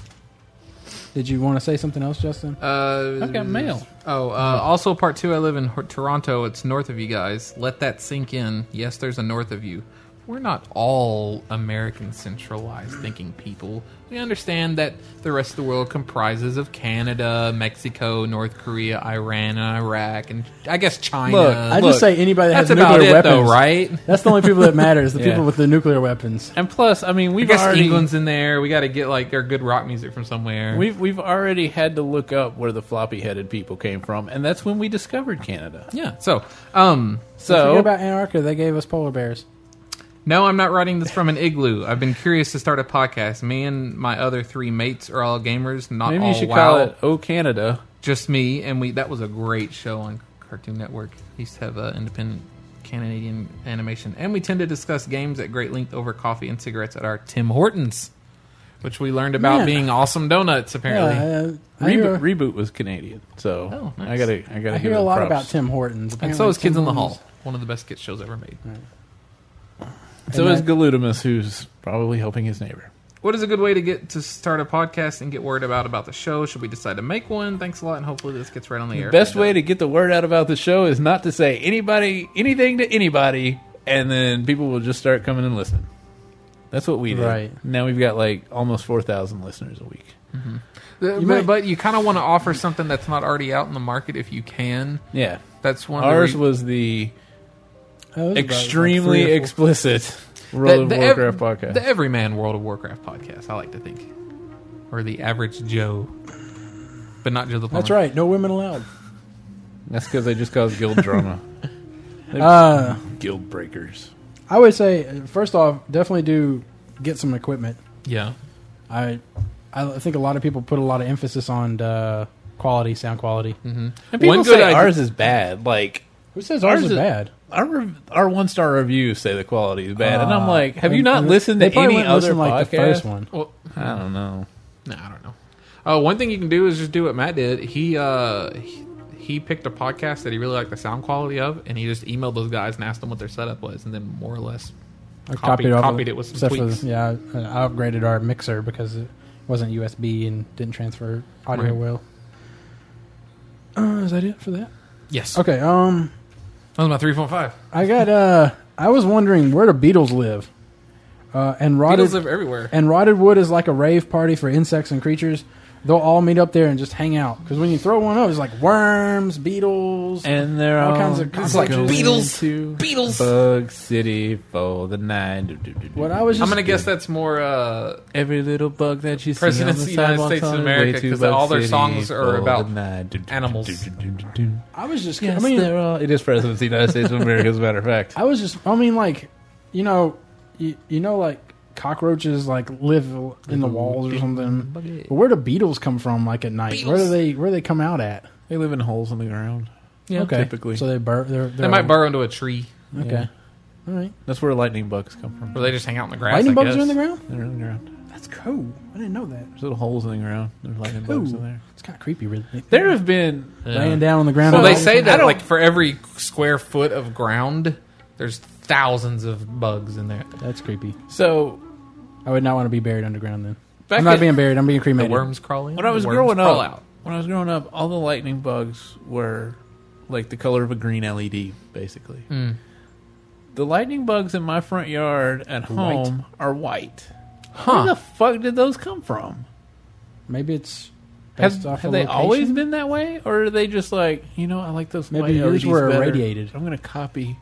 Did you want to say something else, Justin? Uh, I've got mail. Oh, uh, also part two. I live in Ho- Toronto. It's north of you guys. Let that sink in. Yes, there's a north of you. We're not all American centralized thinking people. We understand that the rest of the world comprises of Canada, Mexico, North Korea, Iran, and Iraq, and I guess China. Look, I just say anybody that Uh, that's has about nuclear it, weapons, though, right? That's the only people that matter is the Yeah. people with the nuclear weapons. And plus, I mean, I we've guess already England's in there. We got to get like our good rock music from somewhere. we've we've already had to look up where the floppy-headed people came from, and that's when we discovered Canada. yeah. So, um, Forget So about Antarctica. They gave us polar bears. No, I'm not writing this from an igloo. I've been curious to start a podcast. Me and my other three mates are all gamers, not maybe all you should Uh, WoW, call it "Oh Canada." just me. And we that was a great show on Cartoon Network. We used to have uh, independent Canadian animation, and we tend to discuss games at great length over coffee and cigarettes at our Tim Hortons, which we learned about Man. being awesome donuts. Apparently, Yeah, I, I hear, Reboot, reboot was Canadian, so Oh, nice. I gotta I gotta I give hear a it lot props. about Tim Hortons. and Apparently so is Kids Tim in the Hortons- Hall, one of the best kids shows ever made. So And is I- Galutimus, who's probably helping his neighbor. What is a good way to get to start a podcast and get word about about the show? Should we decide to make one? Thanks a lot, and hopefully this gets right on the, air. uh, The if it best way does. to get the word out about the show is not to say anybody anything to anybody, and then people will just start coming and listening. That's what we did. Right. Now we've got like almost four thousand listeners a week. The- You but, might- but you kind of want to offer something that's not already out in the market if you can. Yeah, That's one. ours of the re- was the That was about- extremely like three or four. explicit World the, of the ev- Warcraft podcast. the Everyman World of Warcraft podcast. I like to think, or the average Joe, but not Joe the plumber. That's right. No women allowed. That's because they just caused guild drama, Uh, guild breakers. I would say uh, first off, definitely do get some equipment. Yeah, I I think a lot of people put a lot of emphasis on uh, quality, sound quality. And One people good say idea- ours is bad. Like Who says ours, Ours is is- bad? our rev- our one star reviews say the quality is bad, and I'm Uh, like, have you and- not and listened they to probably any wouldn't other listen like podcast? the first one? well, I don't know. No, I don't know. Uh, one thing you can do is just do what Matt did. He uh, he, he picked a podcast that he really liked the sound quality of, and he just emailed those guys and asked them what their setup was, and then more or less I copied, off of- copied, it with some except for the- tweaks. yeah, I I upgraded our mixer because it wasn't USB and didn't transfer audio Right. well. Uh, is that it for that? Yes, Okay. Um, that was my three point five. I got. Uh, I was wondering where the Beatles live. Uh, and rotted Beatles live everywhere. and rotted wood is like a rave party for insects and creatures. They'll all meet up there and just hang out because when you throw one up, it's like worms, beetles. And there are All kinds of it's like conflict. Beatles, to Beatles. Bug City for the nine. What I was I'm just gonna guess that's more uh, every little bug that you see on Presidents the of the United sidewalks States of on the way America, to 'cause all Bug their City songs are for the about nine. animals. I was just Yes, I mean there are. It is Presidents of the United States of America, as a matter of fact. I was just I mean like you know you, you know like cockroaches like live in the walls or something. But where do beetles come from like at night? Where do Beetles. they where do they come out at? They live in holes in the ground. Yeah. okay. typically. So they bur- they're, They they're might burrow into a tree, Okay. Yeah. All right. That's where lightning bugs come from. or they just hang out in the grass. Lightning I bugs guess. are in the ground? They're in the ground. That's cool. I didn't know that. There's little holes in the ground. There's lightning bugs in there. It's kind of creepy really. There have been Yeah. laying down on the ground. Well, all they the say time. that like for every square foot of ground, there's thousands of bugs in there. That's creepy. so I would not want to be buried underground then. Back I'm not in- being buried. I'm being The cremated. worms crawling. when I was worms growing crawl up, out. when I was growing up, all the lightning bugs were like the color of a green LED, basically. Hmm. Mm. The lightning bugs in my front yard at home are white. Where huh? the fuck did those come from? Maybe it's Have, based off have of they location? always been that way, or are they just like you know? I like those. Maybe light yours LEDs were better. irradiated. I'm gonna copy.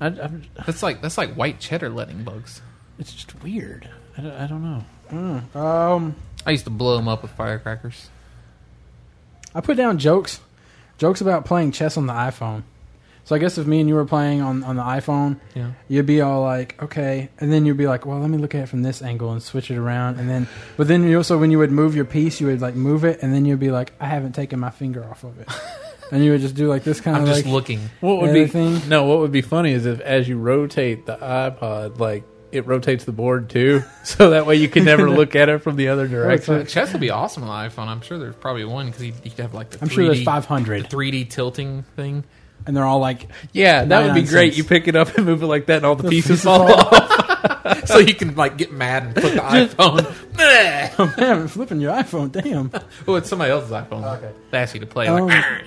I, I'm, That's like that's like white cheddar letting bugs. it's just weird. I don't, I don't know. Mm. Um I used to blow them up with firecrackers. I put down jokes, jokes about playing chess on the iPhone. So I guess if me and you were playing on, on the iPhone, Yeah. you'd be all like, okay, and then you'd be like, well, let me look at it from this angle and switch it around, and then, but then you also when you would move your piece, you would like move it, and then you'd be like, I haven't taken my finger off of it, and you would just do like this kind I'm of just like, looking. What would Another be thing? no? What would be funny is if as you rotate the iPod, like it rotates the board too, so that way you can never look at it from the other direction. Chess would be awesome on the iPhone. I'm sure there's probably one because you could have like the I'm 3D, sure there's the 500, 3D tilting thing. and they're all like, Yeah, that would be 99 great. cents. You pick it up and move it like that, and all the, pieces pieces fall fall off. so you can like get mad and put the iPhone. Oh man, I'm flipping your iPhone. Damn. oh, it's somebody else's iPhone. Okay. They ask you to Oh. play. Um, like, "Ah,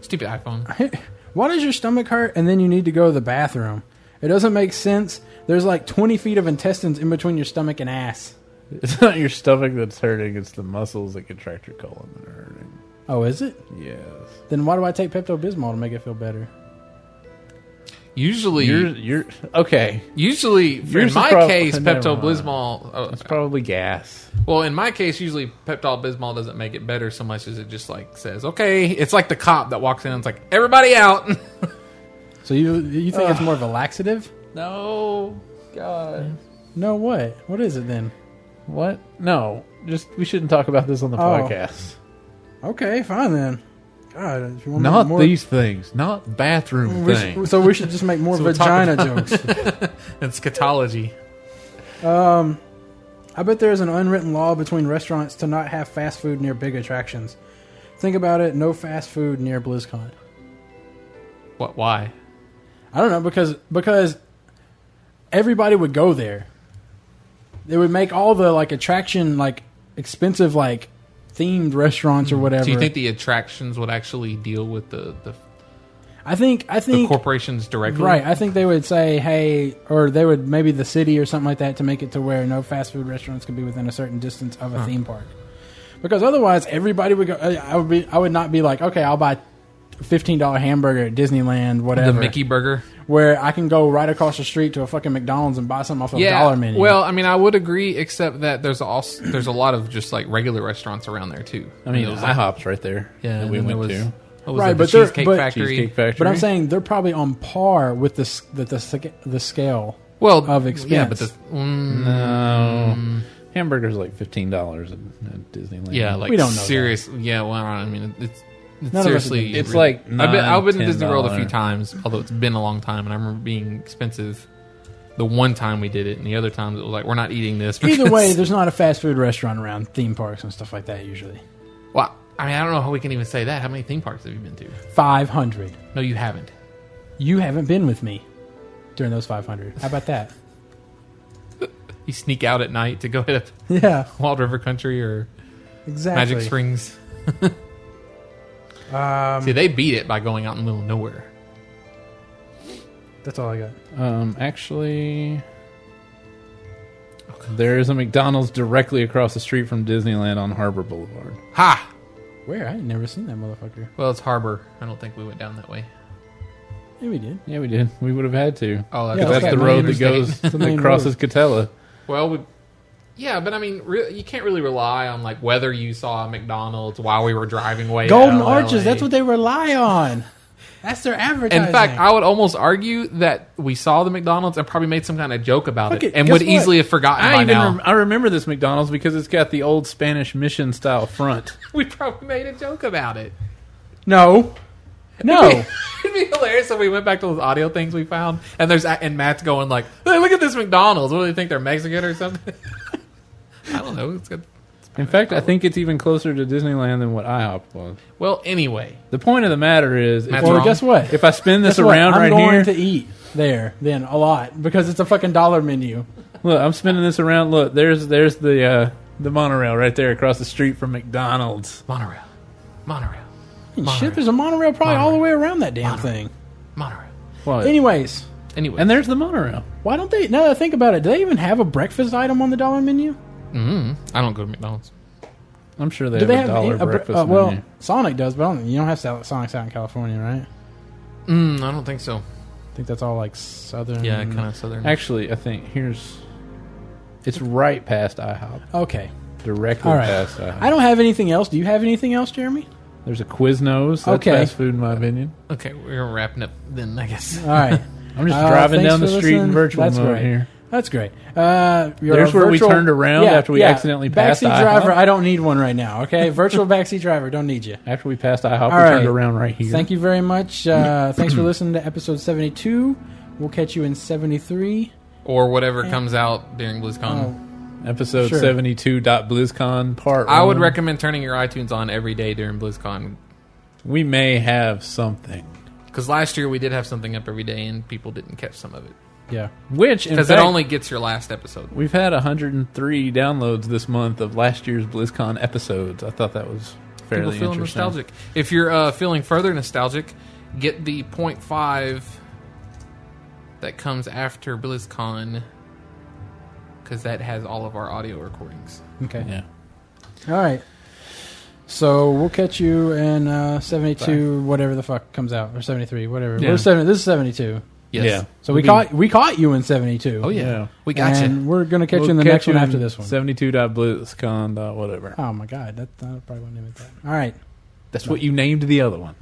stupid iPhone. Why does your stomach hurt and then you need to go to the bathroom? It doesn't make sense. There's like 20 feet of intestines in between your stomach and ass. It's not your stomach that's hurting; it's the muscles that contract your colon that are hurting. Oh, is it? Yes. Then why do I take Pepto Bismol to make it feel better? Usually, You're you're okay. usually in yours is my prob- case, Never Pepto mind. Bismol. uh, It's probably gas. well, in my case, usually Pepto Bismol doesn't make it better so much as it just like says, "Okay." It's like the cop that walks in and it's like, "Everybody out." So you you think it's more of a laxative? no, God. No, what? What is it then? What? No. Just we shouldn't talk about this on the Oh. podcast. Okay, fine then. God, if you want to Not make more, these things. Not bathroom We should- things. so we should just make more So we'll talk vagina jokes. Eschatology. I bet there is an unwritten law between restaurants to not have fast food near big attractions. Think about it. No fast food near BlizzCon. What? Why? I don't know because because everybody would go there. They would make all the like attraction like expensive like themed restaurants or whatever. Do Mm. you think the attractions would actually deal with the the, I think I the think corporations directly? right. I think they would say hey, or they would maybe the city or something like that to make it to where no fast food restaurants could be within a certain distance of a theme park. Because otherwise, everybody would go. I I would be. I would not be like, okay, I'll buy fifteen dollar hamburger at Disneyland, The whatever. Mickey Burger. where I can go right across the street to a fucking McDonald's and buy something Oh, off a Yeah. dollar menu. Well, I mean, I would agree, except that there's also there's a lot of just like regular restaurants around there too. I mean, it was like, IHOP's right there. yeah, that and we then went there was, to what was Right, it, the but there- Cheesecake but- Factory. Cheesecake Factory. But I'm saying they're probably on par with the s- the the, sca- the scale. well, of Yeah, but expense. the, mm, no. Oh, Hamburgers like fifteen dollars at, at Disneyland. yeah, like We don't know that. serious. Yeah, well, I mean, it's. it's None of us have Seriously, been- It's like I've been, I've been to nine, Disney World a few $10. times, although it's been a long time, and I remember being expensive. The one time we did it, and the other times it was like we're not eating this. Either because- way, there's not a fast food restaurant around theme parks and stuff like that usually. Well, I mean, I don't know how we can even say that. How many theme parks have you been to? 500. No, you haven't. You haven't been with me during those 500. How about that? You sneak out at night to go hit up yeah, Wild River Country or exactly. Magic Springs. Um, See, they beat it by going out in the middle of nowhere. that's all I got. Um, actually, there is a McDonald's directly across the street from Disneyland on Harbor Boulevard. Ha! Where? I ain't never seen that motherfucker. Well, it's Harbor. I don't think we went down that way. Yeah, we did. Yeah, we did. We would have had to. Oh, Yeah, Because okay. that's the Main road that interstate. goes that Main crosses Catella. Well, we, yeah, but I mean, re- you can't really rely on like whether you saw a McDonald's while we were driving way. Golden out of Arches, LA. that's what they rely on. That's their advertising. In fact, I would almost argue that we saw the McDonald's and probably made some kind of joke about Fuck it, it, and guess would what? easily have forgotten by I even now. rem- I remember this McDonald's because it's got the old Spanish mission style front. we probably made a joke about it. no. No. It'd be hilarious if we went back to those audio things we found, and there's and Matt's going like, "Hey, look at this McDonald's. What do they think they're Mexican or something?" I don't know. It's good. In fact, I think it's even closer to Disneyland than what IHOP was. Well, anyway, The point of the matter is, if, That's well, wrong. guess what? if I spin this Guess what? around I'm right going here, to eat there then a lot because it's a fucking dollar menu. look, I'm spinning this around. Look, there's there's the uh, the monorail right there across the street from McDonald's. monorail, monorail, And Monorail. Shit, there's a monorail probably all the way around that damn thing. monorail. What? Anyways, Anyway, and there's the monorail. why don't they? Now that I think about it, do they even have a breakfast item on the dollar menu? mm, I don't go to McDonald's. I'm sure they Do have they a have dollar a bre- breakfast uh, well, menu. Sonic does, but I don't, you don't have Sal- Sonic's out in California, right? Mm, I don't think so. Mm. I think that's all like southern. Yeah, kind of southern. Actually, I think here's it's right past IHOP, Okay, directly all right. past IHOP. I don't have anything else. Do you have anything else, Jeremy? There's a Quiznos. That's Okay. fast food, in my opinion. Okay, we're wrapping up then. I guess. All right, I'm just Uh, driving thanks down the for street in listening. virtual That's mode great. here. that's great. Uh, your There's where we virtual- turned around after we accidentally passed Backseat IHOP. driver, I don't need one right now. Okay, virtual backseat driver, don't need you. After we passed IHOP, we All turned right. around right here. Thank you very much. Uh, thanks for listening to episode 72. We'll catch you in 73. or whatever comes out during Uh-huh. BlizzCon. Oh, Episode Sure. 72.blizzcon part I would one. recommend turning your iTunes on every day during BlizzCon We may have something. because last year we did have something up every day and people didn't catch some of it. Yeah. Which in because fact, it only gets your last episode. we've had 103 downloads this month of last year's BlizzCon episodes. I thought that was fairly People feel interesting. nostalgic. If you're uh, feeling further nostalgic, get the 0.5 that comes after BlizzCon because that has all of our audio recordings. Okay. Yeah. All right. So we'll catch you in uh, 72, whatever the fuck comes out, or 73, whatever. Yeah. We're 70, this is 72. Yes. Yeah. So we Be- caught we caught you in 72. Oh yeah. Yeah. We got you. And we're going to catch We'll you in the catch next you one in after this one. 72.blizzcon. Whatever. Oh my god, that, that probably wouldn't even that. All right. That's what you named the other one.